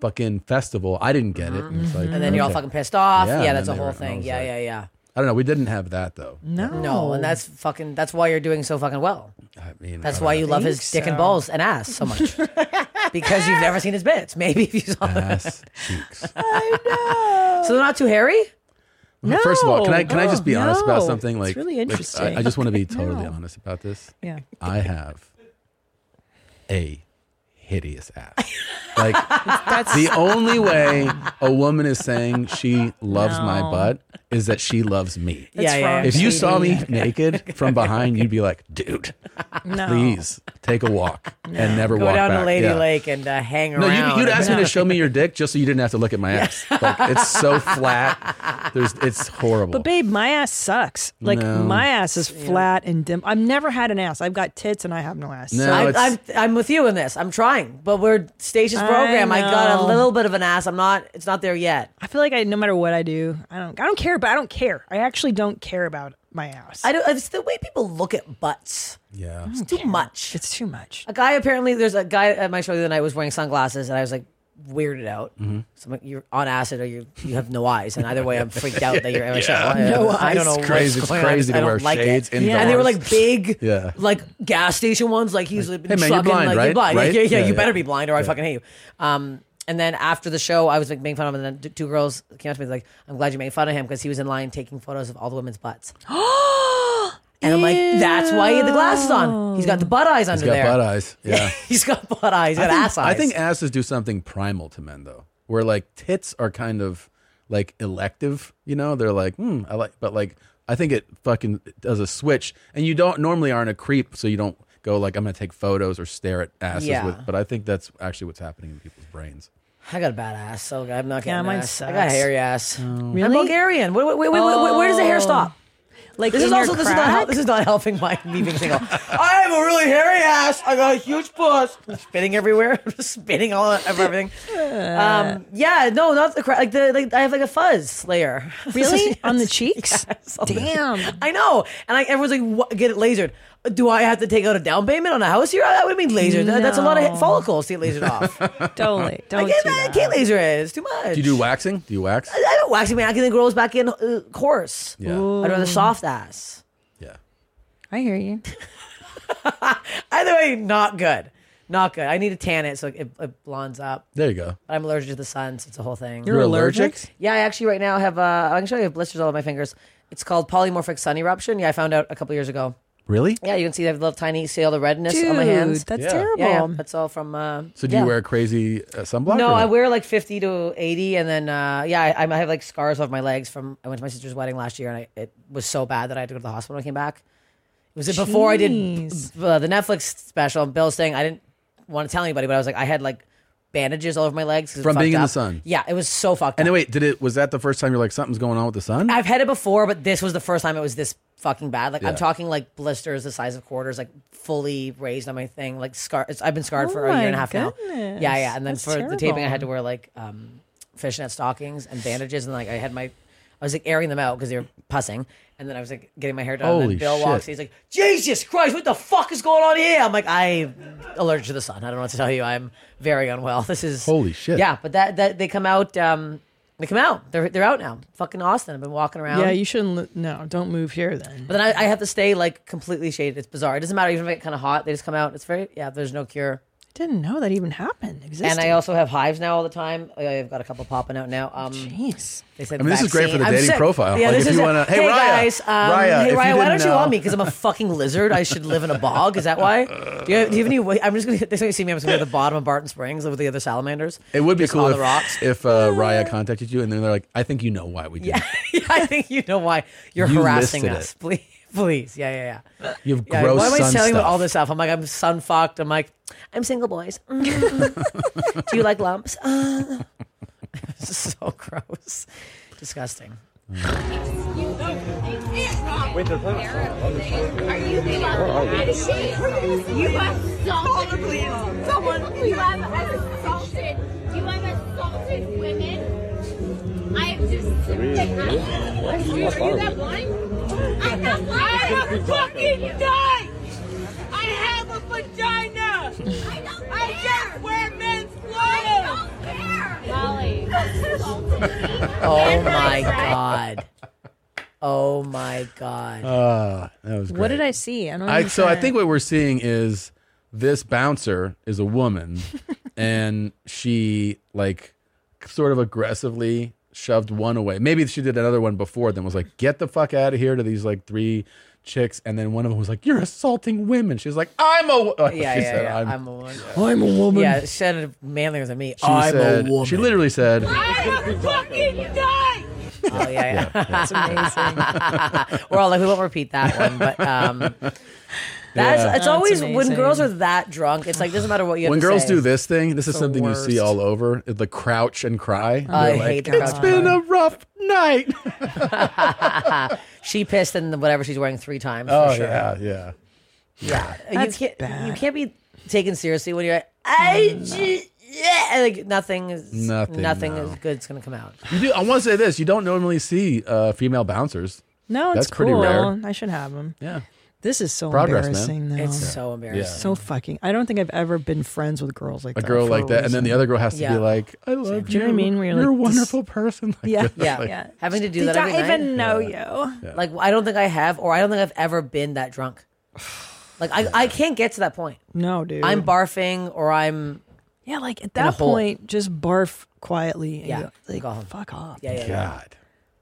[SPEAKER 3] fucking festival. I didn't get it. And, it's like,
[SPEAKER 2] Mm-hmm. and then you're all
[SPEAKER 3] okay.
[SPEAKER 2] fucking pissed off.
[SPEAKER 3] Yeah,
[SPEAKER 2] Yeah,
[SPEAKER 3] and
[SPEAKER 2] that's a
[SPEAKER 3] then they
[SPEAKER 2] whole
[SPEAKER 3] were- I
[SPEAKER 2] thing.
[SPEAKER 3] was
[SPEAKER 2] Yeah,
[SPEAKER 3] like-
[SPEAKER 2] yeah, yeah.
[SPEAKER 3] I don't know. We didn't have that though.
[SPEAKER 1] No.
[SPEAKER 2] No,
[SPEAKER 1] Oh.
[SPEAKER 2] and that's fucking. That's why you're doing so fucking well.
[SPEAKER 3] I mean, I
[SPEAKER 2] That's
[SPEAKER 3] don't
[SPEAKER 2] why
[SPEAKER 3] know.
[SPEAKER 2] you love his
[SPEAKER 1] Think
[SPEAKER 2] dick and
[SPEAKER 1] so.
[SPEAKER 2] balls and ass so
[SPEAKER 1] [LAUGHS]
[SPEAKER 2] much. because you've never seen his bits. Maybe if you saw
[SPEAKER 3] ass
[SPEAKER 2] [LAUGHS]
[SPEAKER 3] cheeks.
[SPEAKER 2] I know. So they're not too hairy.
[SPEAKER 3] Well, First of all, can I can I just be
[SPEAKER 2] No.
[SPEAKER 3] honest about
[SPEAKER 2] No.
[SPEAKER 3] something? Like,
[SPEAKER 2] It's really
[SPEAKER 3] like, I-
[SPEAKER 2] interesting.
[SPEAKER 3] I, just want
[SPEAKER 2] [LAUGHS]
[SPEAKER 3] to be totally honest about this.
[SPEAKER 1] Yeah.
[SPEAKER 3] I have a hideous
[SPEAKER 2] [LAUGHS]
[SPEAKER 3] ass. Like
[SPEAKER 1] That's-
[SPEAKER 3] the only way a woman is saying she loves my
[SPEAKER 1] No.
[SPEAKER 3] butt is that she loves me.
[SPEAKER 1] That's Yeah, yeah, wrong,
[SPEAKER 3] If you saw me
[SPEAKER 1] sweetie.
[SPEAKER 3] naked from behind, you'd be like, dude,
[SPEAKER 1] No.
[SPEAKER 3] please take a walk and never
[SPEAKER 2] Go
[SPEAKER 3] walk
[SPEAKER 2] down
[SPEAKER 3] back.
[SPEAKER 2] to Lady
[SPEAKER 3] Yeah.
[SPEAKER 2] Lake and uh, hang
[SPEAKER 3] No,
[SPEAKER 2] around.
[SPEAKER 3] you, you'd ask me to
[SPEAKER 2] No.
[SPEAKER 3] show me your dick just so you didn't have to look at
[SPEAKER 2] [LAUGHS]
[SPEAKER 3] my ass. Like, it's so flat. There's, it's horrible.
[SPEAKER 1] But babe, my ass sucks. Like
[SPEAKER 3] No.
[SPEAKER 1] my ass is flat and dim. I've never had an ass. I've got tits and I have no ass.
[SPEAKER 3] No,
[SPEAKER 2] I'm,
[SPEAKER 3] it's-
[SPEAKER 2] I'm, I'm with you in this. I'm trying, but we're stages
[SPEAKER 1] I
[SPEAKER 2] program. I, got a
[SPEAKER 1] know.
[SPEAKER 2] little bit of an ass. I'm not. It's not there yet.
[SPEAKER 1] I feel like I, no matter what I do, I don't. I don't care. But I don't care. I actually don't care about my ass.
[SPEAKER 2] I don't. It's the way people look at butts.
[SPEAKER 3] Yeah,
[SPEAKER 2] it's too much.
[SPEAKER 1] It's too much.
[SPEAKER 2] A guy apparently there's a guy at my show the other night was wearing sunglasses, and I was like weirded out.
[SPEAKER 3] Mhm.
[SPEAKER 2] So I'm like, you're on acid or you you have no eyes, and either way, I'm freaked out that you're
[SPEAKER 3] [LAUGHS]
[SPEAKER 2] at my show.
[SPEAKER 3] Yeah.
[SPEAKER 2] I,
[SPEAKER 3] No
[SPEAKER 2] I don't
[SPEAKER 3] eyes.
[SPEAKER 2] know.
[SPEAKER 3] It's crazy-
[SPEAKER 2] What's
[SPEAKER 3] it's
[SPEAKER 2] going on.
[SPEAKER 3] crazy to
[SPEAKER 2] I don't
[SPEAKER 3] wear
[SPEAKER 2] like it.
[SPEAKER 3] shades
[SPEAKER 2] and they were
[SPEAKER 3] indoors.
[SPEAKER 2] like big,
[SPEAKER 3] Yeah.
[SPEAKER 2] like gas station ones. Like he's like,
[SPEAKER 3] Hey, man, you're
[SPEAKER 2] trucking,
[SPEAKER 3] blind,
[SPEAKER 2] like,
[SPEAKER 3] right?
[SPEAKER 2] You're blind. Like,
[SPEAKER 3] Right?
[SPEAKER 2] yeah, yeah,
[SPEAKER 3] Yeah,
[SPEAKER 2] you
[SPEAKER 3] yeah.
[SPEAKER 2] better be blind or I
[SPEAKER 3] Yeah.
[SPEAKER 2] fucking hate you. Um, and then after the show, I was like making fun of him, and then two girls came up to me like, "I'm glad you made fun of him because he was in line taking photos of all the women's
[SPEAKER 3] [GASPS]
[SPEAKER 2] butts." and I'm like, "That's why he had the glasses on. He's got the butt eyes under
[SPEAKER 3] He's got
[SPEAKER 2] there.
[SPEAKER 3] butt eyes. Yeah.
[SPEAKER 2] [LAUGHS] He's got butt eyes. He's got
[SPEAKER 3] I think,
[SPEAKER 2] ass eyes.
[SPEAKER 3] I think asses do something primal to men though, where like tits are kind of like elective. You know, they're like, hmm, I like, but like, I think it fucking does a switch, and you don't normally aren't a creep, so you don't go like, I'm gonna take photos or stare at asses.
[SPEAKER 2] Yeah.
[SPEAKER 3] With, but I think that's actually what's happening in people's brains.
[SPEAKER 2] I got a bad ass, so I'm not
[SPEAKER 1] Yeah,
[SPEAKER 2] getting
[SPEAKER 1] mine
[SPEAKER 2] ass. I got a
[SPEAKER 1] sucks.
[SPEAKER 2] hairy ass. I'm
[SPEAKER 1] Really?
[SPEAKER 2] Bulgarian. Wait, wait, wait, wait, wait, wait, where does the hair
[SPEAKER 1] Oh.
[SPEAKER 2] stop?
[SPEAKER 1] Like
[SPEAKER 2] this
[SPEAKER 1] in
[SPEAKER 2] is
[SPEAKER 1] your
[SPEAKER 2] also this is not hel-
[SPEAKER 1] crack?
[SPEAKER 2] this is not helping my [LAUGHS] leaving single. I have a really hairy ass. I got a huge puss. I'm spitting everywhere. [LAUGHS] I'm just spitting all over everything.
[SPEAKER 1] Uh.
[SPEAKER 2] Um, yeah, no, not the crack. Like the like, I have like a fuzz layer. [LAUGHS]
[SPEAKER 1] [LAUGHS] Really? On the cheeks? [LAUGHS] Damn.
[SPEAKER 2] I know. And like everyone's like, what? get it lasered. Do I have to take out a down payment on a house here? I would mean lasered. That- That's a lot of
[SPEAKER 1] No.
[SPEAKER 2] hit follicles to get lasered [LAUGHS] off.
[SPEAKER 1] Don't like,
[SPEAKER 2] I
[SPEAKER 1] don't
[SPEAKER 2] can't,
[SPEAKER 1] do
[SPEAKER 2] I
[SPEAKER 1] that.
[SPEAKER 2] can't laser it. It's too much.
[SPEAKER 3] Do you do waxing? Do you wax?
[SPEAKER 2] I don't waxing man. I can grows back in uh, coarse.
[SPEAKER 3] Yeah.
[SPEAKER 2] I'd rather soft ass.
[SPEAKER 1] I hear you.
[SPEAKER 2] Either way, not good. Not good. I need to tan it so it, it blondes up.
[SPEAKER 3] There you go.
[SPEAKER 2] But I'm allergic to the sun, so it's a whole thing.
[SPEAKER 3] You're You're allergic? allergic?
[SPEAKER 2] Yeah, I actually right now have. Uh, I can show you I have blisters all over my fingers. It's called polymorphic sun eruption. Yeah, I found out a couple years ago.
[SPEAKER 3] Really?
[SPEAKER 2] Yeah, you can see that little tiny. See all the redness on my
[SPEAKER 1] Dude,
[SPEAKER 2] hands.
[SPEAKER 1] that's
[SPEAKER 3] Yeah.
[SPEAKER 1] terrible.
[SPEAKER 2] Yeah, yeah, that's all from. Uh,
[SPEAKER 3] So do
[SPEAKER 2] yeah.
[SPEAKER 3] you wear crazy uh, sunblock?
[SPEAKER 2] No,
[SPEAKER 3] or
[SPEAKER 2] I
[SPEAKER 3] not?
[SPEAKER 2] wear like 50 to 80, and then uh, yeah, I, I have like scars off my legs from I went to my sister's wedding last year, and I, it was so bad that I had to go to the hospital when I came back. It was before I did
[SPEAKER 1] Jeez.
[SPEAKER 2] uh, the Netflix special and Bill's thing. I didn't want to tell anybody, but I was like, I had like bandages all over my legs 'cause it
[SPEAKER 3] From
[SPEAKER 2] fucked
[SPEAKER 3] being in the
[SPEAKER 2] up.
[SPEAKER 3] sun?
[SPEAKER 2] Yeah, it was so fucked
[SPEAKER 3] And
[SPEAKER 2] up.
[SPEAKER 3] then wait, did it? Was that the first time you're like something's going on with the sun?
[SPEAKER 2] I've had it before, but this was the first time it was this fucking bad. Like
[SPEAKER 3] Yeah.
[SPEAKER 2] I'm talking like blisters the size of quarters, like fully raised on my thing, like scar. It's, I've been scarred
[SPEAKER 1] Oh
[SPEAKER 2] for a year and
[SPEAKER 1] my
[SPEAKER 2] a half now.
[SPEAKER 1] goodness.
[SPEAKER 2] Yeah, yeah. And then
[SPEAKER 1] That's
[SPEAKER 2] for the taping, I
[SPEAKER 1] terrible.
[SPEAKER 2] had to wear like um, fishnet stockings and bandages, and like I had my, I was like airing them out because they were pussing, and then I was like getting my hair done. and
[SPEAKER 3] Holy
[SPEAKER 2] then Bill
[SPEAKER 3] shit.
[SPEAKER 2] walks, and he's like, "Jesus Christ, what the fuck is going on here?" I'm like, I'm allergic to the sun. I don't know what to tell you. I'm very unwell. [LAUGHS] This is
[SPEAKER 3] Holy shit.
[SPEAKER 2] Yeah, but that that they come out. Um, they come out. They're they're out now. Fucking Austin. I've been walking around.
[SPEAKER 1] Yeah, you shouldn't. li- No, don't move here then.
[SPEAKER 2] But then I, I have to stay like completely shaded. It's bizarre. It doesn't matter even if it's kind of hot. They just come out. It's very yeah. There's no cure.
[SPEAKER 1] Didn't know that even happened. Existed.
[SPEAKER 2] And I also have hives now all the time. I- I've got a couple popping out now. Um, Jeez. They said
[SPEAKER 3] I mean, this is great
[SPEAKER 2] vaccine.
[SPEAKER 3] for the
[SPEAKER 2] I'm
[SPEAKER 3] dating
[SPEAKER 2] sick.
[SPEAKER 3] profile.
[SPEAKER 2] Yeah,
[SPEAKER 3] Like,
[SPEAKER 2] this
[SPEAKER 3] if
[SPEAKER 2] is
[SPEAKER 3] you
[SPEAKER 2] a-
[SPEAKER 3] wanna- hey,
[SPEAKER 2] hey
[SPEAKER 3] Raya,
[SPEAKER 2] guys, um,
[SPEAKER 3] Raya,
[SPEAKER 2] hey
[SPEAKER 3] if
[SPEAKER 2] Raya,
[SPEAKER 3] you
[SPEAKER 2] why
[SPEAKER 3] didn't
[SPEAKER 2] don't you
[SPEAKER 3] know-
[SPEAKER 2] want me? Because I'm a fucking lizard. I should live in a bog. Is that
[SPEAKER 3] [LAUGHS]
[SPEAKER 2] why? Do you, do you have any? way- I'm just gonna. [LAUGHS] They're gonna see me. I'm just gonna go to the bottom of Barton Springs with the other salamanders.
[SPEAKER 3] It would be
[SPEAKER 2] Just
[SPEAKER 3] cool
[SPEAKER 2] on
[SPEAKER 3] if,
[SPEAKER 2] the rocks.
[SPEAKER 3] if uh,
[SPEAKER 2] [LAUGHS]
[SPEAKER 3] Raya contacted you and then they're like, I think you know why we did
[SPEAKER 2] Yeah, yeah, [LAUGHS] I think you know why you're
[SPEAKER 3] You
[SPEAKER 2] harassing
[SPEAKER 3] listed
[SPEAKER 2] us.
[SPEAKER 3] it.
[SPEAKER 2] Please, please, yeah, yeah, yeah.
[SPEAKER 3] You have
[SPEAKER 2] Yeah,
[SPEAKER 3] gross
[SPEAKER 2] why am I
[SPEAKER 3] sun
[SPEAKER 2] telling you
[SPEAKER 3] stuff.
[SPEAKER 2] all this stuff? I'm like, I'm sun fucked. I'm like, I'm single boys. [LAUGHS]
[SPEAKER 3] [LAUGHS]
[SPEAKER 2] Mm. Do you like lumps? Uh. This is so gross, disgusting.
[SPEAKER 9] You have assaulted people. Someone, you have assaulted. You have assaulted women. I have just. Are you that blind? I'm not blind. I have a fucking die. I have a vagina. [LAUGHS] I don't care. I just wear men's clothes. [LAUGHS]
[SPEAKER 2] Oh my god. Oh my god.
[SPEAKER 3] Uh, that was
[SPEAKER 1] What
[SPEAKER 3] great.
[SPEAKER 1] did I see? I don't
[SPEAKER 3] I, so I
[SPEAKER 1] understand.
[SPEAKER 3] think what we're seeing is this bouncer is
[SPEAKER 2] [LAUGHS]
[SPEAKER 3] a woman, and she like sort of aggressively shoved one away. Maybe she did another one before then. Was like, get the fuck out of here to these like three chicks, and then one of them was like, you're assaulting women. She's like, I'm a. wo- [LAUGHS]
[SPEAKER 2] Yeah, yeah,
[SPEAKER 3] she said,
[SPEAKER 2] yeah.
[SPEAKER 3] I'm,
[SPEAKER 2] I'm, a woman.
[SPEAKER 3] I'm a woman.
[SPEAKER 2] Yeah, it sounded manlier than me.
[SPEAKER 3] she
[SPEAKER 2] I'm
[SPEAKER 3] said-
[SPEAKER 2] a woman.
[SPEAKER 3] She literally said,
[SPEAKER 9] I have fucking died.
[SPEAKER 2] Oh, yeah, yeah.
[SPEAKER 3] Yeah,
[SPEAKER 9] yeah. It's amazing.
[SPEAKER 2] We're all like, we won't repeat that one, but
[SPEAKER 3] [LAUGHS]
[SPEAKER 2] um, that's
[SPEAKER 3] Yeah.
[SPEAKER 2] it's
[SPEAKER 3] Oh,
[SPEAKER 2] always
[SPEAKER 3] it's
[SPEAKER 2] when
[SPEAKER 3] amazing.
[SPEAKER 2] girls are that drunk. It's like doesn't matter what you. Have
[SPEAKER 3] when
[SPEAKER 2] to
[SPEAKER 3] girls
[SPEAKER 2] say.
[SPEAKER 3] do this thing, this is
[SPEAKER 2] the
[SPEAKER 3] something you see
[SPEAKER 2] worst.
[SPEAKER 3] all over. The crouch and cry.
[SPEAKER 2] Oh, I
[SPEAKER 3] They're like,
[SPEAKER 2] hate the
[SPEAKER 3] "It's
[SPEAKER 2] crowd
[SPEAKER 3] been a
[SPEAKER 2] control.
[SPEAKER 3] rough
[SPEAKER 2] [LAUGHS]
[SPEAKER 3] night.
[SPEAKER 2] she pissed in whatever she's wearing three times.
[SPEAKER 3] Oh
[SPEAKER 2] for sure.
[SPEAKER 3] yeah, yeah.
[SPEAKER 2] Yeah,
[SPEAKER 1] That's
[SPEAKER 2] you can't
[SPEAKER 1] bad.
[SPEAKER 2] you can't be taken seriously when you're like, I ju- yeah, and, like nothing is
[SPEAKER 3] Nothing,
[SPEAKER 2] nothing,
[SPEAKER 3] no.
[SPEAKER 2] is good's gonna come out.
[SPEAKER 3] You do. I want to say this. You don't normally see uh, female bouncers.
[SPEAKER 1] No, it's
[SPEAKER 3] that's
[SPEAKER 1] cool.
[SPEAKER 3] pretty rare.
[SPEAKER 1] I should have them.
[SPEAKER 3] Yeah.
[SPEAKER 1] This is so
[SPEAKER 3] Progress, man.
[SPEAKER 1] embarrassing. Though.
[SPEAKER 2] It's so embarrassing.
[SPEAKER 3] Yeah.
[SPEAKER 1] So fucking. I don't think I've ever been friends with girls like
[SPEAKER 3] A
[SPEAKER 1] that.
[SPEAKER 3] girl
[SPEAKER 1] for
[SPEAKER 3] like that, and
[SPEAKER 1] reason.
[SPEAKER 3] then the other girl has to
[SPEAKER 1] Yeah.
[SPEAKER 3] be like, "I love
[SPEAKER 1] Do you know what I mean? Where you're
[SPEAKER 3] you're a
[SPEAKER 1] like, this-
[SPEAKER 3] wonderful person." Like
[SPEAKER 1] Yeah.
[SPEAKER 3] this,
[SPEAKER 1] [LAUGHS]
[SPEAKER 2] Yeah,
[SPEAKER 3] like-
[SPEAKER 2] yeah. Having to do
[SPEAKER 1] They
[SPEAKER 2] that.
[SPEAKER 1] don't
[SPEAKER 2] every night.
[SPEAKER 1] even know you.
[SPEAKER 2] Like I don't think I have, or I don't think I've ever been that drunk. [SIGHS] Like I, I can't get to that point.
[SPEAKER 1] No, dude.
[SPEAKER 2] I'm barfing, or I'm
[SPEAKER 1] Yeah, like at
[SPEAKER 2] in a
[SPEAKER 1] that
[SPEAKER 2] hole.
[SPEAKER 1] point, just barf quietly. And
[SPEAKER 2] Yeah,
[SPEAKER 1] yeah, like
[SPEAKER 2] go home.
[SPEAKER 1] fuck off.
[SPEAKER 2] Yeah, yeah, yeah. God.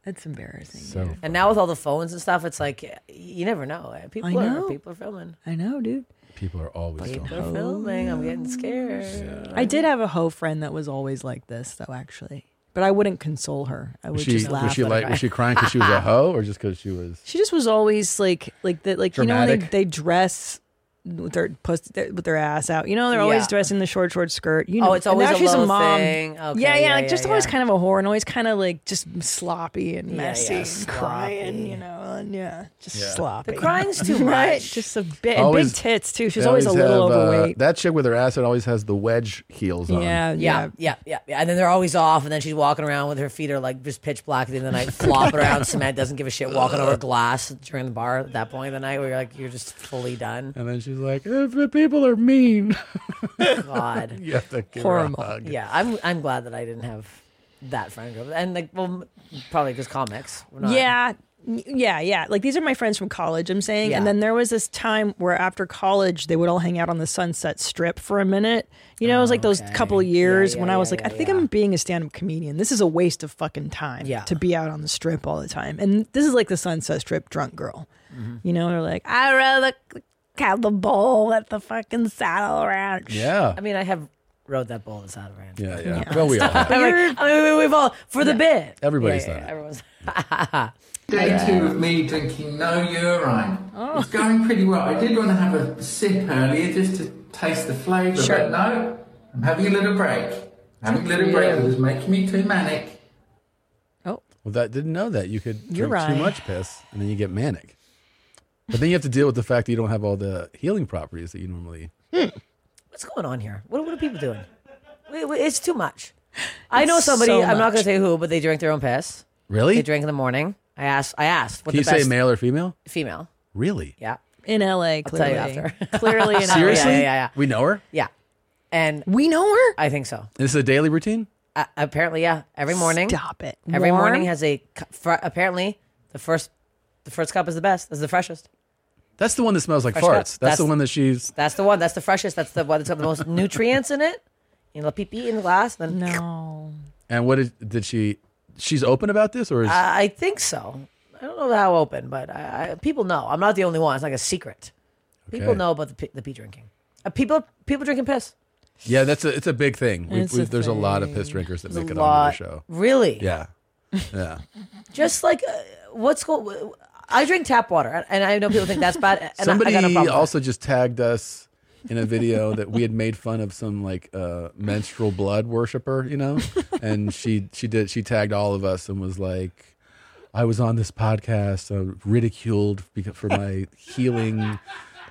[SPEAKER 1] that's embarrassing.
[SPEAKER 3] So
[SPEAKER 1] dude.
[SPEAKER 2] And now with all the phones and stuff, it's like you never know. People
[SPEAKER 1] I
[SPEAKER 2] are
[SPEAKER 1] know.
[SPEAKER 2] people are filming.
[SPEAKER 1] I know, dude.
[SPEAKER 3] people are always
[SPEAKER 2] People
[SPEAKER 3] filming.
[SPEAKER 2] are filming. I'm getting scared.
[SPEAKER 1] I did have a hoe friend that was always like this, though. Actually, but I wouldn't console her. I would
[SPEAKER 3] Was she
[SPEAKER 1] just laugh.
[SPEAKER 3] was she
[SPEAKER 1] at her.
[SPEAKER 3] like was she crying because she
[SPEAKER 1] [LAUGHS]
[SPEAKER 3] was a hoe or just because she was?
[SPEAKER 1] She just was always like, like that, like you know, when
[SPEAKER 3] Dramatic.
[SPEAKER 1] they, they dress with their, pus- their with their ass out. You know, they're always
[SPEAKER 2] Yeah.
[SPEAKER 1] dressing the short, short skirt. You
[SPEAKER 2] Oh,
[SPEAKER 1] know,
[SPEAKER 2] it's
[SPEAKER 1] and
[SPEAKER 2] always
[SPEAKER 1] now
[SPEAKER 2] a
[SPEAKER 1] she's
[SPEAKER 2] low
[SPEAKER 1] a mom.
[SPEAKER 2] thing. Okay,
[SPEAKER 1] yeah, yeah,
[SPEAKER 2] yeah,
[SPEAKER 1] like just
[SPEAKER 2] yeah,
[SPEAKER 1] always
[SPEAKER 2] yeah.
[SPEAKER 1] kind of a whore and always kind of like just sloppy and
[SPEAKER 2] Yeah,
[SPEAKER 1] messy,
[SPEAKER 2] yeah,
[SPEAKER 1] and crying.
[SPEAKER 2] sloppy.
[SPEAKER 1] You know, and yeah, just
[SPEAKER 3] Yeah.
[SPEAKER 1] sloppy.
[SPEAKER 2] The crying's too
[SPEAKER 1] [LAUGHS] right?
[SPEAKER 2] much.
[SPEAKER 1] Just a bit, and
[SPEAKER 3] Always-
[SPEAKER 1] big tits too. She's
[SPEAKER 3] They
[SPEAKER 1] always, a little
[SPEAKER 3] have, uh,
[SPEAKER 1] overweight.
[SPEAKER 3] that chick with her ass out always has the wedge heels on.
[SPEAKER 1] yeah, yeah,
[SPEAKER 2] Yeah, yeah, yeah, yeah. And then they're always off, and then she's walking around with her feet are like just pitch black at the end of the night, flopping around cement, doesn't give a shit, walking over glass during the bar at that point of the night where you're like, you're just fully done.
[SPEAKER 3] And then she's like, "If the people are mean." [LAUGHS]
[SPEAKER 2] God.
[SPEAKER 3] you have to give
[SPEAKER 1] Horrible.
[SPEAKER 3] her a hug.
[SPEAKER 2] Yeah, I'm I'm glad that I didn't have that friend group. And like, well, probably because comics. We're not,
[SPEAKER 1] Yeah. Yeah, yeah. Like these are my friends from college, I'm saying. And
[SPEAKER 2] Yeah.
[SPEAKER 1] then there was this time where after college, they would all hang out on the Sunset Strip for a minute. You know, it was like those couple of years when I was like, I think I'm being a stand up comedian. This is a waste of fucking time
[SPEAKER 2] Yeah.
[SPEAKER 1] to be out on the strip all the time. And this is like the Sunset Strip drunk girl.
[SPEAKER 2] Mm-hmm.
[SPEAKER 1] You know, they're like, I'd rather have the bowl at the fucking saddle ranch.
[SPEAKER 3] Yeah.
[SPEAKER 2] I mean, I have rode that bull and saddle ranch.
[SPEAKER 3] Yeah, yeah. Well, we all
[SPEAKER 2] I
[SPEAKER 3] have.
[SPEAKER 2] mean, we, we've all for the bit.
[SPEAKER 3] Everybody's
[SPEAKER 2] yeah, yeah,
[SPEAKER 3] done it.
[SPEAKER 2] everyone's.
[SPEAKER 18] Day two of me drinking no urine.
[SPEAKER 1] Oh.
[SPEAKER 18] It's going pretty well. I did want to have a sip earlier just to taste the flavour,
[SPEAKER 1] Sure.
[SPEAKER 18] but no, I'm having a little break. I'm having a little break that was making me too manic.
[SPEAKER 3] Well, that didn't know that you could
[SPEAKER 1] You're
[SPEAKER 3] drink
[SPEAKER 1] right.
[SPEAKER 3] too much piss and then you get manic. But then you have to deal with the fact that you don't have all the healing properties that you normally.
[SPEAKER 2] What's going on here? What, what are people doing? We- we- It's too much. I know
[SPEAKER 1] It's so
[SPEAKER 2] somebody. I'm not
[SPEAKER 1] much.
[SPEAKER 2] going to say who, but they drink their own piss.
[SPEAKER 3] Really?
[SPEAKER 2] They drink in the morning. I asked. I asked. What
[SPEAKER 3] Can you
[SPEAKER 2] the best
[SPEAKER 3] say male or female?
[SPEAKER 2] Female.
[SPEAKER 3] Really?
[SPEAKER 2] Yeah.
[SPEAKER 1] In LA, clearly.
[SPEAKER 2] tell you after. [LAUGHS]
[SPEAKER 1] clearly in LA.
[SPEAKER 3] Seriously?
[SPEAKER 2] Yeah, yeah, yeah.
[SPEAKER 3] We know her.
[SPEAKER 2] Yeah. And
[SPEAKER 1] We know her?
[SPEAKER 2] I think so.
[SPEAKER 3] This is a daily routine.
[SPEAKER 2] Uh, apparently, yeah. Every morning.
[SPEAKER 1] Stop it.
[SPEAKER 2] Every
[SPEAKER 1] Warm?
[SPEAKER 2] morning has a. cu- Fr- apparently, the first, the first cup is the best. That's the freshest.
[SPEAKER 3] That's the one that smells like
[SPEAKER 2] Fresh
[SPEAKER 3] farts.
[SPEAKER 2] cut.
[SPEAKER 3] That's, the
[SPEAKER 2] That's-
[SPEAKER 3] one that she's.
[SPEAKER 2] That's the one. That's the freshest. That's the one that's got the most [LAUGHS] nutrients in it. You know, pee pee in the glass. Then
[SPEAKER 1] no.
[SPEAKER 3] And what did, did she? She's open about this, or is
[SPEAKER 2] I I think so. I don't know how open, but I, I, people know. I'm not the only one. It's like a secret. People
[SPEAKER 3] Okay.
[SPEAKER 2] know about the pee, the pee drinking. Uh, people people drinking piss.
[SPEAKER 3] yeah? That's a it's a big thing. We,
[SPEAKER 2] It's
[SPEAKER 3] we,
[SPEAKER 2] a
[SPEAKER 3] there's a lot of piss
[SPEAKER 2] thing.
[SPEAKER 3] drinkers that
[SPEAKER 2] There's a
[SPEAKER 3] make it onto the
[SPEAKER 2] lot.
[SPEAKER 3] show.
[SPEAKER 2] Really?
[SPEAKER 3] Yeah, yeah.
[SPEAKER 2] [LAUGHS] Just like uh, what's going. I drink tap water, and- and I know people think that's bad. And I-
[SPEAKER 3] Somebody
[SPEAKER 2] I, got no problem with
[SPEAKER 3] also just tagged us in a video [LAUGHS] that we had made fun of some like uh,
[SPEAKER 2] [LAUGHS]
[SPEAKER 3] menstrual blood worshiper, you know, and she she did she tagged all of us and was like, I was on this podcast uh, ridiculed because for my healing,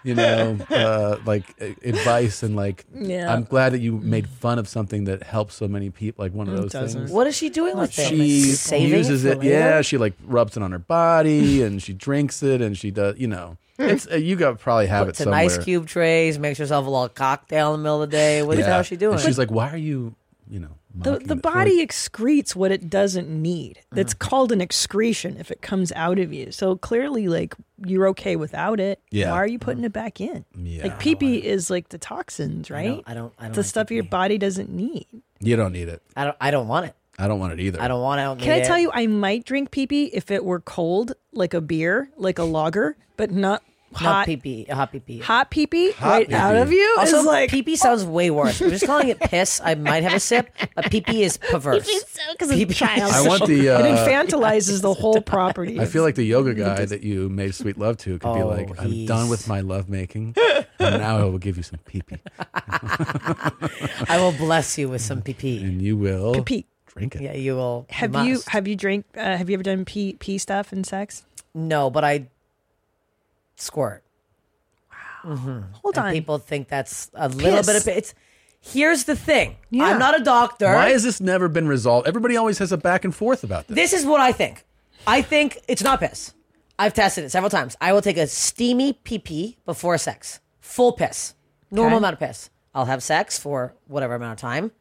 [SPEAKER 3] you know, uh, like a- advice and like.
[SPEAKER 2] Yeah.
[SPEAKER 3] I'm glad that you made fun of something that helps so many people. Like one of
[SPEAKER 2] It
[SPEAKER 3] those
[SPEAKER 2] doesn't.
[SPEAKER 3] things.
[SPEAKER 2] What is she doing with it?
[SPEAKER 3] She
[SPEAKER 2] Saving it
[SPEAKER 3] uses
[SPEAKER 2] for
[SPEAKER 3] it.
[SPEAKER 2] later?
[SPEAKER 3] Yeah, she like rubs it on her body and she drinks it and she does. You know, it's uh, you got probably have it
[SPEAKER 2] Puts an
[SPEAKER 3] somewhere.
[SPEAKER 2] ice cube trays, makes herself a little cocktail in the middle of the day. What is
[SPEAKER 3] Yeah.
[SPEAKER 2] how she doing?
[SPEAKER 3] And she's like, why are you? You know,
[SPEAKER 1] The, the body excretes what it doesn't need. That's
[SPEAKER 3] Uh-huh.
[SPEAKER 1] called an excretion if it comes out of you. So clearly, like, you're okay without it.
[SPEAKER 2] Yeah.
[SPEAKER 1] Why are you putting it back in?
[SPEAKER 3] Yeah.
[SPEAKER 1] Like, pee pee is like the toxins, right?
[SPEAKER 2] I don't- I don't
[SPEAKER 1] the
[SPEAKER 2] like
[SPEAKER 1] stuff your body doesn't need.
[SPEAKER 3] you don't need it.
[SPEAKER 2] I don't. I don't want it.
[SPEAKER 3] I don't want it either.
[SPEAKER 2] I don't want. it. I don't
[SPEAKER 1] Can I
[SPEAKER 2] need
[SPEAKER 1] tell
[SPEAKER 2] it.
[SPEAKER 1] you, I might drink pee pee if it were cold, like a beer, like a lager, but not hot
[SPEAKER 2] Not pee pee. Hot pee pee.
[SPEAKER 1] Hot pee pee
[SPEAKER 2] Hot
[SPEAKER 1] right out
[SPEAKER 2] pee-pee.
[SPEAKER 1] of you
[SPEAKER 2] Also,
[SPEAKER 1] is like
[SPEAKER 2] pee pee sounds way worse. I'm just calling it piss. I might have a sip, but pee pee is perverse.
[SPEAKER 1] because it's child.
[SPEAKER 3] I want the, uh,
[SPEAKER 1] [LAUGHS] it infantilizes the whole property.
[SPEAKER 3] I feel like the yoga guy that you made sweet love to could be
[SPEAKER 2] Oh,
[SPEAKER 3] like, I'm
[SPEAKER 2] he's-
[SPEAKER 3] done with my love making, and now I will give you some pee pee,
[SPEAKER 2] I will bless you with some pee pee.
[SPEAKER 3] and you will
[SPEAKER 1] Pee-pee.
[SPEAKER 3] drink it.
[SPEAKER 2] Yeah, you will.
[SPEAKER 1] Have
[SPEAKER 2] must.
[SPEAKER 1] you have you drank? Uh, have you ever done pee pee stuff and sex?
[SPEAKER 2] No, but I squirt. Wow.
[SPEAKER 1] Hold
[SPEAKER 2] on. People think that's a little
[SPEAKER 1] Piss.
[SPEAKER 2] bit of it's. Here's the thing.
[SPEAKER 3] Yeah.
[SPEAKER 2] I'm not a doctor.
[SPEAKER 3] Why has this never been resolved? Everybody always has a back and forth about this.
[SPEAKER 2] This is what I think. I think it's not piss. I've tested it several times. I will take a steamy pee pee before sex. Full piss. Normal
[SPEAKER 1] Okay.
[SPEAKER 2] amount of piss. I'll have sex for whatever amount of time.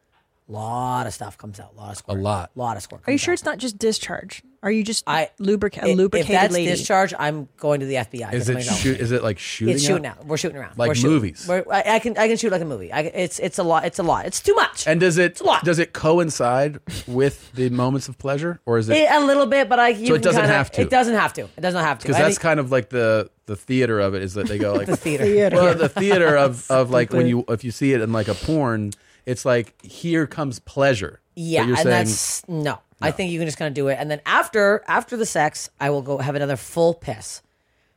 [SPEAKER 2] Lot of stuff comes out. Lot of squirt. A lot. Lot of squirt.
[SPEAKER 1] Are you sure it's not just discharge? Are you just I, lubric- a
[SPEAKER 2] If-
[SPEAKER 1] lubricated
[SPEAKER 2] if that's
[SPEAKER 1] lady?
[SPEAKER 2] discharge, I'm going to the FBI.
[SPEAKER 3] Is
[SPEAKER 2] That's my
[SPEAKER 3] it
[SPEAKER 2] goal.
[SPEAKER 3] shoot? Is it like shooting?
[SPEAKER 2] it's shooting out? We're shooting around.
[SPEAKER 3] Like
[SPEAKER 2] We're shooting.
[SPEAKER 3] movies.
[SPEAKER 2] We're, I, I can I can shoot like a movie. I, it's it's a lot. It's a lot. It's too much.
[SPEAKER 3] And does it does it coincide with the moments of pleasure, or is it?
[SPEAKER 2] a little bit, but I. You
[SPEAKER 3] So it
[SPEAKER 2] can
[SPEAKER 3] doesn't
[SPEAKER 2] kinda-
[SPEAKER 3] have to.
[SPEAKER 2] It doesn't have to. It doesn't have to.
[SPEAKER 3] because
[SPEAKER 2] I
[SPEAKER 3] that's
[SPEAKER 2] think-
[SPEAKER 3] kind of like the the theater of it is that they go
[SPEAKER 2] [LAUGHS]
[SPEAKER 3] like
[SPEAKER 2] The theater. Theater.
[SPEAKER 3] well the theater of of like when you if you see it in like a porn it's like here comes pleasure But
[SPEAKER 2] Yeah,
[SPEAKER 3] you're
[SPEAKER 2] and
[SPEAKER 3] saying
[SPEAKER 2] that's no. I think you can just kind of do it, and then after after the sex, I will go have another full piss.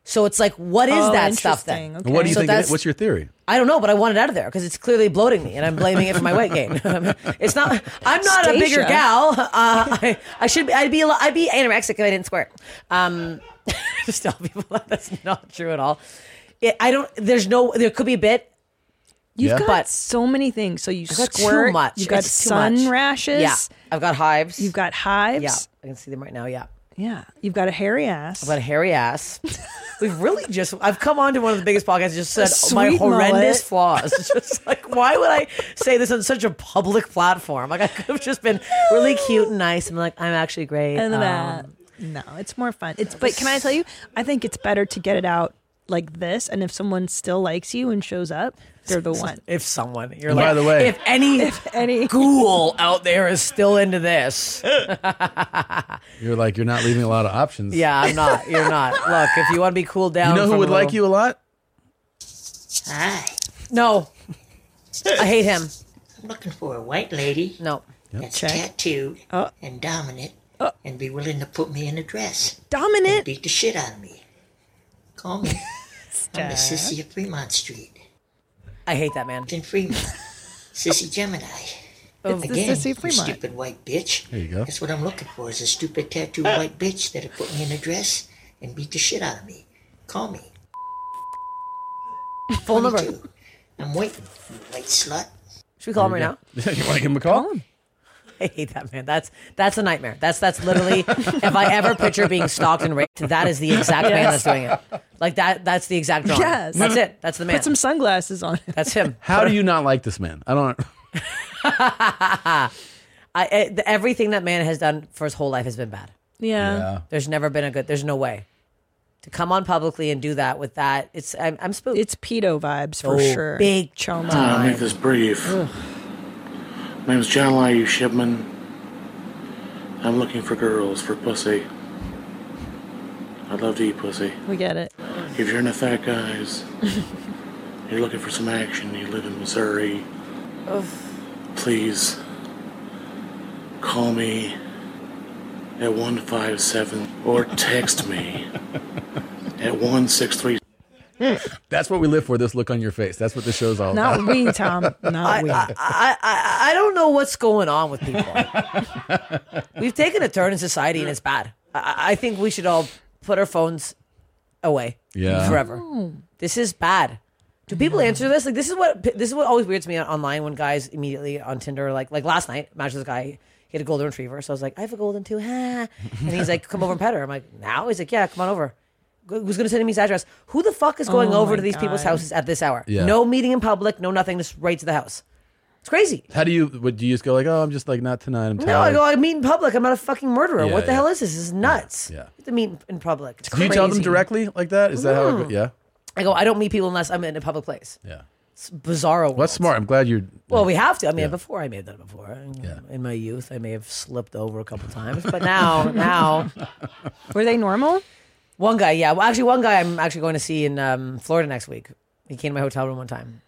[SPEAKER 2] So it's like, what is
[SPEAKER 3] Oh,
[SPEAKER 2] that stuff then?
[SPEAKER 3] And what do you
[SPEAKER 2] so
[SPEAKER 3] think it
[SPEAKER 2] that's-
[SPEAKER 3] is? what's your theory
[SPEAKER 2] I don't know, but I want it out of there because it's clearly bloating me, and I'm blaming it for my weight gain. [LAUGHS] it's not. I'm not a bigger
[SPEAKER 12] Stacia.
[SPEAKER 2] gal. Uh, I, I should. Be, I'd be. a lo- I'd be anorexic if I didn't squirt. Um, [LAUGHS] just tell people [LAUGHS] that that's not true at all. It, I don't. There's no. There could be a bit.
[SPEAKER 1] You've
[SPEAKER 2] Yeah.
[SPEAKER 1] got
[SPEAKER 2] But-
[SPEAKER 1] so many things. So you
[SPEAKER 2] I've got too
[SPEAKER 1] squirt.
[SPEAKER 2] much.
[SPEAKER 1] You've got
[SPEAKER 2] It's too
[SPEAKER 1] sun
[SPEAKER 2] much.
[SPEAKER 1] rashes.
[SPEAKER 2] Yeah. I've got hives.
[SPEAKER 1] You've got hives.
[SPEAKER 2] Yeah, I can see them right now. Yeah.
[SPEAKER 1] Yeah. You've got a hairy ass.
[SPEAKER 2] I've got a hairy ass. We've really just. I've come on to one of the biggest podcasts. and Just said
[SPEAKER 1] A
[SPEAKER 2] my
[SPEAKER 1] sweet
[SPEAKER 2] horrendous
[SPEAKER 1] mullet.
[SPEAKER 2] flaws. It's just [LAUGHS] like why would I say this on such a public platform? Like I could have just been really cute and nice and like I'm actually great.
[SPEAKER 1] and then uh,
[SPEAKER 2] Um,
[SPEAKER 1] no, it's more fun. It's but can I tell you? I think it's better to get it out like this. And if someone still likes you and shows up,
[SPEAKER 2] [LAUGHS]
[SPEAKER 1] they're the one.
[SPEAKER 2] If someone, you're
[SPEAKER 1] And
[SPEAKER 2] like,
[SPEAKER 1] by the way-
[SPEAKER 2] if any,
[SPEAKER 1] If any
[SPEAKER 2] ghoul out there is still into this,
[SPEAKER 3] you're like you're not leaving a lot of options
[SPEAKER 2] yeah, I'm not. You're not. Look, if you want to be cooled down,
[SPEAKER 3] you know who
[SPEAKER 2] from
[SPEAKER 3] would
[SPEAKER 2] a
[SPEAKER 3] like
[SPEAKER 2] little-
[SPEAKER 3] you a lot [LAUGHS]
[SPEAKER 19] Hi.
[SPEAKER 2] No, I hate him.
[SPEAKER 19] I'm looking for a white lady.
[SPEAKER 2] No.
[SPEAKER 19] That's tattooed
[SPEAKER 1] Uh.
[SPEAKER 19] and dominant and be willing to put me in a dress.
[SPEAKER 1] Dominant?
[SPEAKER 19] And beat the shit out of me. Call
[SPEAKER 1] [LAUGHS]
[SPEAKER 19] me. I'm the sissy of Fremont Street.
[SPEAKER 2] I hate that man.
[SPEAKER 19] In
[SPEAKER 1] [LAUGHS]
[SPEAKER 19] Fremont. sissy Gemini.
[SPEAKER 2] It's the
[SPEAKER 19] Again,
[SPEAKER 2] sissy
[SPEAKER 19] you
[SPEAKER 2] Fremont.
[SPEAKER 19] stupid white bitch.
[SPEAKER 3] There you go.
[SPEAKER 19] That's what I'm looking for is a stupid tattooed
[SPEAKER 2] Ah.
[SPEAKER 19] white bitch that'll put me in a dress and beat the shit out of me. Call me.
[SPEAKER 2] [LAUGHS] Full number.
[SPEAKER 19] 22. I'm waiting, you white slut.
[SPEAKER 2] Should we call him right now?
[SPEAKER 3] you want to give him a call
[SPEAKER 2] [LAUGHS] I hate that man. That's that's a nightmare. That's that's literally if I ever picture being stalked and raped, that is the exact man
[SPEAKER 1] Yes.
[SPEAKER 2] that's doing it. Like that that's the exact drawing.
[SPEAKER 1] Yes.
[SPEAKER 2] That's it. That's the man.
[SPEAKER 1] Put some sunglasses on.
[SPEAKER 2] that's him.
[SPEAKER 3] how do you not like this man i don't [LAUGHS]
[SPEAKER 2] I, I, eh, the- everything that man has done for his whole life has been bad.
[SPEAKER 1] Yeah. Yeah.
[SPEAKER 2] There's never been a good there's no way. To come on publicly and do that with that, it's I'm, I'm spooked.
[SPEAKER 1] It's pedo vibes for
[SPEAKER 3] Oh.
[SPEAKER 1] sure.
[SPEAKER 2] Big
[SPEAKER 1] choma.
[SPEAKER 20] I'll make Ah, this brief. My name's John Lyu Shipman. I'm looking for girls for pussy. I'd love to eat pussy.
[SPEAKER 1] We get it.
[SPEAKER 20] If you're into fat guys, [LAUGHS] you're looking for some action, you live in Missouri, please call me at 157 or text me at 163.
[SPEAKER 3] that's what we live for this look on your face that's what the show's all about [LAUGHS]
[SPEAKER 1] Tom. Not
[SPEAKER 2] I,
[SPEAKER 1] we.
[SPEAKER 2] I, I, I, I don't know what's going on with people. We've taken a turn in society and it's bad. I, I think we should all put our phones away.
[SPEAKER 3] Yeah.
[SPEAKER 2] Forever.
[SPEAKER 1] Hmm.
[SPEAKER 2] This is bad. Do people answer this? Like this is what this is what always weirds me on- online when guys immediately on Tinder are like like last night, imagine this guy, he had a golden retriever, so I was like, I have a golden too, [LAUGHS] ha. and he's like, come over and pet her. I'm like, now? He's like, yeah, come on over. Go- Who's gonna send him his address? Who the fuck is going
[SPEAKER 1] Oh
[SPEAKER 2] over
[SPEAKER 1] my
[SPEAKER 2] to these people's
[SPEAKER 1] God.
[SPEAKER 2] houses at this hour?
[SPEAKER 3] Yeah.
[SPEAKER 2] No meeting in public, no nothing, just right to the house. It's crazy.
[SPEAKER 3] How do you? Would you just go like, "Oh, I'm just like not tonight. I'm tired."
[SPEAKER 2] No, I go, I meet in public. I'm not a fucking murderer.
[SPEAKER 3] Yeah,
[SPEAKER 2] what the
[SPEAKER 3] yeah.
[SPEAKER 2] hell is this? This is nuts.
[SPEAKER 3] Yeah.
[SPEAKER 2] You have to meet in- in public. It's
[SPEAKER 3] do you tell them
[SPEAKER 2] crazy.
[SPEAKER 3] directly like that? Is that how? It go?
[SPEAKER 2] Mm.
[SPEAKER 3] Yeah.
[SPEAKER 2] I go, I don't meet people unless I'm in a public place.
[SPEAKER 3] Yeah.
[SPEAKER 2] It's bizarro.
[SPEAKER 3] Well, that's smart. I'm glad you're.
[SPEAKER 2] Well, we have to. I mean,
[SPEAKER 3] Yeah.
[SPEAKER 2] before I may have done it before. In my youth, I may have slipped over a couple times, but now, [LAUGHS] now,
[SPEAKER 1] were they normal?
[SPEAKER 2] One guy, yeah. Well, actually, one guy I'm actually going to see in um, Florida next week. He came to my hotel room one time.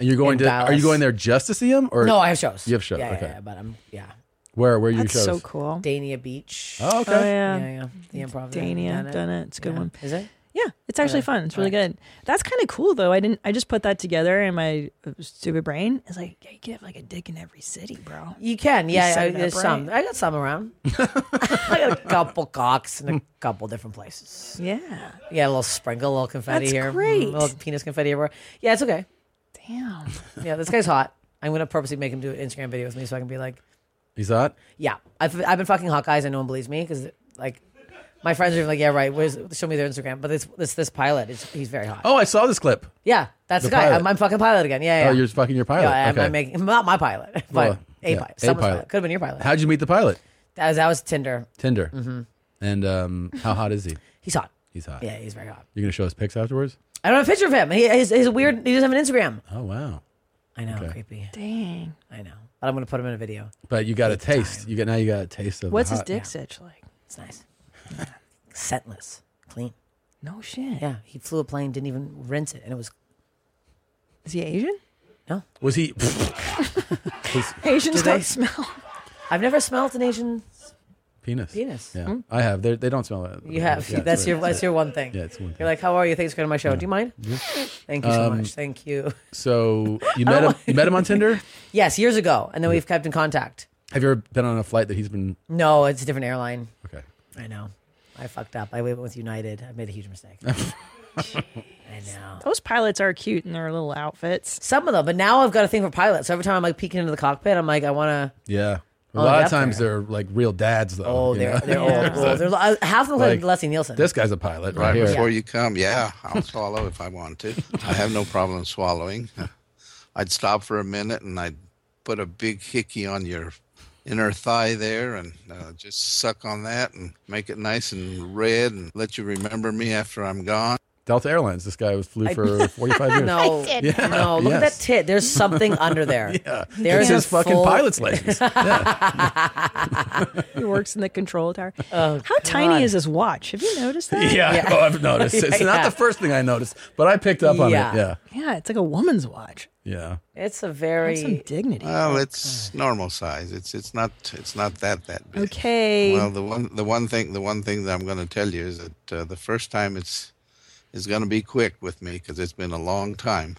[SPEAKER 3] And you're going
[SPEAKER 2] in
[SPEAKER 3] to? Are
[SPEAKER 2] Dallas.
[SPEAKER 3] you going there just to see him? Or
[SPEAKER 2] No, I have shows.
[SPEAKER 3] You have shows.
[SPEAKER 2] Yeah, yeah,
[SPEAKER 3] okay.
[SPEAKER 2] yeah, but I'm yeah.
[SPEAKER 3] Where? Where are your
[SPEAKER 2] That's
[SPEAKER 3] shows?
[SPEAKER 2] so
[SPEAKER 1] cool.
[SPEAKER 2] Dania Beach.
[SPEAKER 3] Oh, okay.
[SPEAKER 1] Oh, yeah.
[SPEAKER 2] yeah, yeah. The improv. there.
[SPEAKER 1] Dania, done it. It's a good
[SPEAKER 2] Yeah.
[SPEAKER 1] one.
[SPEAKER 2] Is it?
[SPEAKER 1] Yeah, it's actually
[SPEAKER 2] Okay.
[SPEAKER 1] fun. It's really good. That's kind of cool though. I didn't. I just put that together in my uh, stupid brain. It's like yeah, you can have like a dick in every city, bro.
[SPEAKER 2] You can,
[SPEAKER 1] You
[SPEAKER 2] yeah.
[SPEAKER 1] set
[SPEAKER 2] I,
[SPEAKER 1] it up
[SPEAKER 2] there's
[SPEAKER 1] right.
[SPEAKER 2] some. I got some
[SPEAKER 1] [LAUGHS]
[SPEAKER 2] around. I got a couple cocks in a couple different places.
[SPEAKER 1] Yeah.
[SPEAKER 2] Yeah, a little sprinkle, a little confetti
[SPEAKER 1] That's
[SPEAKER 2] here, mm,
[SPEAKER 1] great.
[SPEAKER 2] a little penis confetti everywhere. Yeah, it's okay.
[SPEAKER 1] Damn.
[SPEAKER 2] Yeah, this guy's hot. I'm gonna purposely make him do an Instagram video with me so I can be like,
[SPEAKER 3] He's hot.
[SPEAKER 2] yeah, I've I've been fucking hot guys and no one believes me because like my friends are even like, yeah, right. Where's show me their Instagram? But this this this pilot, it's, he's very hot.
[SPEAKER 3] Oh, I saw this clip.
[SPEAKER 2] Yeah, that's
[SPEAKER 3] The
[SPEAKER 2] the, guy.
[SPEAKER 3] pilot.
[SPEAKER 2] I'm, I'm fucking pilot again. Yeah, yeah.
[SPEAKER 3] Oh,
[SPEAKER 2] yeah.
[SPEAKER 3] you're fucking your pilot.
[SPEAKER 2] Yeah, I'm,
[SPEAKER 3] okay.
[SPEAKER 2] I'm making not my pilot, [LAUGHS] but
[SPEAKER 3] Well,
[SPEAKER 2] a
[SPEAKER 3] yeah,
[SPEAKER 2] pilot.
[SPEAKER 3] a
[SPEAKER 2] Someone's
[SPEAKER 3] pilot.
[SPEAKER 2] pilot. Could have been your pilot.
[SPEAKER 3] How'd you meet the pilot?
[SPEAKER 2] That was, that was Tinder.
[SPEAKER 3] Tinder.
[SPEAKER 2] Mhm.
[SPEAKER 3] And um, how hot is he?
[SPEAKER 2] He's hot.
[SPEAKER 3] He's hot.
[SPEAKER 2] Yeah, he's very hot.
[SPEAKER 3] You're gonna show us pics afterwards?
[SPEAKER 2] I don't have a picture of him. He, he's, he's weird. He doesn't have an Instagram.
[SPEAKER 3] Oh wow.
[SPEAKER 2] I know,
[SPEAKER 3] Okay.
[SPEAKER 2] creepy.
[SPEAKER 1] Dang.
[SPEAKER 2] I know, but I'm gonna put him in a video.
[SPEAKER 3] But you got a taste. You got now. You got a taste of the
[SPEAKER 1] What's his
[SPEAKER 3] hot-
[SPEAKER 1] dick sitch like?
[SPEAKER 2] It's nice. [LAUGHS] Scentless, clean.
[SPEAKER 1] No shit.
[SPEAKER 2] Yeah, he flew a plane, didn't even rinse it, and it was.
[SPEAKER 1] Is he Asian?
[SPEAKER 3] Was he? [LAUGHS] His
[SPEAKER 1] Asians
[SPEAKER 2] Do they-
[SPEAKER 1] don't smell.
[SPEAKER 2] I've never smelled an Asian.
[SPEAKER 3] penis.
[SPEAKER 2] Penis.
[SPEAKER 3] Yeah,
[SPEAKER 2] Hmm.
[SPEAKER 3] I have. They're, they don't smell it.
[SPEAKER 2] You have.
[SPEAKER 3] Yeah, it's
[SPEAKER 2] that's
[SPEAKER 3] weird.
[SPEAKER 2] your.
[SPEAKER 3] It's
[SPEAKER 2] That's your
[SPEAKER 3] weird.
[SPEAKER 2] one thing.
[SPEAKER 3] Yeah, it's one
[SPEAKER 2] You're
[SPEAKER 3] thing.
[SPEAKER 2] like, how are you? Thanks for going to my show. Do you mind?
[SPEAKER 3] Yeah.
[SPEAKER 2] Thank you so
[SPEAKER 3] Um,
[SPEAKER 2] much. Thank you. [LAUGHS]
[SPEAKER 3] So you
[SPEAKER 2] I
[SPEAKER 3] met
[SPEAKER 2] don't
[SPEAKER 3] him. You met him on Tinder.
[SPEAKER 2] Yes, years ago, and then we've kept in contact.
[SPEAKER 3] Have you ever been on a flight that he's been?
[SPEAKER 2] No, it's a different airline.
[SPEAKER 3] Okay.
[SPEAKER 2] I know. I fucked up. I went with United. I made a huge mistake. I know.
[SPEAKER 1] [LAUGHS] Those pilots are cute in their little outfits.
[SPEAKER 2] Some of them, but now I've got a thing for pilots. So every time I'm like peeking into the cockpit, I'm like, I want to.
[SPEAKER 3] Yeah. A
[SPEAKER 2] Oh,
[SPEAKER 3] lot
[SPEAKER 2] they're
[SPEAKER 3] of
[SPEAKER 2] up
[SPEAKER 3] times they're like real dads though.
[SPEAKER 2] Oh,
[SPEAKER 3] you
[SPEAKER 2] they're
[SPEAKER 3] know?
[SPEAKER 2] they're old. old. They're, uh, half of them look like Leslie Nielsen.
[SPEAKER 3] [LAUGHS] This guy's a pilot right,
[SPEAKER 21] Right
[SPEAKER 3] here.
[SPEAKER 21] before you come, yeah, I'll swallow if I want to. I have no problem swallowing. [LAUGHS] I'd stop for a minute and I'd put a big hickey on your inner thigh there and uh, just suck on that and make it nice and red and let you remember me after I'm gone.
[SPEAKER 3] Delta Airlines. This guy was flew
[SPEAKER 21] I-
[SPEAKER 3] [LAUGHS] for 45
[SPEAKER 2] [LAUGHS]
[SPEAKER 3] years.
[SPEAKER 2] No,
[SPEAKER 3] Yeah.
[SPEAKER 2] no. Look at
[SPEAKER 3] Yes.
[SPEAKER 2] that tit. There's something under there. yeah,
[SPEAKER 3] It's his fucking pilot's license.
[SPEAKER 2] [LAUGHS]
[SPEAKER 1] He works in the control tower.
[SPEAKER 2] Oh,
[SPEAKER 1] How tiny is his watch? Have you noticed that?
[SPEAKER 3] [LAUGHS] Yeah, Oh,
[SPEAKER 2] [LAUGHS]
[SPEAKER 3] I've noticed. It's not the first thing I noticed, but I picked up on
[SPEAKER 1] Yeah.
[SPEAKER 3] it. Yeah,
[SPEAKER 1] Yeah, it's like a woman's watch.
[SPEAKER 3] yeah.
[SPEAKER 2] It's a
[SPEAKER 1] Have some
[SPEAKER 2] very
[SPEAKER 1] dignity.
[SPEAKER 3] Uh,
[SPEAKER 21] Well, it's normal size. It's it's not it's not that that big.
[SPEAKER 1] Okay.
[SPEAKER 21] Well, the one the one thing the one thing that I'm going to tell you is that uh, the first time it's is going to be quick with me because it's been a long time.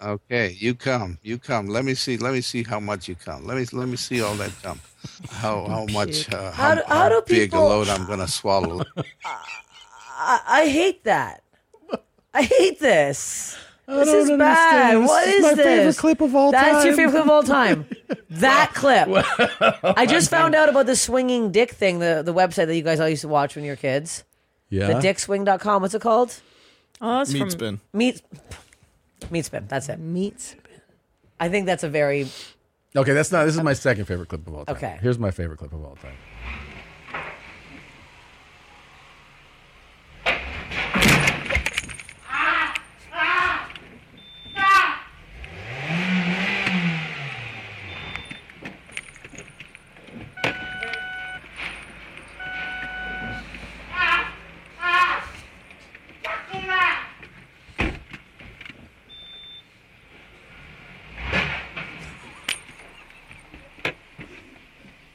[SPEAKER 21] Okay, you come, you come. Let me see, let me see how much you come. Let me let me see all that jump.
[SPEAKER 1] [LAUGHS]
[SPEAKER 21] How how much
[SPEAKER 2] How
[SPEAKER 21] uh, how,
[SPEAKER 2] do- how do
[SPEAKER 21] big a
[SPEAKER 2] people-
[SPEAKER 21] load
[SPEAKER 7] [LAUGHS]
[SPEAKER 21] I'm going to swallow.
[SPEAKER 2] I, I hate that. I hate this.
[SPEAKER 3] I
[SPEAKER 2] this
[SPEAKER 3] don't
[SPEAKER 2] is bad.
[SPEAKER 3] understand. This
[SPEAKER 2] What
[SPEAKER 3] is
[SPEAKER 2] is
[SPEAKER 3] my
[SPEAKER 2] this?
[SPEAKER 3] favorite clip of all
[SPEAKER 2] That's your
[SPEAKER 3] time.
[SPEAKER 2] favorite clip of all
[SPEAKER 3] [LAUGHS]
[SPEAKER 2] time. that clip. I just found out about the swinging dick thing, the, the website that you guys all used to watch when you were kids.
[SPEAKER 3] Yeah.
[SPEAKER 2] The dickswing.com. What's it called?
[SPEAKER 1] Oh,
[SPEAKER 10] it's Meat from- Spin.
[SPEAKER 2] Meat, meat spin. That's it.
[SPEAKER 1] Meat spin.
[SPEAKER 2] I think that's a very
[SPEAKER 3] Okay, that's not. This is my second favorite clip of all time.
[SPEAKER 2] Okay.
[SPEAKER 3] Here's my favorite clip of all time.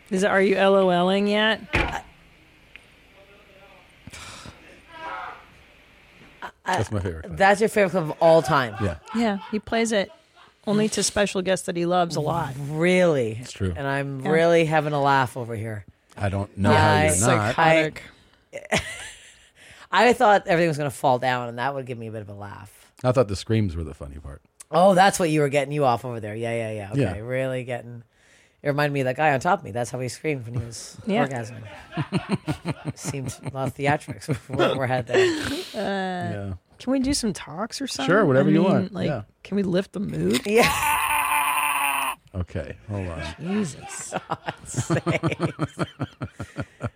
[SPEAKER 1] Is it, are you LOLing yet?
[SPEAKER 2] Uh,
[SPEAKER 3] That's my favorite. clip.
[SPEAKER 2] that's your favorite clip of all time.
[SPEAKER 3] Yeah.
[SPEAKER 1] Yeah, he plays it only to special guests that he loves a lot.
[SPEAKER 2] Really? It's
[SPEAKER 3] true.
[SPEAKER 2] And I'm
[SPEAKER 1] Yeah.
[SPEAKER 2] really having a laugh over here.
[SPEAKER 3] I don't know
[SPEAKER 2] I-
[SPEAKER 3] how you're not.
[SPEAKER 2] I, I thought everything was going to fall down, and that would give me a bit of a laugh.
[SPEAKER 3] I thought the screams were the funny part.
[SPEAKER 2] Oh, that's what you were getting you off over there. Yeah, yeah, yeah. Okay,
[SPEAKER 3] Yeah.
[SPEAKER 2] really getting. It reminded me of that guy on top of me. That's how he screamed when he was
[SPEAKER 1] [LAUGHS] Yeah.
[SPEAKER 2] orgasming. [LAUGHS] Seemed a lot of theatrics were, were had there. [LAUGHS]
[SPEAKER 1] Uh, Can we do some talks or something?
[SPEAKER 3] Sure, whatever
[SPEAKER 1] I
[SPEAKER 3] you
[SPEAKER 1] mean,
[SPEAKER 3] want.
[SPEAKER 1] Like,
[SPEAKER 3] Yeah.
[SPEAKER 1] can we lift the mood? Yeah. [LAUGHS]
[SPEAKER 3] Okay, hold on.
[SPEAKER 1] Jesus.
[SPEAKER 2] That's-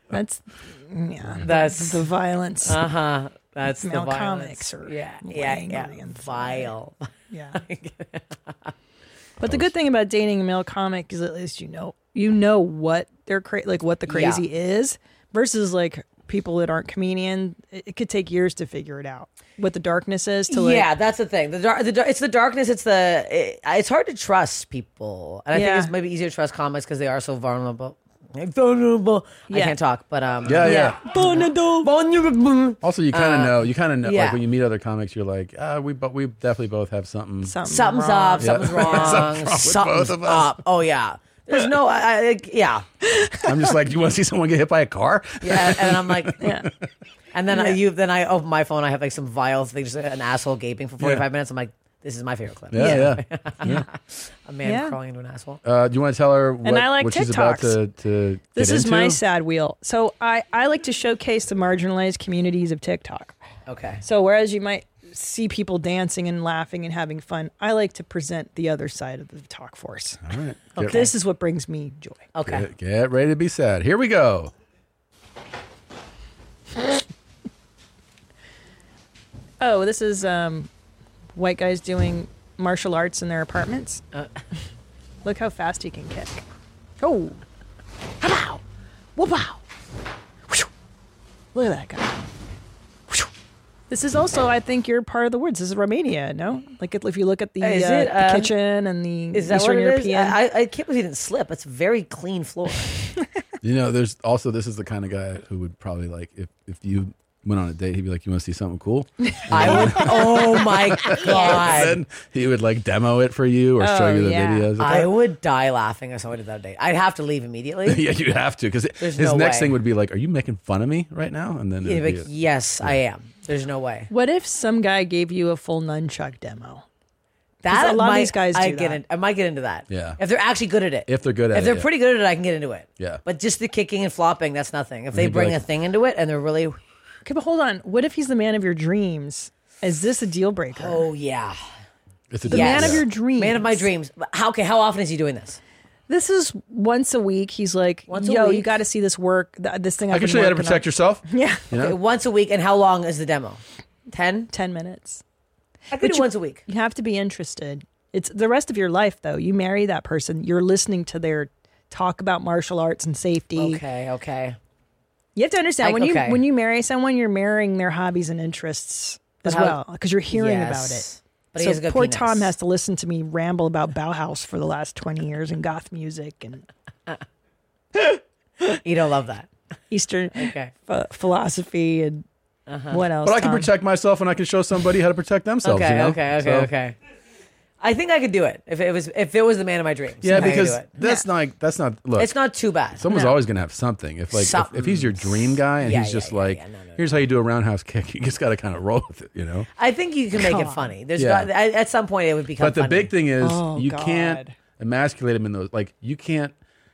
[SPEAKER 1] That's yeah.
[SPEAKER 2] That's
[SPEAKER 1] the violence.
[SPEAKER 2] Uh huh. [LAUGHS] That's the
[SPEAKER 1] Male
[SPEAKER 2] violence.
[SPEAKER 1] comics are
[SPEAKER 2] yeah, yeah,
[SPEAKER 1] laying
[SPEAKER 2] yeah.
[SPEAKER 1] on the
[SPEAKER 2] Vile.
[SPEAKER 1] Yeah. But the good thing about dating a male comic is at least you know you know what they're cra- like what the
[SPEAKER 2] Yeah.
[SPEAKER 1] crazy is versus like people that aren't comedian. It, it could take years to figure it out what the darkness is. To like,
[SPEAKER 2] yeah, that's the thing. The, dar- the dar- it's the darkness. It's the it, it's hard to trust people, and I
[SPEAKER 1] Yeah.
[SPEAKER 2] think it's maybe easier to trust comics because they are so vulnerable. Vulnerable. I
[SPEAKER 1] Yeah.
[SPEAKER 2] can't talk, but um,
[SPEAKER 3] Yeah, yeah.
[SPEAKER 2] Vulnerable. Vulnerable.
[SPEAKER 3] Also, you kind of
[SPEAKER 2] Uh,
[SPEAKER 3] know. You kind of know.
[SPEAKER 2] yeah.
[SPEAKER 3] Like when you meet other comics, you're like, uh, we, but we definitely both have something.
[SPEAKER 2] Something's up.
[SPEAKER 3] Yeah. [LAUGHS]
[SPEAKER 2] Something's wrong.
[SPEAKER 3] Something's with
[SPEAKER 2] something's
[SPEAKER 3] both of us.
[SPEAKER 2] up. Oh yeah. There's no. I, I like, yeah.
[SPEAKER 3] I'm just like, do you want to see someone get hit by a car?
[SPEAKER 2] Yeah. And, I'm like, yeah. And then I,
[SPEAKER 1] Yeah.
[SPEAKER 2] you. Then I open my phone. I have like some vile thing, just an asshole gaping for 45 minutes. I'm like, this is my favorite clip.
[SPEAKER 3] Yeah, yeah. Yeah.
[SPEAKER 2] a man
[SPEAKER 1] Yeah.
[SPEAKER 2] crawling into an asshole.
[SPEAKER 3] Uh, do you want to tell her what,
[SPEAKER 1] I like
[SPEAKER 3] what she's about to,
[SPEAKER 1] TikToks.
[SPEAKER 3] to
[SPEAKER 1] This
[SPEAKER 3] get
[SPEAKER 1] is my
[SPEAKER 3] into?
[SPEAKER 1] sad wheel. So I, I like to showcase the marginalized communities of TikTok.
[SPEAKER 2] Okay.
[SPEAKER 1] So whereas you might see people dancing and laughing and having fun, I like to present the other side of the talk force.
[SPEAKER 3] All right.
[SPEAKER 1] Okay. [LAUGHS]
[SPEAKER 3] Get-
[SPEAKER 1] This is what brings me joy.
[SPEAKER 3] Get, get ready to be sad. Here we go.
[SPEAKER 1] Oh, this is um, white guys doing martial arts in their apartments.
[SPEAKER 2] Uh.
[SPEAKER 1] [LAUGHS] Look how fast he can kick. Oh, wow, wow! Look at that guy. Whew. This is also, I think, you're part of the woods. This is Romania, no? Like if if you look at the,
[SPEAKER 2] Is
[SPEAKER 1] uh,
[SPEAKER 2] it,
[SPEAKER 1] the
[SPEAKER 2] uh,
[SPEAKER 1] kitchen and the
[SPEAKER 2] Is that
[SPEAKER 1] Eastern
[SPEAKER 2] what it is?
[SPEAKER 1] European.
[SPEAKER 2] I, I can't believe he didn't slip. It's a very clean floor.
[SPEAKER 3] You know, there's also this is the kind of guy who would probably like if if you went on a date, he'd be like, "You want to see something cool?"
[SPEAKER 2] I would. [LAUGHS] Oh my god.
[SPEAKER 3] And then he would like demo it for you or show you the videos.
[SPEAKER 2] I would die laughing if someone did that date. I'd have to leave immediately.
[SPEAKER 3] [LAUGHS] yeah, you'd have to because
[SPEAKER 2] There's
[SPEAKER 3] his
[SPEAKER 2] no
[SPEAKER 3] next
[SPEAKER 2] way.
[SPEAKER 3] thing would be like, "Are you making fun of me right now?" And then
[SPEAKER 2] He'd
[SPEAKER 3] it'd
[SPEAKER 2] be
[SPEAKER 3] be
[SPEAKER 2] like, yes, I am. There's no way.
[SPEAKER 1] what if some guy gave you a full nunchuck demo? 'Cause a lot of
[SPEAKER 2] might-
[SPEAKER 1] these guys
[SPEAKER 2] I
[SPEAKER 1] do
[SPEAKER 2] get
[SPEAKER 1] that.
[SPEAKER 2] in- I might get into that.
[SPEAKER 3] Yeah.
[SPEAKER 2] If they're actually good at it.
[SPEAKER 3] If they're good at
[SPEAKER 2] If they're
[SPEAKER 3] it, yeah.
[SPEAKER 2] pretty good at it, I can get into it.
[SPEAKER 3] Yeah.
[SPEAKER 2] But just the kicking and flopping, that's nothing. If
[SPEAKER 3] And
[SPEAKER 2] they
[SPEAKER 3] he'd be
[SPEAKER 2] bring
[SPEAKER 3] like-
[SPEAKER 2] a thing into it and they're really,
[SPEAKER 1] Okay, but hold on. What if he's the man of your dreams? Is this a deal breaker?
[SPEAKER 2] oh yeah,
[SPEAKER 3] It's
[SPEAKER 1] the man of your dreams.
[SPEAKER 2] man of my dreams. But How okay? How often is he doing this?
[SPEAKER 1] This is once a week. He's like,
[SPEAKER 2] Once a
[SPEAKER 1] yo, you
[SPEAKER 2] week?
[SPEAKER 1] got to see this work, th- this thing.
[SPEAKER 3] I
[SPEAKER 1] I've
[SPEAKER 3] can
[SPEAKER 1] been
[SPEAKER 3] show you how to
[SPEAKER 1] working
[SPEAKER 3] protect
[SPEAKER 1] on."
[SPEAKER 3] yourself.
[SPEAKER 1] Yeah. [LAUGHS]
[SPEAKER 3] You
[SPEAKER 2] [LAUGHS]
[SPEAKER 3] know?
[SPEAKER 2] Okay, once a week, and how long is the demo? Ten.
[SPEAKER 1] Ten minutes.
[SPEAKER 2] I could
[SPEAKER 1] But
[SPEAKER 2] do
[SPEAKER 1] you-
[SPEAKER 2] once a week.
[SPEAKER 1] You have to be interested. It's the rest of your life, though. You marry that person. You're listening to their talk about martial arts and safety.
[SPEAKER 2] Okay, okay.
[SPEAKER 1] You have to understand
[SPEAKER 2] I-
[SPEAKER 1] when
[SPEAKER 2] okay.
[SPEAKER 1] you when you marry someone, you're marrying their hobbies and interests
[SPEAKER 2] But
[SPEAKER 1] as
[SPEAKER 2] how-
[SPEAKER 1] well because you're hearing about
[SPEAKER 2] Yes.
[SPEAKER 1] it.
[SPEAKER 2] But he
[SPEAKER 1] so
[SPEAKER 2] has a good
[SPEAKER 1] poor
[SPEAKER 2] penis.
[SPEAKER 1] Tom has to listen to me ramble about Bauhaus for the last twenty years and goth music and
[SPEAKER 2] You don't love that.
[SPEAKER 1] Eastern
[SPEAKER 2] Okay.
[SPEAKER 1] ph- philosophy and
[SPEAKER 2] Uh-huh.
[SPEAKER 1] what else?
[SPEAKER 3] But I can
[SPEAKER 1] Tom?
[SPEAKER 3] protect myself, and I can show somebody how to protect themselves.
[SPEAKER 2] Okay,
[SPEAKER 3] Oh, you know?
[SPEAKER 2] okay, okay,
[SPEAKER 3] So-
[SPEAKER 2] okay. I think I could do it if it was if it was the man of my dreams.
[SPEAKER 3] Yeah,
[SPEAKER 2] I could do
[SPEAKER 3] because
[SPEAKER 2] it.
[SPEAKER 3] that's not that's not look.
[SPEAKER 2] it's not too bad.
[SPEAKER 3] Someone's always going to have something. If like if- if,
[SPEAKER 2] Something.
[SPEAKER 3] he's your dream guy and
[SPEAKER 2] Yeah,
[SPEAKER 3] he's
[SPEAKER 2] yeah,
[SPEAKER 3] just like, here's how you do a roundhouse kick. [LAUGHS] You just got to kind of roll with it, you know.
[SPEAKER 2] I think you can make
[SPEAKER 3] Come
[SPEAKER 2] it
[SPEAKER 3] on.
[SPEAKER 2] funny. There's
[SPEAKER 3] Yeah.
[SPEAKER 2] got, I, at some point it would become.
[SPEAKER 3] but the
[SPEAKER 2] funny.
[SPEAKER 3] big thing is
[SPEAKER 2] Oh,
[SPEAKER 3] you
[SPEAKER 2] God.
[SPEAKER 3] can't emasculate him in those. Like you can't.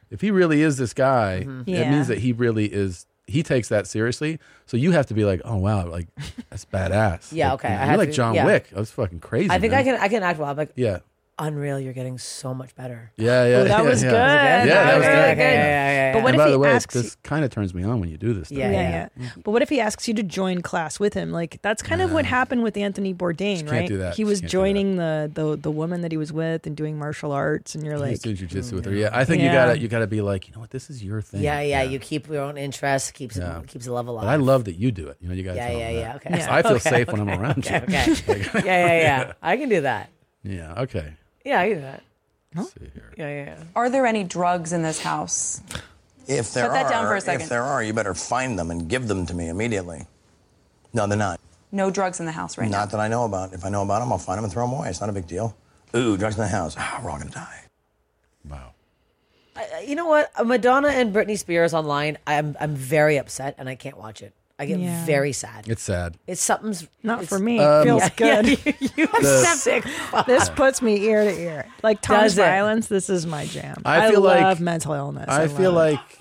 [SPEAKER 3] If he really is this guy,
[SPEAKER 2] Mhm.
[SPEAKER 3] it
[SPEAKER 2] Yeah.
[SPEAKER 3] means that he really is. He takes that seriously. So you have to be like, oh wow, like
[SPEAKER 2] [LAUGHS]
[SPEAKER 3] that's badass.
[SPEAKER 2] Yeah,
[SPEAKER 3] Like,
[SPEAKER 2] okay, I
[SPEAKER 3] You're
[SPEAKER 2] have
[SPEAKER 3] like
[SPEAKER 2] to-
[SPEAKER 3] John
[SPEAKER 2] yeah.
[SPEAKER 3] Wick. That's fucking crazy.
[SPEAKER 2] I think
[SPEAKER 3] man.
[SPEAKER 2] I can I can act well. I'm like
[SPEAKER 3] Yeah.
[SPEAKER 2] unreal. You're getting so much better.
[SPEAKER 3] Yeah, yeah,
[SPEAKER 2] Ooh, that
[SPEAKER 3] yeah,
[SPEAKER 2] was
[SPEAKER 3] yeah.
[SPEAKER 2] good.
[SPEAKER 3] Yeah,
[SPEAKER 2] That
[SPEAKER 3] that
[SPEAKER 2] was
[SPEAKER 3] was
[SPEAKER 2] really
[SPEAKER 3] good.
[SPEAKER 2] good. Yeah, yeah, yeah, yeah,
[SPEAKER 1] But what
[SPEAKER 3] and
[SPEAKER 1] if
[SPEAKER 3] by
[SPEAKER 1] he
[SPEAKER 3] the way,
[SPEAKER 1] asks
[SPEAKER 3] this kind of turns me on when you do this. Stuff.
[SPEAKER 1] Yeah, yeah, But what if he asks you to join class with him? Like that's kind of what happened with Anthony Bourdain,
[SPEAKER 3] can't
[SPEAKER 1] right?
[SPEAKER 3] do that.
[SPEAKER 1] He
[SPEAKER 3] Uh, Just
[SPEAKER 1] was
[SPEAKER 3] can't do
[SPEAKER 1] joining the, the the woman that he was with and doing martial arts, and you're
[SPEAKER 3] He
[SPEAKER 1] like,
[SPEAKER 3] was doing jujitsu with her. Yeah, I think you gotta you gotta be like, you know what, this is your thing.
[SPEAKER 2] mm, Yeah, yeah. You keep your own interest. Keeps
[SPEAKER 3] Yeah.
[SPEAKER 2] keeps the level
[SPEAKER 3] But
[SPEAKER 2] up.
[SPEAKER 3] I love that you do it. You know, you gotta.
[SPEAKER 2] Yeah,
[SPEAKER 3] tell
[SPEAKER 2] yeah,
[SPEAKER 3] them
[SPEAKER 2] yeah.
[SPEAKER 3] that.
[SPEAKER 2] Okay.
[SPEAKER 3] So I feel
[SPEAKER 2] Okay, [LAUGHS]
[SPEAKER 3] safe when I'm
[SPEAKER 2] okay,
[SPEAKER 3] around
[SPEAKER 2] okay,
[SPEAKER 3] you.
[SPEAKER 2] [LAUGHS] Okay. yeah, yeah, yeah. I can do that.
[SPEAKER 3] [LAUGHS] Yeah. Okay.
[SPEAKER 2] Yeah, I can do that. Yeah, yeah, yeah.
[SPEAKER 7] Are there any drugs in this house?
[SPEAKER 22] If there
[SPEAKER 7] Shut
[SPEAKER 22] are,
[SPEAKER 7] that down for a second.
[SPEAKER 22] if there are, you better find them and give them to me immediately. No, they're not.
[SPEAKER 7] No drugs in the house right
[SPEAKER 22] not that I know about. If I know about them, I'll find them and throw them away. It's not a big deal. Ooh, drugs in the house. Ah, we're all gonna die.
[SPEAKER 2] I- you know what? Madonna and Britney Spears online. I'm I'm very upset and I can't watch it. I get
[SPEAKER 1] Yeah.
[SPEAKER 2] very sad.
[SPEAKER 3] It's sad.
[SPEAKER 2] It's something's
[SPEAKER 1] Not
[SPEAKER 2] it's-
[SPEAKER 1] for me.
[SPEAKER 3] Um,
[SPEAKER 1] it
[SPEAKER 2] [LAUGHS]
[SPEAKER 1] feels
[SPEAKER 2] yeah,
[SPEAKER 1] good. [LAUGHS]
[SPEAKER 2] you- you are
[SPEAKER 1] The-
[SPEAKER 2] septic.
[SPEAKER 1] [LAUGHS] This puts me ear to ear. Like Tom's
[SPEAKER 2] Does it?
[SPEAKER 1] violence, this is my jam.
[SPEAKER 3] I feel
[SPEAKER 1] love
[SPEAKER 3] like-
[SPEAKER 1] mental illness.
[SPEAKER 3] I feel
[SPEAKER 1] love
[SPEAKER 3] like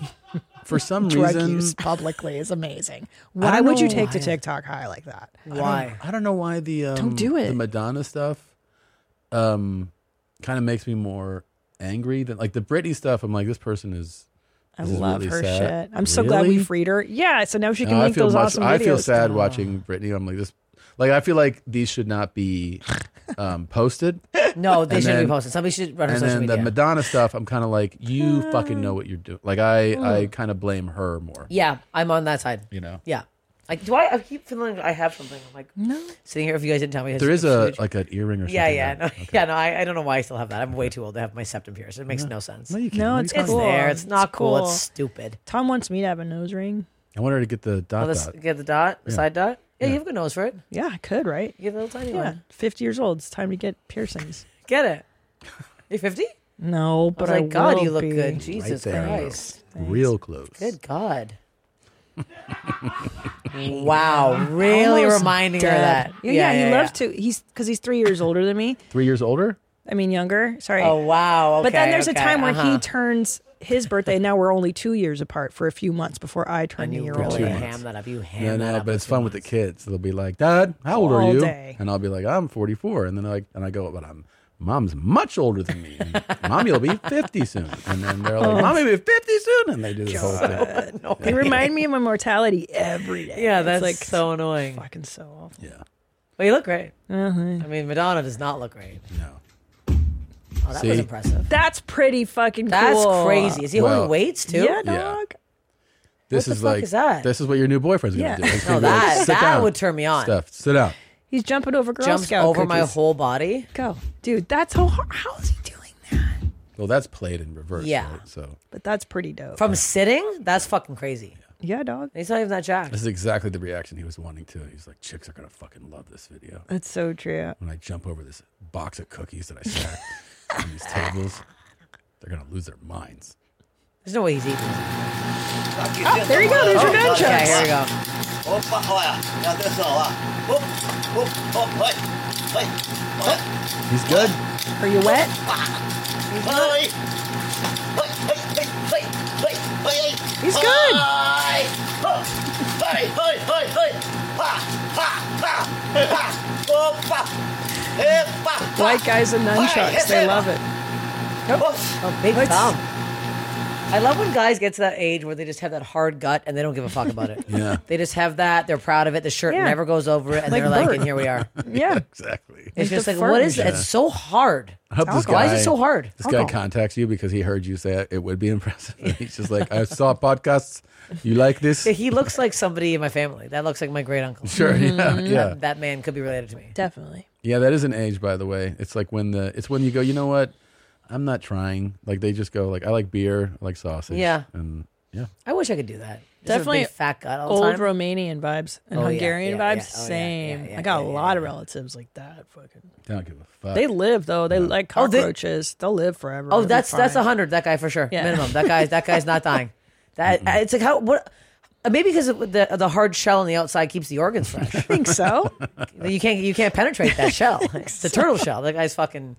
[SPEAKER 2] [LAUGHS]
[SPEAKER 3] for some
[SPEAKER 1] drug
[SPEAKER 3] reason-
[SPEAKER 1] use publicly is amazing.
[SPEAKER 3] I don't
[SPEAKER 1] Why would you
[SPEAKER 3] know
[SPEAKER 1] take to
[SPEAKER 3] why.
[SPEAKER 1] TikTok high like that?
[SPEAKER 3] I don't- I don't, know why the um,
[SPEAKER 1] Don't do
[SPEAKER 3] The
[SPEAKER 1] it.
[SPEAKER 3] Madonna stuff, um, kind of makes me more angry than like the Britney stuff. I'm like, this person is.
[SPEAKER 1] I
[SPEAKER 3] this is
[SPEAKER 1] love
[SPEAKER 3] really
[SPEAKER 1] her
[SPEAKER 3] sad.
[SPEAKER 1] shit. I'm so glad we
[SPEAKER 3] Really?
[SPEAKER 1] freed her. Yeah, so now she can
[SPEAKER 3] No,
[SPEAKER 1] make
[SPEAKER 3] I feel
[SPEAKER 1] those
[SPEAKER 3] much-
[SPEAKER 1] awesome videos.
[SPEAKER 3] I feel sad
[SPEAKER 1] Oh.
[SPEAKER 3] watching Britney. I'm like this. Like I feel like these should
[SPEAKER 2] [LAUGHS]
[SPEAKER 3] not be um, posted.
[SPEAKER 2] No, they shouldn't
[SPEAKER 3] And then-
[SPEAKER 2] be posted. Somebody should run her
[SPEAKER 3] and
[SPEAKER 2] social
[SPEAKER 3] then
[SPEAKER 2] media.
[SPEAKER 3] the Madonna stuff, I'm kind of like, you fucking know what you're doing. Like I, I kind of blame her more.
[SPEAKER 2] yeah, I'm on that side.
[SPEAKER 3] You know,
[SPEAKER 2] Yeah. Like, do I? I keep feeling I have something. I'm like, no. Sitting here, if you guys didn't tell me, I
[SPEAKER 3] there is
[SPEAKER 2] just-
[SPEAKER 3] a like an earring or something.
[SPEAKER 2] Yeah, yeah, no,
[SPEAKER 3] that-
[SPEAKER 2] yeah. No, I, I don't know why I still have that. I'm way too old to have my septum pierced. It makes no, sense.
[SPEAKER 1] No, No, it's cool.
[SPEAKER 2] there. It's not cool. It's stupid.
[SPEAKER 1] Tom wants me to have a nose ring.
[SPEAKER 3] I want her to get the dot
[SPEAKER 2] Oh, this-
[SPEAKER 3] dot.
[SPEAKER 2] Get the dot, the
[SPEAKER 3] Yeah.
[SPEAKER 2] side dot. Yeah, you have a good nose for it.
[SPEAKER 1] Yeah, I could, right?
[SPEAKER 2] You get a little tiny
[SPEAKER 1] Yeah,
[SPEAKER 2] one.
[SPEAKER 1] 50 years old. It's time to get piercings.
[SPEAKER 2] Get it. You 50?
[SPEAKER 1] No, but
[SPEAKER 2] I was
[SPEAKER 1] I
[SPEAKER 2] like, God, you
[SPEAKER 1] will
[SPEAKER 2] look
[SPEAKER 1] be.
[SPEAKER 2] good. Jesus
[SPEAKER 1] [LAUGHS]
[SPEAKER 3] there.
[SPEAKER 2] Christ.
[SPEAKER 3] Real close.
[SPEAKER 2] Good God. wow, really
[SPEAKER 1] Almost
[SPEAKER 2] reminding her
[SPEAKER 1] dead.
[SPEAKER 2] that.
[SPEAKER 1] Yeah, yeah, he
[SPEAKER 2] yeah.
[SPEAKER 1] loves to. He's because he's three years older than me.
[SPEAKER 3] Three years older.
[SPEAKER 1] I mean, younger. Sorry.
[SPEAKER 2] Oh, wow.
[SPEAKER 1] but then
[SPEAKER 2] Okay,
[SPEAKER 1] there's a
[SPEAKER 2] okay,
[SPEAKER 1] time where he
[SPEAKER 2] uh-huh.
[SPEAKER 1] turns his birthday. and Now we're only two years apart for a few months before I turn a year
[SPEAKER 3] For
[SPEAKER 1] older.
[SPEAKER 3] two
[SPEAKER 2] ham
[SPEAKER 3] months.
[SPEAKER 2] that up. You ham that
[SPEAKER 3] No, no,
[SPEAKER 2] up
[SPEAKER 3] but
[SPEAKER 2] for
[SPEAKER 3] it's
[SPEAKER 2] two
[SPEAKER 3] fun with the kids. They'll be like, "Dad, how old are
[SPEAKER 1] All
[SPEAKER 3] you?"
[SPEAKER 1] day.
[SPEAKER 3] And I'll be like, "I'm 44." And then they're like, and I go, "But I'm mom's much older than me.
[SPEAKER 2] [LAUGHS]
[SPEAKER 3] And Mommy will be 50 soon." And then they're like,
[SPEAKER 1] Oh.
[SPEAKER 3] "Mommy will be 50 soon," and they do this whole thing.
[SPEAKER 1] They remind me of my mortality every day.
[SPEAKER 2] Yeah,
[SPEAKER 1] It's
[SPEAKER 2] that's
[SPEAKER 1] like
[SPEAKER 2] so annoying.
[SPEAKER 1] Fucking so awful.
[SPEAKER 3] Yeah.
[SPEAKER 2] Well, you look great. I mean, Madonna does not look great.
[SPEAKER 3] No.
[SPEAKER 2] Oh, that
[SPEAKER 3] See?
[SPEAKER 2] was impressive.
[SPEAKER 1] That's pretty fucking.
[SPEAKER 2] That's
[SPEAKER 1] cool.
[SPEAKER 2] crazy. Is he
[SPEAKER 3] Well-
[SPEAKER 2] holding weights too?
[SPEAKER 1] Yeah,
[SPEAKER 3] Yeah.
[SPEAKER 1] dog.
[SPEAKER 3] This
[SPEAKER 2] What
[SPEAKER 3] is
[SPEAKER 2] the fuck
[SPEAKER 3] like
[SPEAKER 2] is that?
[SPEAKER 3] this is what your new boyfriend's
[SPEAKER 1] Yeah.
[SPEAKER 3] gonna do. [LAUGHS] He's
[SPEAKER 2] No,
[SPEAKER 3] gonna be like,
[SPEAKER 2] that-
[SPEAKER 3] "Sit
[SPEAKER 2] that
[SPEAKER 3] down,
[SPEAKER 2] would turn me on.
[SPEAKER 3] Stuff. Sit down.
[SPEAKER 1] He's jumping over Girl
[SPEAKER 2] Jumps
[SPEAKER 1] Scout
[SPEAKER 2] over my
[SPEAKER 1] cookies.
[SPEAKER 2] whole body.
[SPEAKER 1] Go, dude. That's how hard. How is he doing?
[SPEAKER 3] Well, that's played in reverse.
[SPEAKER 2] Yeah.
[SPEAKER 3] right? So
[SPEAKER 1] But that's pretty dope.
[SPEAKER 2] From sitting? That's fucking crazy.
[SPEAKER 1] yeah, dog.
[SPEAKER 2] He's not even that jacked.
[SPEAKER 3] this is exactly the reaction he was wanting to. He's like, "Chicks are gonna fucking love this video."
[SPEAKER 1] That's so true.
[SPEAKER 3] When I jump over this box of cookies that I stacked on these tables, they're gonna lose their minds.
[SPEAKER 2] There's no way he's eating.
[SPEAKER 1] Oh, there you go. There's your nunchucks.
[SPEAKER 2] Okay, here we go.
[SPEAKER 3] He's good.
[SPEAKER 1] Are you
[SPEAKER 2] [LAUGHS]
[SPEAKER 1] wet? He's good.
[SPEAKER 15] [LAUGHS]
[SPEAKER 1] White guys and nunchucks. They love it.
[SPEAKER 2] Oh, big thumb. I love when guys get to that age where they just have that hard gut and they don't give a fuck about it.
[SPEAKER 3] [LAUGHS] Yeah.
[SPEAKER 2] They just have that. They're proud of it. The shirt
[SPEAKER 1] Yeah.
[SPEAKER 2] never goes over it, and
[SPEAKER 1] Like
[SPEAKER 2] they're like,
[SPEAKER 1] Bert.
[SPEAKER 2] and here we are.
[SPEAKER 1] Yeah.
[SPEAKER 3] Exactly.
[SPEAKER 2] It's
[SPEAKER 1] Like
[SPEAKER 2] just
[SPEAKER 1] the
[SPEAKER 2] like, what
[SPEAKER 1] fur.
[SPEAKER 2] is it?
[SPEAKER 3] Yeah.
[SPEAKER 2] It's so hard.
[SPEAKER 3] I hope this guy,
[SPEAKER 2] Why is it so hard?
[SPEAKER 3] This guy contacts you because he heard you say it, it would be impressive. [LAUGHS] He's just like, I saw podcasts. You like
[SPEAKER 2] [LAUGHS]
[SPEAKER 3] this?
[SPEAKER 2] Yeah, he looks like somebody in my family. That looks like my great uncle.
[SPEAKER 3] Sure, yeah,
[SPEAKER 2] That-
[SPEAKER 3] yeah.
[SPEAKER 2] That, man could be related to me.
[SPEAKER 1] Definitely.
[SPEAKER 3] Yeah, that is an age, by the way. It's like when the it's when you go, you know what? I'm not trying. Like they just go, like I like beer, I like sausage.
[SPEAKER 2] Yeah.
[SPEAKER 3] and yeah,
[SPEAKER 2] I wish I could do that. Just have a
[SPEAKER 1] Definitely
[SPEAKER 2] big fat gut all the
[SPEAKER 1] old
[SPEAKER 2] time.
[SPEAKER 1] Romanian vibes and
[SPEAKER 2] Oh, yeah,
[SPEAKER 1] Hungarian
[SPEAKER 2] yeah,
[SPEAKER 1] vibes.
[SPEAKER 2] yeah. Oh, yeah,
[SPEAKER 1] same.
[SPEAKER 2] yeah, yeah,
[SPEAKER 1] I got
[SPEAKER 2] yeah,
[SPEAKER 1] a
[SPEAKER 2] yeah,
[SPEAKER 1] lot of relatives like that. Fucking.
[SPEAKER 3] they don't give a fuck.
[SPEAKER 1] They live though. They like
[SPEAKER 2] Oh, they-
[SPEAKER 1] cockroaches. They'll live forever.
[SPEAKER 2] Oh,
[SPEAKER 1] It'll be
[SPEAKER 2] that's that's a
[SPEAKER 1] fine.
[SPEAKER 2] hundred. That guy for sure.
[SPEAKER 1] Yeah.
[SPEAKER 2] Minimum. That guy. That guy's not dying. That it's like how what. Maybe because of the the hard shell on the outside keeps the organs fresh.
[SPEAKER 1] I
[SPEAKER 2] [LAUGHS]
[SPEAKER 1] think so.
[SPEAKER 2] you can't you can't penetrate that shell. It's a turtle shell. That guy's fucking.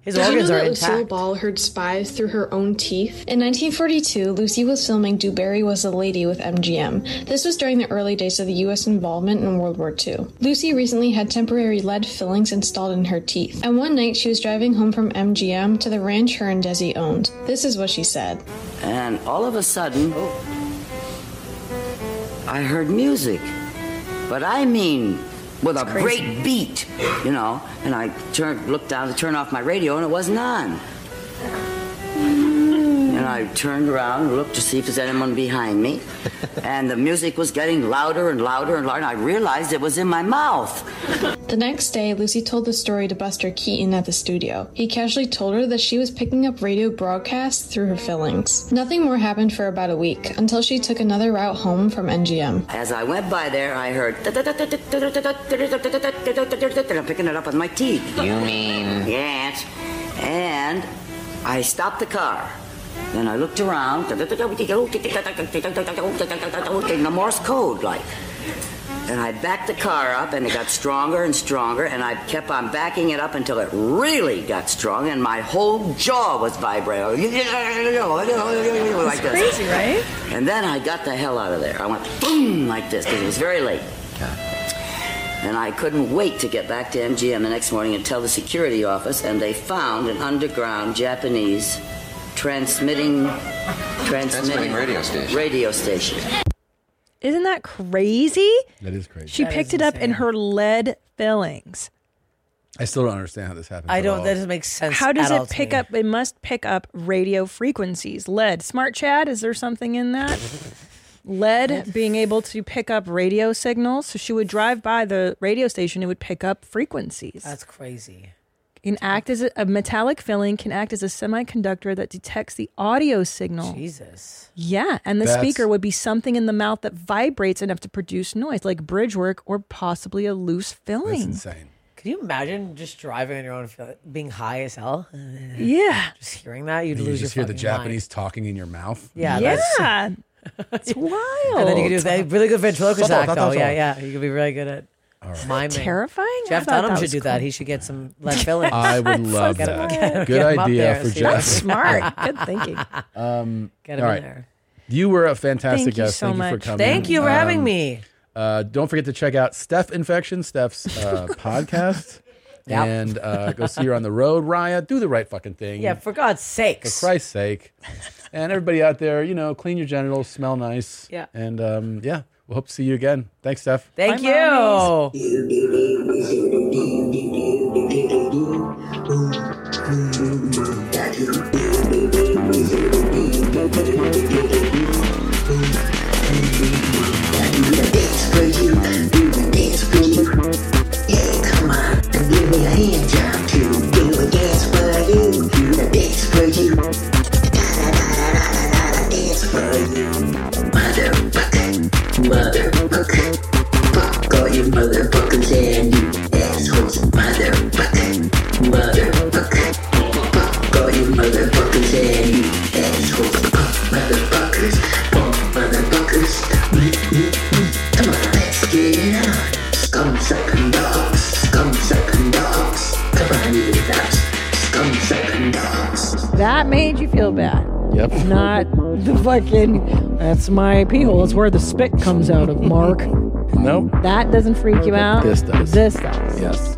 [SPEAKER 2] His
[SPEAKER 5] Did
[SPEAKER 2] organs
[SPEAKER 5] you know
[SPEAKER 2] are
[SPEAKER 5] that Lucille
[SPEAKER 2] intact.
[SPEAKER 5] Ball heard spies through her own teeth? In 1942, Lucy was filming DuBarry Was a Lady with MGM. This was during the early days of the U.S. involvement in World War II. Lucy recently had temporary lead fillings installed in her teeth. And one night, she was driving home from MGM to the ranch her and Desi owned. This is what she said.
[SPEAKER 13] And all of a sudden, I heard music. But I mean, with a
[SPEAKER 5] crazy.
[SPEAKER 13] great beat, you know. And I turned, looked down to turn off my radio, and it wasn't on. And I turned around and looked to see if there's anyone behind me. and the music was getting louder and louder and louder. And I realized it was in my mouth.
[SPEAKER 5] The next day, Lucy told the story to Buster Keaton at the studio. He casually told her that she was picking up radio broadcasts through her fillings. Nothing more happened for about a week until she took another route home from NGM.
[SPEAKER 13] As I went by there, I heard. I'm picking it up with my teeth. You mean? Yes. And I stopped the car Then I looked around, the Morse code, like. And I backed the car up, and it got stronger and stronger, and I kept on backing it up until it really got strong, and my whole jaw was vibrating. [LAUGHS] Like this.
[SPEAKER 9] crazy, right?
[SPEAKER 13] And then I got the hell out of there. I went boom like this, because it was very late. And I couldn't wait to get back to MGM the next morning and tell the security office, and they found an underground Japanese transmitting transmitting
[SPEAKER 11] radio station.
[SPEAKER 13] Radio station.
[SPEAKER 1] Isn't that crazy?
[SPEAKER 3] That is crazy.
[SPEAKER 1] She
[SPEAKER 2] That
[SPEAKER 1] picked
[SPEAKER 2] is
[SPEAKER 1] it up in
[SPEAKER 2] insane.
[SPEAKER 1] her lead fillings.
[SPEAKER 3] I still don't understand how this happens.
[SPEAKER 2] I
[SPEAKER 3] at
[SPEAKER 2] don't.
[SPEAKER 3] all.
[SPEAKER 2] That doesn't make sense.
[SPEAKER 1] How does
[SPEAKER 2] at all
[SPEAKER 1] it
[SPEAKER 2] to
[SPEAKER 1] pick
[SPEAKER 2] me.
[SPEAKER 1] up? It must pick up radio frequencies. Lead. Smart Chad, is there something in that? Lead being able to pick up radio signals. So she would drive by the radio station, it would pick up frequencies.
[SPEAKER 2] That's crazy.
[SPEAKER 1] can act as a, a metallic filling can act as a semiconductor that detects the audio signal.
[SPEAKER 2] Jesus.
[SPEAKER 1] Yeah, and the
[SPEAKER 2] That's-
[SPEAKER 1] speaker would be something in the mouth that vibrates enough to produce noise, like bridge work or possibly a loose filling.
[SPEAKER 2] Can you imagine just driving on your own, feel- being high as hell?
[SPEAKER 1] Yeah.
[SPEAKER 2] Just hearing that, you'd
[SPEAKER 3] And you
[SPEAKER 2] lose
[SPEAKER 3] just
[SPEAKER 2] your
[SPEAKER 3] hear the
[SPEAKER 2] fucking
[SPEAKER 3] Japanese talking in your mouth.
[SPEAKER 2] Yeah, that's- [LAUGHS]
[SPEAKER 1] Yeah. It's wild.
[SPEAKER 2] Mind. And then you could do that. Really good ventriloquist
[SPEAKER 1] Stop,
[SPEAKER 2] act,
[SPEAKER 1] stop,
[SPEAKER 2] though.
[SPEAKER 1] stop,
[SPEAKER 2] Yeah,
[SPEAKER 1] stop.
[SPEAKER 2] yeah. You could be really good at miming.
[SPEAKER 1] terrifying? I
[SPEAKER 2] Jeff
[SPEAKER 1] thought
[SPEAKER 2] Dunham
[SPEAKER 1] that
[SPEAKER 2] should
[SPEAKER 1] was
[SPEAKER 2] do that.
[SPEAKER 1] cool.
[SPEAKER 2] He should get some
[SPEAKER 3] [LAUGHS]
[SPEAKER 2] lead fillings. [LAUGHS]
[SPEAKER 3] I would love
[SPEAKER 2] Get him-
[SPEAKER 3] that.
[SPEAKER 2] get [LAUGHS] him-
[SPEAKER 3] Good
[SPEAKER 2] get him up
[SPEAKER 3] idea
[SPEAKER 2] there,
[SPEAKER 3] for
[SPEAKER 2] see
[SPEAKER 3] Jeff.
[SPEAKER 2] what- [LAUGHS]
[SPEAKER 3] That's
[SPEAKER 1] smart. Good thinking.
[SPEAKER 3] Um,
[SPEAKER 2] Get him
[SPEAKER 3] all
[SPEAKER 2] in
[SPEAKER 3] right.
[SPEAKER 2] there.
[SPEAKER 3] You were a fantastic
[SPEAKER 2] Thank you
[SPEAKER 3] guest.
[SPEAKER 2] so
[SPEAKER 3] Thank you for
[SPEAKER 2] much.
[SPEAKER 3] coming.
[SPEAKER 2] Thank you for having me.
[SPEAKER 3] Uh, don't forget to check out Steph Infection, Steph's
[SPEAKER 2] [LAUGHS]
[SPEAKER 3] uh, podcast.
[SPEAKER 2] Yep.
[SPEAKER 3] And uh, go see her on the road, Raya. Do the right fucking thing.
[SPEAKER 2] Yeah, for God's
[SPEAKER 3] For
[SPEAKER 2] sakes.
[SPEAKER 3] Christ's sake. And everybody out there, you know, clean your genitals, smell nice.
[SPEAKER 2] Yeah.
[SPEAKER 3] And um, yeah, we'll hope to see you again. Thanks, Steph.
[SPEAKER 2] Thank you.
[SPEAKER 1] That made you feel bad.
[SPEAKER 3] Yep.
[SPEAKER 1] Not the fucking, that's my pee hole. It's where the spit comes out of, Mark.
[SPEAKER 3] Nope.
[SPEAKER 1] That doesn't freak you out.
[SPEAKER 3] This does.
[SPEAKER 1] This does.
[SPEAKER 3] Yes.